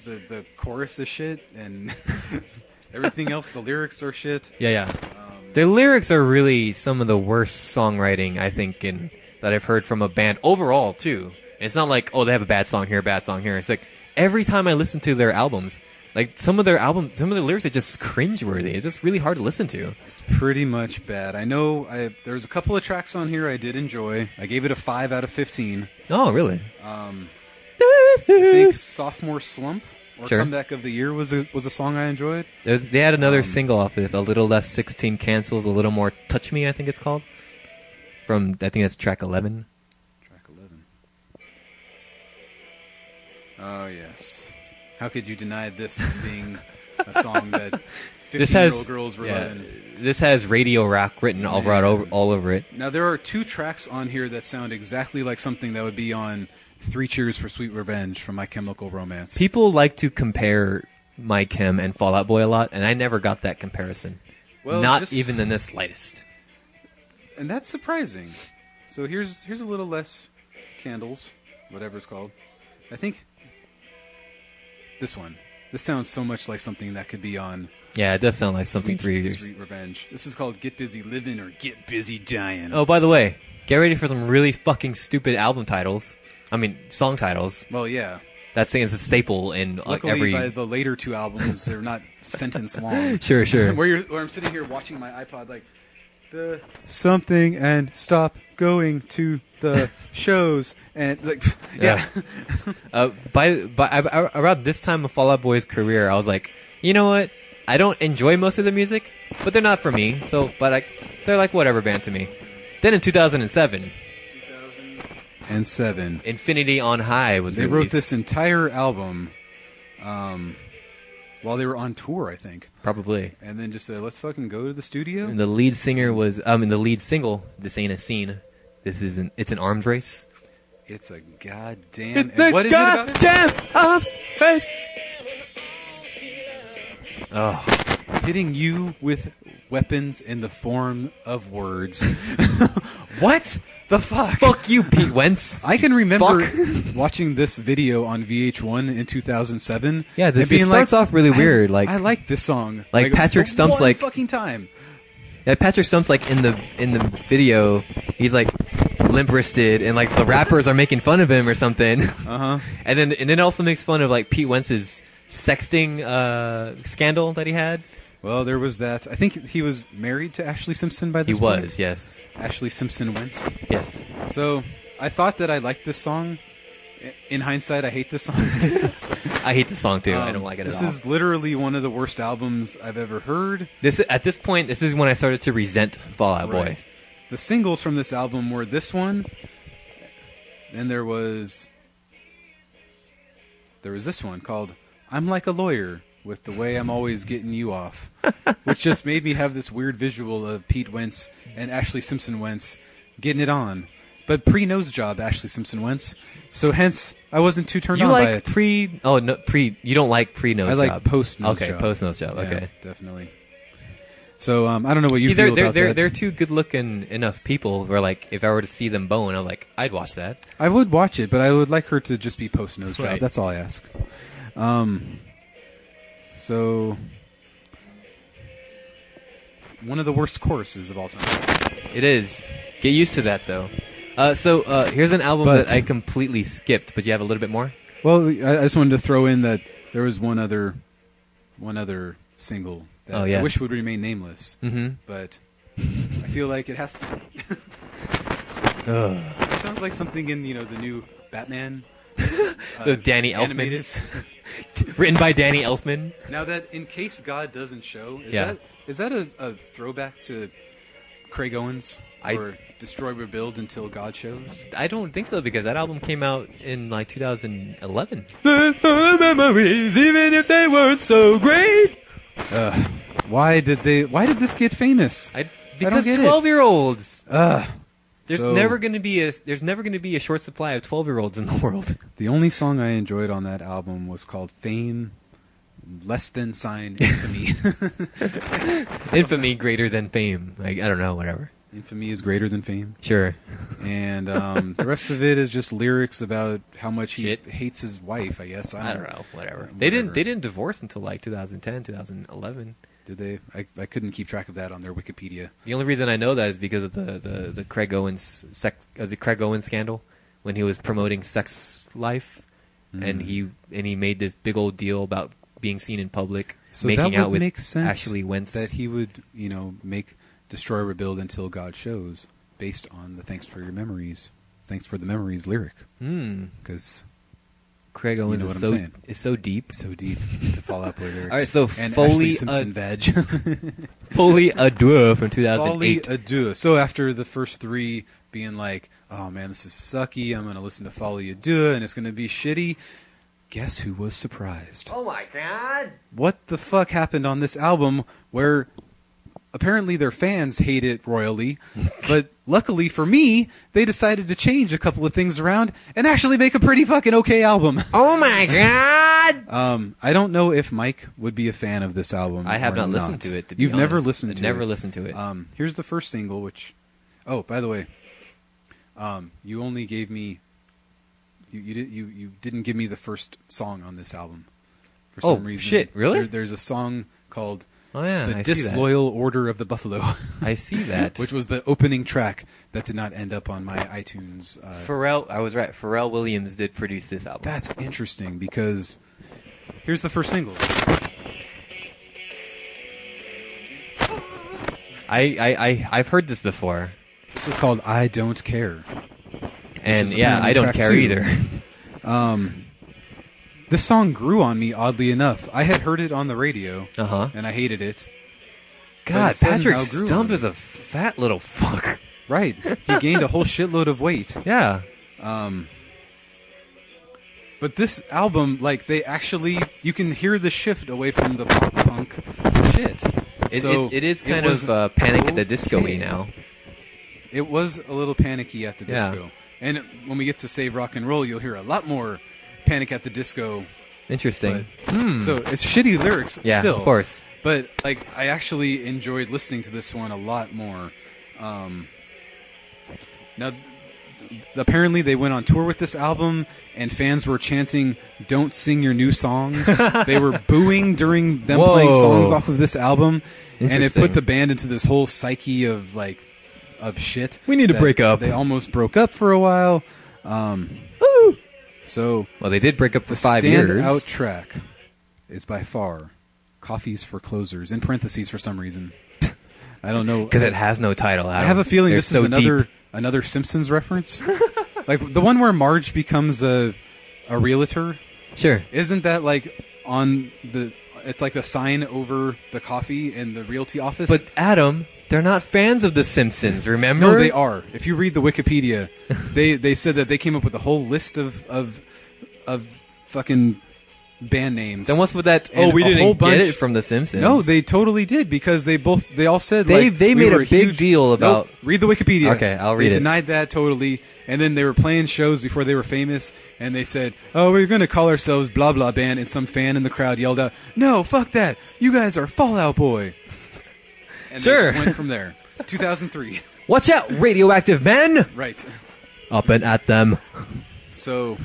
Speaker 2: the, the chorus is shit, and everything else, the lyrics are shit.
Speaker 1: Yeah, yeah. The lyrics are really some of the worst songwriting I think in that I've heard from a band overall too. It's not like oh they have a bad song here, a bad song here. It's like every time I listen to their albums, like some of their album, some of their lyrics are just cringeworthy. It's just really hard to listen to.
Speaker 2: It's pretty much bad. I know I, there's a couple of tracks on here I did enjoy. I gave it a 5 out of 15.
Speaker 1: Oh, really?
Speaker 2: Um, I think Sophomore Slump or
Speaker 1: Sure.
Speaker 2: Comeback of the Year was a, was a song I enjoyed.
Speaker 1: There's, they had another
Speaker 2: Um,
Speaker 1: single off of this, a little less 16 cancels, a little more touch me, I think it's called. From I think that's track 11.
Speaker 2: Track 11. Oh, yes. How could you deny this as being a song that 15
Speaker 1: This
Speaker 2: year
Speaker 1: has
Speaker 2: old girls were
Speaker 1: yeah,
Speaker 2: loving?
Speaker 1: this has radio rock written all, right over, all over it.
Speaker 2: Now, there are two tracks on here that sound exactly like something that would be on Three Cheers for Sweet Revenge from My Chemical Romance.
Speaker 1: People like to compare My Chem and Fallout Boy a lot, and I never got that comparison.
Speaker 2: Well,
Speaker 1: Not
Speaker 2: just-
Speaker 1: even in the slightest.
Speaker 2: and that's surprising. So here's here's a little less candles, whatever it's called. I think this one. This sounds so much like something that could be on
Speaker 1: Yeah, it does sound like something
Speaker 2: Sweet,
Speaker 1: three years.
Speaker 2: Sweet Revenge. This is called Get Busy Living or Get Busy Dying.
Speaker 1: Oh, by the way, get ready for some really fucking stupid album titles. I mean, song titles.
Speaker 2: Well, yeah.
Speaker 1: That thing is a staple in like
Speaker 2: Luckily,
Speaker 1: every.
Speaker 2: by the later two albums, they're not sentence long.
Speaker 1: Sure, sure.
Speaker 2: Where, you're, where I'm sitting here watching my iPod, like the something and stop going to the shows and like yeah.
Speaker 1: Uh, by by I, I- around this time of Fall Out Boy's career, I was like, you know what? I don't enjoy most of the music, but they're not for me. So, but I, they're like whatever band to me. Then in 2007,
Speaker 2: and seven.
Speaker 1: Infinity on High was
Speaker 2: They wrote
Speaker 1: released.
Speaker 2: this entire album um, while they were on tour, I think,
Speaker 1: probably.
Speaker 2: and then just said, "Let's fucking go to the studio."
Speaker 1: And the lead singer was, I mean, the lead single. This ain't a scene. This isn't. It's an arms race.
Speaker 2: It's a goddamn. and what is it about? it?
Speaker 1: arms race. Oh,
Speaker 2: hitting you with weapons in the form of words. what the fuck?
Speaker 1: fuck you, Pete Wentz.
Speaker 2: I can remember
Speaker 1: Fuck.
Speaker 2: watching this video on VH1 in 2007.
Speaker 1: Yeah, this-
Speaker 2: and being
Speaker 1: it starts off really weird, like-
Speaker 2: I like this song.
Speaker 1: like Patrick
Speaker 2: the
Speaker 1: Stump's
Speaker 2: one
Speaker 1: like-
Speaker 2: fucking time.
Speaker 1: Yeah, Patrick Stump's like in the in the video, he's like limp wristed, and like the rappers are making fun of him or something.
Speaker 2: Uh huh.
Speaker 1: And then and then it also makes fun of like Pete Wentz's sexting uh, scandal that he had.
Speaker 2: Well, there was that. I think he was married to Ashley Simpson by
Speaker 1: He
Speaker 2: this point.
Speaker 1: was, yes,
Speaker 2: Ashley Simpson Wentz.
Speaker 1: yes.
Speaker 2: So I thought that I liked this song. I- In hindsight, I hate this song.
Speaker 1: I hate the song too. I don't
Speaker 2: Um,
Speaker 1: like it
Speaker 2: This
Speaker 1: at all.
Speaker 2: is literally one of the worst albums I've ever heard.
Speaker 1: this at this point, this is when I started to resent Fallout Boy.
Speaker 2: Right. The singles from this album were this one, and there was there was this one called "I'm Like a Lawyer" with the way I'm always getting you off, which just made me have this weird visual of Pete Wentz and Ashley Simpson Wentz getting it on, but pre nose job Ashley Simpson Wentz. So hence, I wasn't too turned
Speaker 1: You
Speaker 2: on by
Speaker 1: like
Speaker 2: it.
Speaker 1: pre? Oh no, pre. You don't like pre nose
Speaker 2: I like
Speaker 1: job.
Speaker 2: post nose
Speaker 1: Okay,
Speaker 2: job.
Speaker 1: post nose job.
Speaker 2: Yeah,
Speaker 1: Okay.
Speaker 2: definitely. So um, I don't know what you
Speaker 1: see,
Speaker 2: feel
Speaker 1: they're they're
Speaker 2: about
Speaker 1: they're,
Speaker 2: that.
Speaker 1: they're two good looking enough people. Where like, if I were to see them bone, I'm like, I'd watch that.
Speaker 2: I would watch it, but I would like her to just be post nose job.
Speaker 1: Right.
Speaker 2: That's all I ask. Um, so one of the worst choruses of all time.
Speaker 1: It is. Get used to that though. Uh, so uh, here's an album
Speaker 2: But-
Speaker 1: that I completely skipped, but you have a little bit more.
Speaker 2: Well, I, I just wanted to throw in that there was one other, one other single that
Speaker 1: Oh,
Speaker 2: I
Speaker 1: yes.
Speaker 2: wish would remain nameless,
Speaker 1: Mm-hmm.
Speaker 2: but I feel like it has to. It sounds like something in you know the new Batman.
Speaker 1: Uh,
Speaker 2: uh,
Speaker 1: The Danny Elfman.
Speaker 2: animated-
Speaker 1: Written by Danny Elfman.
Speaker 2: Now that in case God doesn't show, is
Speaker 1: Yeah.
Speaker 2: that is that a, a throwback to Craig Owens
Speaker 1: I-
Speaker 2: or destroy rebuild until God shows?
Speaker 1: I don't think so because that album came out in like 2011. The memories, even if they weren't so great.
Speaker 2: Why did they? Why did this get famous?
Speaker 1: I
Speaker 2: don't
Speaker 1: because
Speaker 2: get it.
Speaker 1: 12 year olds.
Speaker 2: Ugh.
Speaker 1: There's
Speaker 2: So,
Speaker 1: never going to be a there's never going to be a short supply of 12 year olds in the world.
Speaker 2: The only song I enjoyed on that album was called "Fame." Less than sign infamy.
Speaker 1: Infamy greater than fame. Like, I don't know, whatever.
Speaker 2: infamy is greater than fame,
Speaker 1: Sure.
Speaker 2: and um, the rest of it is just lyrics about how much he
Speaker 1: Shit.
Speaker 2: hates his wife. I guess
Speaker 1: I don't know, whatever.
Speaker 2: Whatever.
Speaker 1: They didn't they didn't divorce until like 2010, 2011.
Speaker 2: Did they? I, I couldn't keep track of that on their Wikipedia.
Speaker 1: The only reason I know that is because of the the, the Craig Owens sex uh, the Craig Owens scandal when he was promoting Sex Life
Speaker 2: Hmm.
Speaker 1: and he and he made this big old deal about being seen in public
Speaker 2: So
Speaker 1: making
Speaker 2: that would
Speaker 1: out with
Speaker 2: make sense
Speaker 1: Ashley Wentz.
Speaker 2: that he would, you know, make destroy rebuild until God shows, based on the "Thanks for Your Memories," "Thanks for the Memories" lyric,
Speaker 1: Hmm.
Speaker 2: because
Speaker 1: Craig Owens
Speaker 2: know
Speaker 1: is
Speaker 2: what I'm
Speaker 1: so
Speaker 2: saying.
Speaker 1: is so deep.
Speaker 2: so deep into Fallout Boy lyrics.
Speaker 1: All right, so
Speaker 2: and
Speaker 1: Foley,
Speaker 2: Ashley Simpson
Speaker 1: uh,
Speaker 2: veg.
Speaker 1: Foley Adua from 2008.
Speaker 2: Folly adieu. So after the first three being like, "Oh man, this is sucky," I'm gonna listen to Folly adieu, and it's gonna be shitty. Guess who was surprised?
Speaker 1: oh my god.
Speaker 2: what the fuck happened on this album where apparently their fans hate it royally, but luckily for me, they decided to change a couple of things around and actually make a pretty fucking okay album.
Speaker 1: Oh my god.
Speaker 2: Um, I don't know if Mike would be a fan of this album.
Speaker 1: I
Speaker 2: or
Speaker 1: have not listened to it. To be
Speaker 2: You've never
Speaker 1: honest.
Speaker 2: listened
Speaker 1: I've
Speaker 2: to
Speaker 1: never
Speaker 2: it.
Speaker 1: listened to it.
Speaker 2: Um, here's the first single, which, oh, by the way, um, you only gave me, you you, did, you you didn't give me the first song on this album. For
Speaker 1: Oh,
Speaker 2: some reason,
Speaker 1: shit, really?
Speaker 2: There, there's a song called
Speaker 1: oh yeah,
Speaker 2: "The
Speaker 1: I see that.
Speaker 2: Disloyal Order of the Buffalo,"
Speaker 1: I see that.
Speaker 2: which was the opening track that did not end up on my iTunes. Uh,
Speaker 1: Pharrell, I was right. Pharrell Williams did produce this album.
Speaker 2: that's interesting because here's the first single.
Speaker 1: I, I, I I've heard this before,
Speaker 2: This is called "I Don't Care."
Speaker 1: and
Speaker 2: is
Speaker 1: yeah,
Speaker 2: apparently
Speaker 1: I don't
Speaker 2: track
Speaker 1: care
Speaker 2: two.
Speaker 1: either.
Speaker 2: This song grew on me oddly enough. I had heard it on the radio,
Speaker 1: Uh huh.
Speaker 2: and I hated it.
Speaker 1: God,
Speaker 2: it somehow
Speaker 1: Patrick
Speaker 2: grew on
Speaker 1: Stump
Speaker 2: me.
Speaker 1: is a fat little fuck.
Speaker 2: Right. He gained a whole shitload of weight.
Speaker 1: Yeah,
Speaker 2: But this album, like, they actually, you can hear the shift away from the pop punk shit.
Speaker 1: it,
Speaker 2: So
Speaker 1: it, it is kind
Speaker 2: was
Speaker 1: of uh, Panic at the Disco y
Speaker 2: okay.
Speaker 1: now.
Speaker 2: It was a little panicky at the
Speaker 1: Yeah.
Speaker 2: disco. And when we get to Save Rock and Roll, you'll hear a lot more panic at the disco.
Speaker 1: Interesting. Hmm.
Speaker 2: but- So it's shitty lyrics
Speaker 1: Yeah,
Speaker 2: still.
Speaker 1: of course.
Speaker 2: But, like, I actually enjoyed listening to this one a lot more. Um, now, apparently they went on tour with this album and fans were chanting don't sing your new songs they were booing during them
Speaker 1: Whoa.
Speaker 2: playing songs off of this album and it
Speaker 1: Interesting.
Speaker 2: put the band into this whole psyche of like of shit
Speaker 1: We need to
Speaker 2: that
Speaker 1: break up.
Speaker 2: they almost broke up for a while um so
Speaker 1: Well, they did break up for
Speaker 2: the
Speaker 1: five
Speaker 2: standout
Speaker 1: years.
Speaker 2: track is by far coffees for closers in parentheses for some reason i don't know
Speaker 1: because it has no title.
Speaker 2: I have a feeling
Speaker 1: They're
Speaker 2: this
Speaker 1: so
Speaker 2: is another
Speaker 1: deep.
Speaker 2: another Simpsons reference, like the one where Marge becomes a a realtor.
Speaker 1: Sure.
Speaker 2: Isn't that like on the? It's like the sign over the coffee in the realty office.
Speaker 1: But Adam, they're not fans of The Simpsons. Remember?
Speaker 2: no, they are. If you read the Wikipedia, they they said that they came up with a whole list of of of fucking band names.
Speaker 1: Then what's with that?
Speaker 2: And
Speaker 1: oh, we
Speaker 2: a whole
Speaker 1: didn't get
Speaker 2: bunch-
Speaker 1: it from The Simpsons.
Speaker 2: no, they totally did because they both they all said
Speaker 1: They-
Speaker 2: like,
Speaker 1: they
Speaker 2: we
Speaker 1: made a
Speaker 2: were
Speaker 1: big
Speaker 2: huge-
Speaker 1: deal
Speaker 2: Nope,
Speaker 1: about-
Speaker 2: read the Wikipedia.
Speaker 1: Okay, I'll read
Speaker 2: They
Speaker 1: it.
Speaker 2: denied that totally, and then they were playing shows before they were famous, and they said, "Oh, we're going to call ourselves blah blah band," and some fan in the crowd yelled out, "No, fuck that! You guys are Fallout Boy." and
Speaker 1: Sure.
Speaker 2: they just went from there. 2003,
Speaker 1: Watch out, radioactive men!
Speaker 2: right?
Speaker 1: Up and at them.
Speaker 2: So,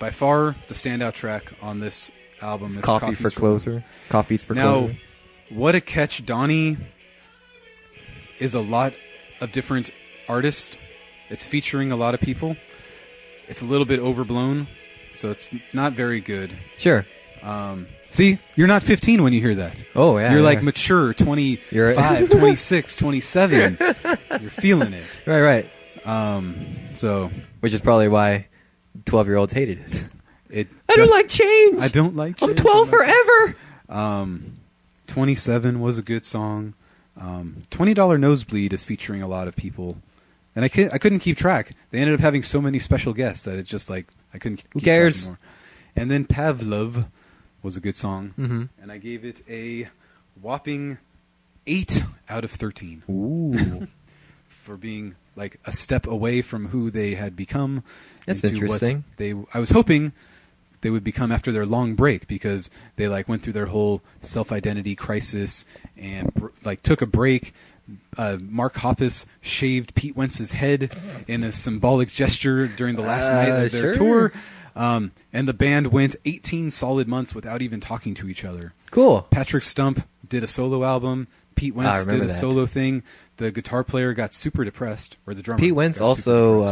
Speaker 2: by far the standout track on this album is
Speaker 1: Coffee,
Speaker 2: Coffee's
Speaker 1: for closer. Coffee's for
Speaker 2: Now,
Speaker 1: closer.
Speaker 2: what a catch, Donnie is a lot of different artists. It's featuring a lot of people. It's a little bit overblown, so it's not very good.
Speaker 1: Sure.
Speaker 2: See, you're not 15 when you hear that.
Speaker 1: Oh, yeah,
Speaker 2: You're
Speaker 1: yeah.
Speaker 2: like mature, 25,
Speaker 1: You're right.
Speaker 2: 26, 27. you're feeling it.
Speaker 1: Right, right.
Speaker 2: So,
Speaker 1: Which is probably why 12 year olds hated it.
Speaker 2: it
Speaker 1: I don't like change!
Speaker 2: I don't like
Speaker 1: I'm
Speaker 2: Jake.
Speaker 1: 12 forever!
Speaker 2: 27 was a good song. Um, $20 Nosebleed is featuring a lot of people. And I, could, I couldn't keep track. They ended up having so many special guests that it's just like, I couldn't keep
Speaker 1: Who
Speaker 2: track
Speaker 1: cares?
Speaker 2: anymore. And then Pavlov was a good song.
Speaker 1: Mhm.
Speaker 2: And I gave it a whopping 8 out of 13
Speaker 1: Ooh.
Speaker 2: for being like a step away from who they had become.
Speaker 1: That's
Speaker 2: into
Speaker 1: interesting.
Speaker 2: What they, I was hoping they would become after their long break because they like went through their whole self identity crisis and br- like took a break. Uh, Mark Hoppus shaved Pete Wentz's head in a symbolic gesture during the last
Speaker 1: Uh,
Speaker 2: night of
Speaker 1: sure.
Speaker 2: their tour. Um, and the band went 18 solid months without even talking to each other.
Speaker 1: cool.
Speaker 2: Patrick Stump did a solo album. Pete
Speaker 1: Ah, I
Speaker 2: Wentz did
Speaker 1: remember
Speaker 2: a
Speaker 1: that.
Speaker 2: solo thing. The guitar player got super depressed, or the drummer.
Speaker 1: Pete Wentz
Speaker 2: got super
Speaker 1: also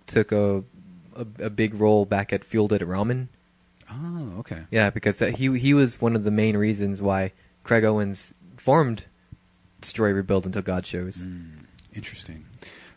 Speaker 2: depressed.
Speaker 1: uh, took a, a a big role back at Fueled It at Ramen. uh,
Speaker 2: oh, okay.
Speaker 1: Yeah, because that, he he was one of the main reasons why Craig Owens formed Destroy Rebuild Until God Shows.
Speaker 2: Mm. Interesting.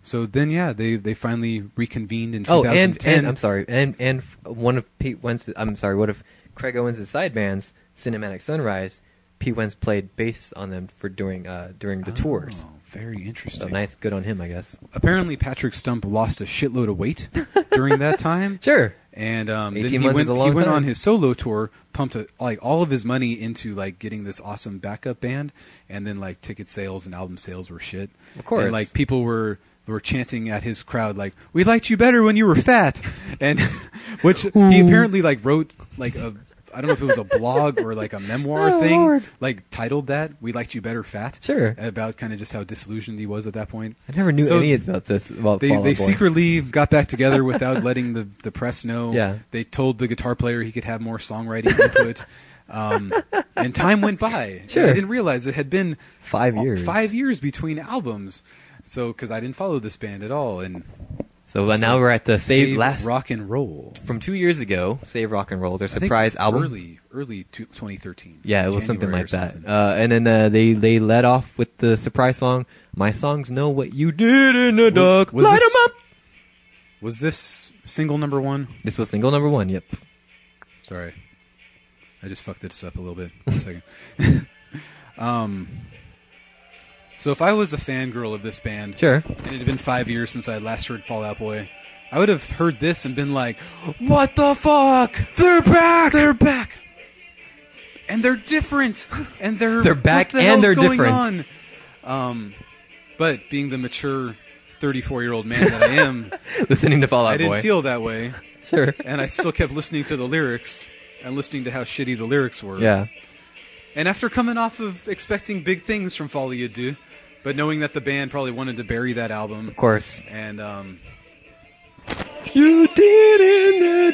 Speaker 2: So then, yeah, they they finally reconvened in
Speaker 1: Oh,
Speaker 2: 2010.
Speaker 1: and and I'm sorry, and and f- one of Pete Wentz. I'm sorry, one of Craig Owens' side bands, Cinematic Sunrise. Pete Wentz played bass on them for during uh, during the tours.
Speaker 2: Oh, very
Speaker 1: So
Speaker 2: interesting.
Speaker 1: nice, good on him, I guess.
Speaker 2: Apparently, Patrick Stump lost a shitload of weight during that time.
Speaker 1: Sure.
Speaker 2: And um,
Speaker 1: 18
Speaker 2: then he
Speaker 1: months
Speaker 2: went.
Speaker 1: is a long
Speaker 2: he went
Speaker 1: time.
Speaker 2: on his solo tour, pumped a, like all of his money into like getting this awesome backup band, and then like ticket sales and album sales were shit.
Speaker 1: Of course.
Speaker 2: and, like people were were chanting at his crowd like, "We liked you better when you were fat," and which he apparently like wrote like a. I don't know if it was a blog or like a memoir
Speaker 1: Oh,
Speaker 2: thing,
Speaker 1: Lord.
Speaker 2: like titled that "We Liked You Better Fat."
Speaker 1: Sure.
Speaker 2: About kind of just how disillusioned he was at that point.
Speaker 1: I never knew
Speaker 2: So
Speaker 1: any about this. About
Speaker 2: they
Speaker 1: Fall Out
Speaker 2: they
Speaker 1: Boy.
Speaker 2: secretly got back together without letting the, the press know.
Speaker 1: Yeah.
Speaker 2: They told the guitar player he could have more songwriting input. um, and time went by.
Speaker 1: Sure.
Speaker 2: And I didn't realize it had been
Speaker 1: Five
Speaker 2: all-
Speaker 1: years.
Speaker 2: Oh, Five years between albums. So, because I didn't follow this band at all, and
Speaker 1: So uh, now we're at the save, last
Speaker 2: rock and roll.
Speaker 1: from two years ago. Save rock and roll. Their
Speaker 2: I think
Speaker 1: surprise album.
Speaker 2: early early two- 2013.
Speaker 1: Yeah, it was something
Speaker 2: January
Speaker 1: like
Speaker 2: or
Speaker 1: that.
Speaker 2: something.
Speaker 1: Uh, and then uh, they they led off with the surprise song. My songs know what you did in the dark.
Speaker 2: was
Speaker 1: Light 'em
Speaker 2: this-
Speaker 1: up.
Speaker 2: was this single number one?
Speaker 1: This was single number one. Yep.
Speaker 2: Sorry. I just fucked this up a little bit. One second. um, so if I was a fangirl of this band,
Speaker 1: Sure.
Speaker 2: and it had been five years since I had last heard Fall Out Boy, I would have heard this and been like, "What the fuck? They're back! They're back! And they're different! And they're
Speaker 1: They're
Speaker 2: what
Speaker 1: back
Speaker 2: the
Speaker 1: and
Speaker 2: hell's
Speaker 1: they're
Speaker 2: going
Speaker 1: different."
Speaker 2: on?" Um, but being the mature, thirty-four-year-old man that I am,
Speaker 1: Listening to Fallout
Speaker 2: I didn't
Speaker 1: Boy.
Speaker 2: feel that way
Speaker 1: sure.
Speaker 2: and I still kept listening to the lyrics and listening to how shitty the lyrics were.
Speaker 1: Yeah.
Speaker 2: And after coming off of expecting big things from Folly Do, but knowing that the band probably wanted to bury that album,
Speaker 1: Of course.
Speaker 2: and um,
Speaker 1: You did in the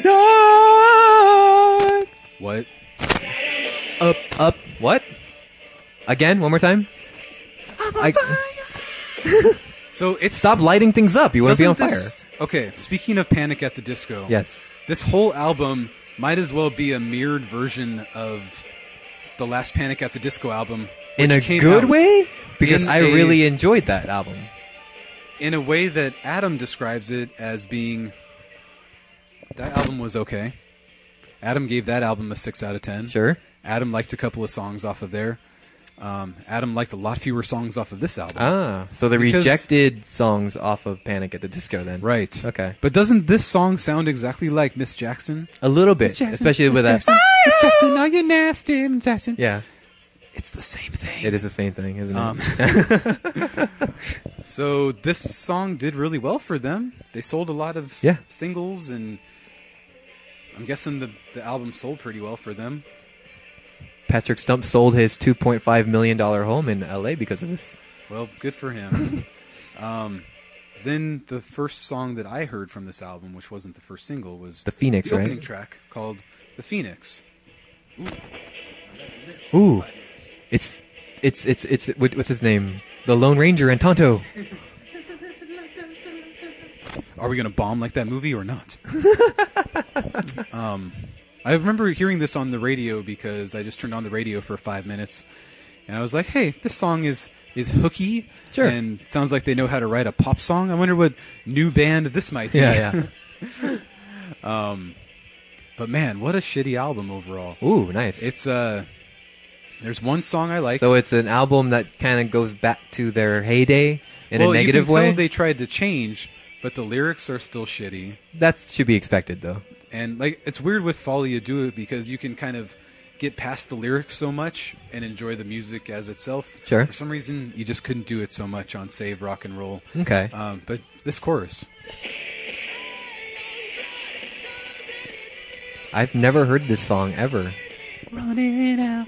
Speaker 1: dark.
Speaker 2: what?
Speaker 1: Up, up. What? Again, one more time. I-
Speaker 2: So it's
Speaker 1: stop lighting things up. You want to be on
Speaker 2: doesn't this- Okay, speaking of Panic at the Disco,
Speaker 1: fire. Yes.
Speaker 2: this whole album might as well be a mirrored version of the last Panic at the Disco album
Speaker 1: In a
Speaker 2: which came
Speaker 1: good
Speaker 2: out
Speaker 1: way, because
Speaker 2: in
Speaker 1: I
Speaker 2: a-
Speaker 1: really enjoyed that album.
Speaker 2: in a way that Adam describes it as being that album was okay. Adam gave that album a six out of ten.
Speaker 1: Sure.
Speaker 2: Adam liked a couple of songs off of there. Um, Adam liked a lot fewer songs off of this album.
Speaker 1: Ah, so they
Speaker 2: Because-
Speaker 1: rejected songs off of Panic at the Disco then.
Speaker 2: Right.
Speaker 1: Okay.
Speaker 2: But doesn't this song sound exactly like Miss Jackson?
Speaker 1: A little bit,
Speaker 2: Miss Jackson,
Speaker 1: especially
Speaker 2: Miss
Speaker 1: with that.
Speaker 2: Jackson, Miss Jackson, now you're nasty, Miss Jackson.
Speaker 1: Yeah,
Speaker 2: It's the same thing.
Speaker 1: it is the same thing, isn't it?
Speaker 2: Um, so this song did really well for them. They sold a lot of
Speaker 1: Yeah.
Speaker 2: singles, and I'm guessing the the album sold pretty well for them.
Speaker 1: Patrick Stump sold his $2.5 million home in LA because of this.
Speaker 2: Well, good for him. um, then the first song that I heard from this album, which wasn't the first single, was
Speaker 1: The Phoenix,
Speaker 2: the
Speaker 1: right?
Speaker 2: opening track called "The Phoenix."
Speaker 1: Ooh, it's it's it's it's what- what's his name? The Lone Ranger and Tonto.
Speaker 2: Are we going to bomb like that movie or not? um, I remember hearing this on the radio because I just turned on the radio for five minutes, and I was like, "Hey, this song is is hooky,
Speaker 1: Sure.
Speaker 2: and sounds like they know how to write a pop song. I wonder what new band this might be."
Speaker 1: Yeah,
Speaker 2: But man, what a shitty album overall.
Speaker 1: yeah. Ooh, nice.
Speaker 2: It's uh there's one song I like.
Speaker 1: so it's an album that kind of goes back to their heyday in
Speaker 2: well,
Speaker 1: a negative
Speaker 2: you can
Speaker 1: way.
Speaker 2: tell they tried to change, but the lyrics are still shitty.
Speaker 1: that should be expected, though.
Speaker 2: And like it's weird with Folly Do It because you can kind of get past the lyrics so much and enjoy the music as itself.
Speaker 1: Sure.
Speaker 2: For some reason, you just couldn't do it so much on Save Rock and Roll.
Speaker 1: Okay.
Speaker 2: Um, but this chorus,
Speaker 1: I've never heard this song ever.
Speaker 2: running out,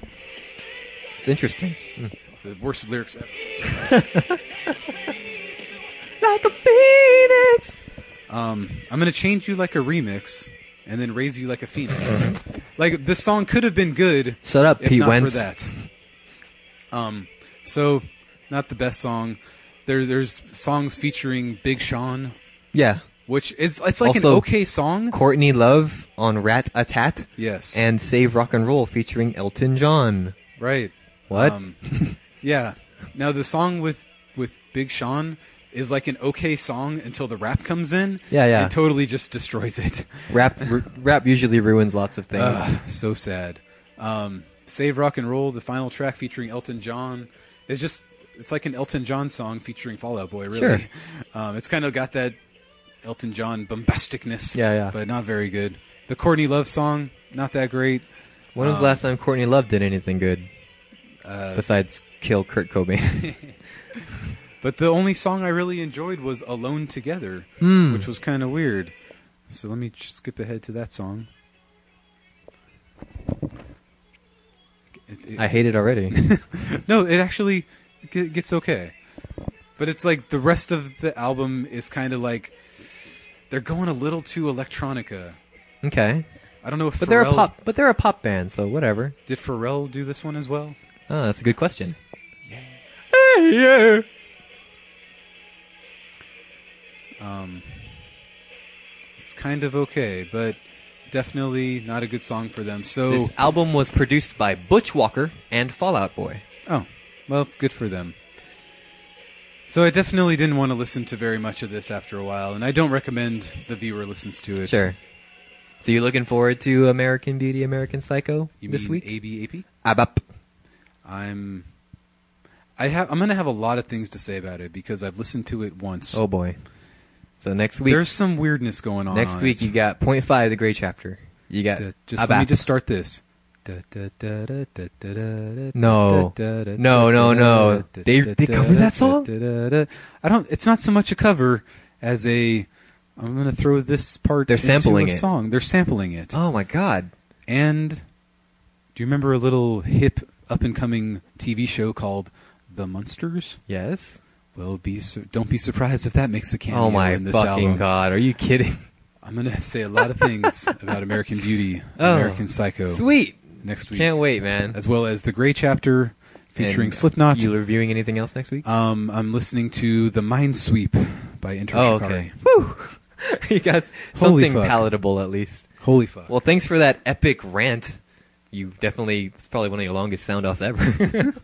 Speaker 1: It's interesting.
Speaker 2: the worst lyrics ever.
Speaker 1: Like a phoenix.
Speaker 2: Um, I'm gonna change you like a remix, and then raise you like a phoenix. like this song could have been good.
Speaker 1: Shut up,
Speaker 2: if
Speaker 1: Pete
Speaker 2: not
Speaker 1: Wentz.
Speaker 2: for that. Um, so not the best song. There, there's songs featuring Big Sean,
Speaker 1: Yeah.
Speaker 2: which is it's like
Speaker 1: Also-
Speaker 2: an okay song.
Speaker 1: Courtney Love on Rat a Tat
Speaker 2: Yes,
Speaker 1: and Save Rock and Roll featuring Elton John.
Speaker 2: right.
Speaker 1: What?
Speaker 2: Um, yeah. Now the song with with Big Sean is like an okay song until the rap comes in.
Speaker 1: Yeah, yeah.
Speaker 2: And totally just destroys it.
Speaker 1: Rap r- rap usually ruins lots of things.
Speaker 2: Ugh, so sad. Um, Save Rock and Roll, the final track featuring Elton John, is just it's like an Elton John song featuring Fallout Boy. Really,
Speaker 1: Sure.
Speaker 2: um, it's kind of got that Elton John bombasticness.
Speaker 1: Yeah, yeah.
Speaker 2: but not very good. The Courtney Love song, not that great.
Speaker 1: when was the
Speaker 2: um,
Speaker 1: last time Courtney Love did anything good
Speaker 2: Uh,
Speaker 1: besides kill Kurt Cobain?
Speaker 2: but the only song I really enjoyed was Alone Together,
Speaker 1: Hmm.
Speaker 2: which was kind of weird. So let me ch- skip ahead to that song. It- it-
Speaker 1: I hate it already.
Speaker 2: No, it actually g- gets okay. But it's like the rest of the album is kind of like they're going a little too electronica.
Speaker 1: okay,
Speaker 2: I don't know if
Speaker 1: but
Speaker 2: Pharrell,
Speaker 1: they're a pop. But they're a pop band, so whatever.
Speaker 2: Did Pharrell do this one as well?
Speaker 1: Oh, that's a good question.
Speaker 2: Um, it's kind of okay, but definitely not a good song for them. So
Speaker 1: This album was produced by Butch Walker and Fallout Boy.
Speaker 2: Oh, well, good for them. So I definitely didn't want to listen to very much of this after a while, and I don't recommend the viewer listens to it.
Speaker 1: Sure. So you looking forward to American Beauty, American Psycho
Speaker 2: You
Speaker 1: this
Speaker 2: mean
Speaker 1: week?
Speaker 2: ABAP?
Speaker 1: Abap.
Speaker 2: I'm I have I'm going to have a lot of things to say about it because I've listened to it once.
Speaker 1: Oh boy. So next week,
Speaker 2: There's some weirdness going on.
Speaker 1: next
Speaker 2: on
Speaker 1: week
Speaker 2: it.
Speaker 1: you got point five, the Gray Chapter. You got
Speaker 2: Da- just let
Speaker 1: Abap.
Speaker 2: me just start this. Da- da- da- da- da- da- da-
Speaker 1: No.
Speaker 2: da- da- da-
Speaker 1: No, no, no.
Speaker 2: da- da- da-
Speaker 1: They-
Speaker 2: da-
Speaker 1: they
Speaker 2: da-
Speaker 1: cover that
Speaker 2: da-
Speaker 1: song?
Speaker 2: da- da- da- I don't. It's not so much a cover as a. I'm gonna throw this part.
Speaker 1: They're
Speaker 2: into
Speaker 1: sampling
Speaker 2: a
Speaker 1: it.
Speaker 2: Song. They're sampling it.
Speaker 1: Oh my God.
Speaker 2: And do you remember a little hip up and coming TV show called The Munsters?
Speaker 1: Yes.
Speaker 2: Well, be su- don't be surprised if that makes a cameo
Speaker 1: Oh my
Speaker 2: in this
Speaker 1: fucking
Speaker 2: album.
Speaker 1: God. Are you kidding?
Speaker 2: I'm gonna say a lot of things about American Beauty,
Speaker 1: Oh.
Speaker 2: American Psycho
Speaker 1: Sweet.
Speaker 2: next week,
Speaker 1: Can't wait, man.
Speaker 2: as well as the Gray Chapter featuring
Speaker 1: And
Speaker 2: Slipknot.
Speaker 1: You reviewing anything else next week?
Speaker 2: um, I'm listening to the Minesweep by Inter
Speaker 1: oh,
Speaker 2: Shikari.
Speaker 1: okay. Whew. you got
Speaker 2: Holy
Speaker 1: something
Speaker 2: fuck.
Speaker 1: palatable at least.
Speaker 2: Holy fuck!
Speaker 1: Well, thanks for that epic rant. You definitely, it's probably one of your longest sound offs ever.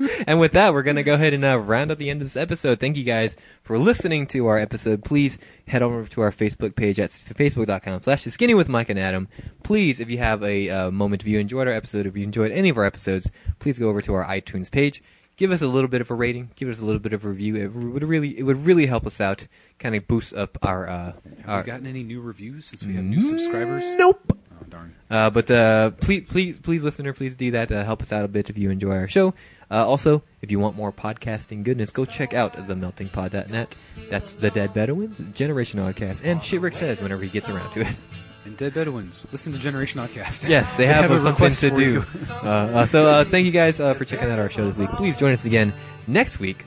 Speaker 1: and with that, we're going to go ahead and uh, round up the end of this episode. Thank you guys for listening to our episode. Please head over to our Facebook page at facebook.com slash The skinny with Mike and Adam. Please, if you have a uh, moment, if you enjoyed our episode, if you enjoyed any of our episodes, please go over to our iTunes page. Give us a little bit of a rating. Give us a little bit of a review. It would really, it would really help us out. Kind of boost up our, uh,
Speaker 2: have
Speaker 1: our
Speaker 2: we gotten any new reviews since we have new subscribers?
Speaker 1: Nope.
Speaker 2: Oh, darn.
Speaker 1: Uh, but uh, please, please, please, listener, please do that. Uh, help us out a bit if you enjoy our show. Uh, also, if you want more podcasting goodness, go check out themeltingpod.net. That's The Dead Bedouins, Generation Oddcast, and Shit Rick Says whenever he gets around to it.
Speaker 2: And Dead Bedouins, listen to Generation Outcast.
Speaker 1: Yes, they
Speaker 2: We
Speaker 1: have,
Speaker 2: a
Speaker 1: something
Speaker 2: request
Speaker 1: to
Speaker 2: for
Speaker 1: do.
Speaker 2: you.
Speaker 1: Uh, uh, so uh, thank you guys uh, for checking out our show this week. Please join us again next week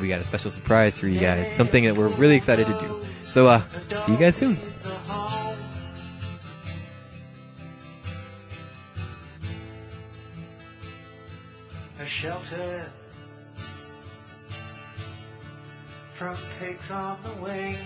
Speaker 1: we got a special surprise for you guys. Something that we're really excited to do. So, uh, see you guys soon.
Speaker 4: a shelter from pigs on the wing.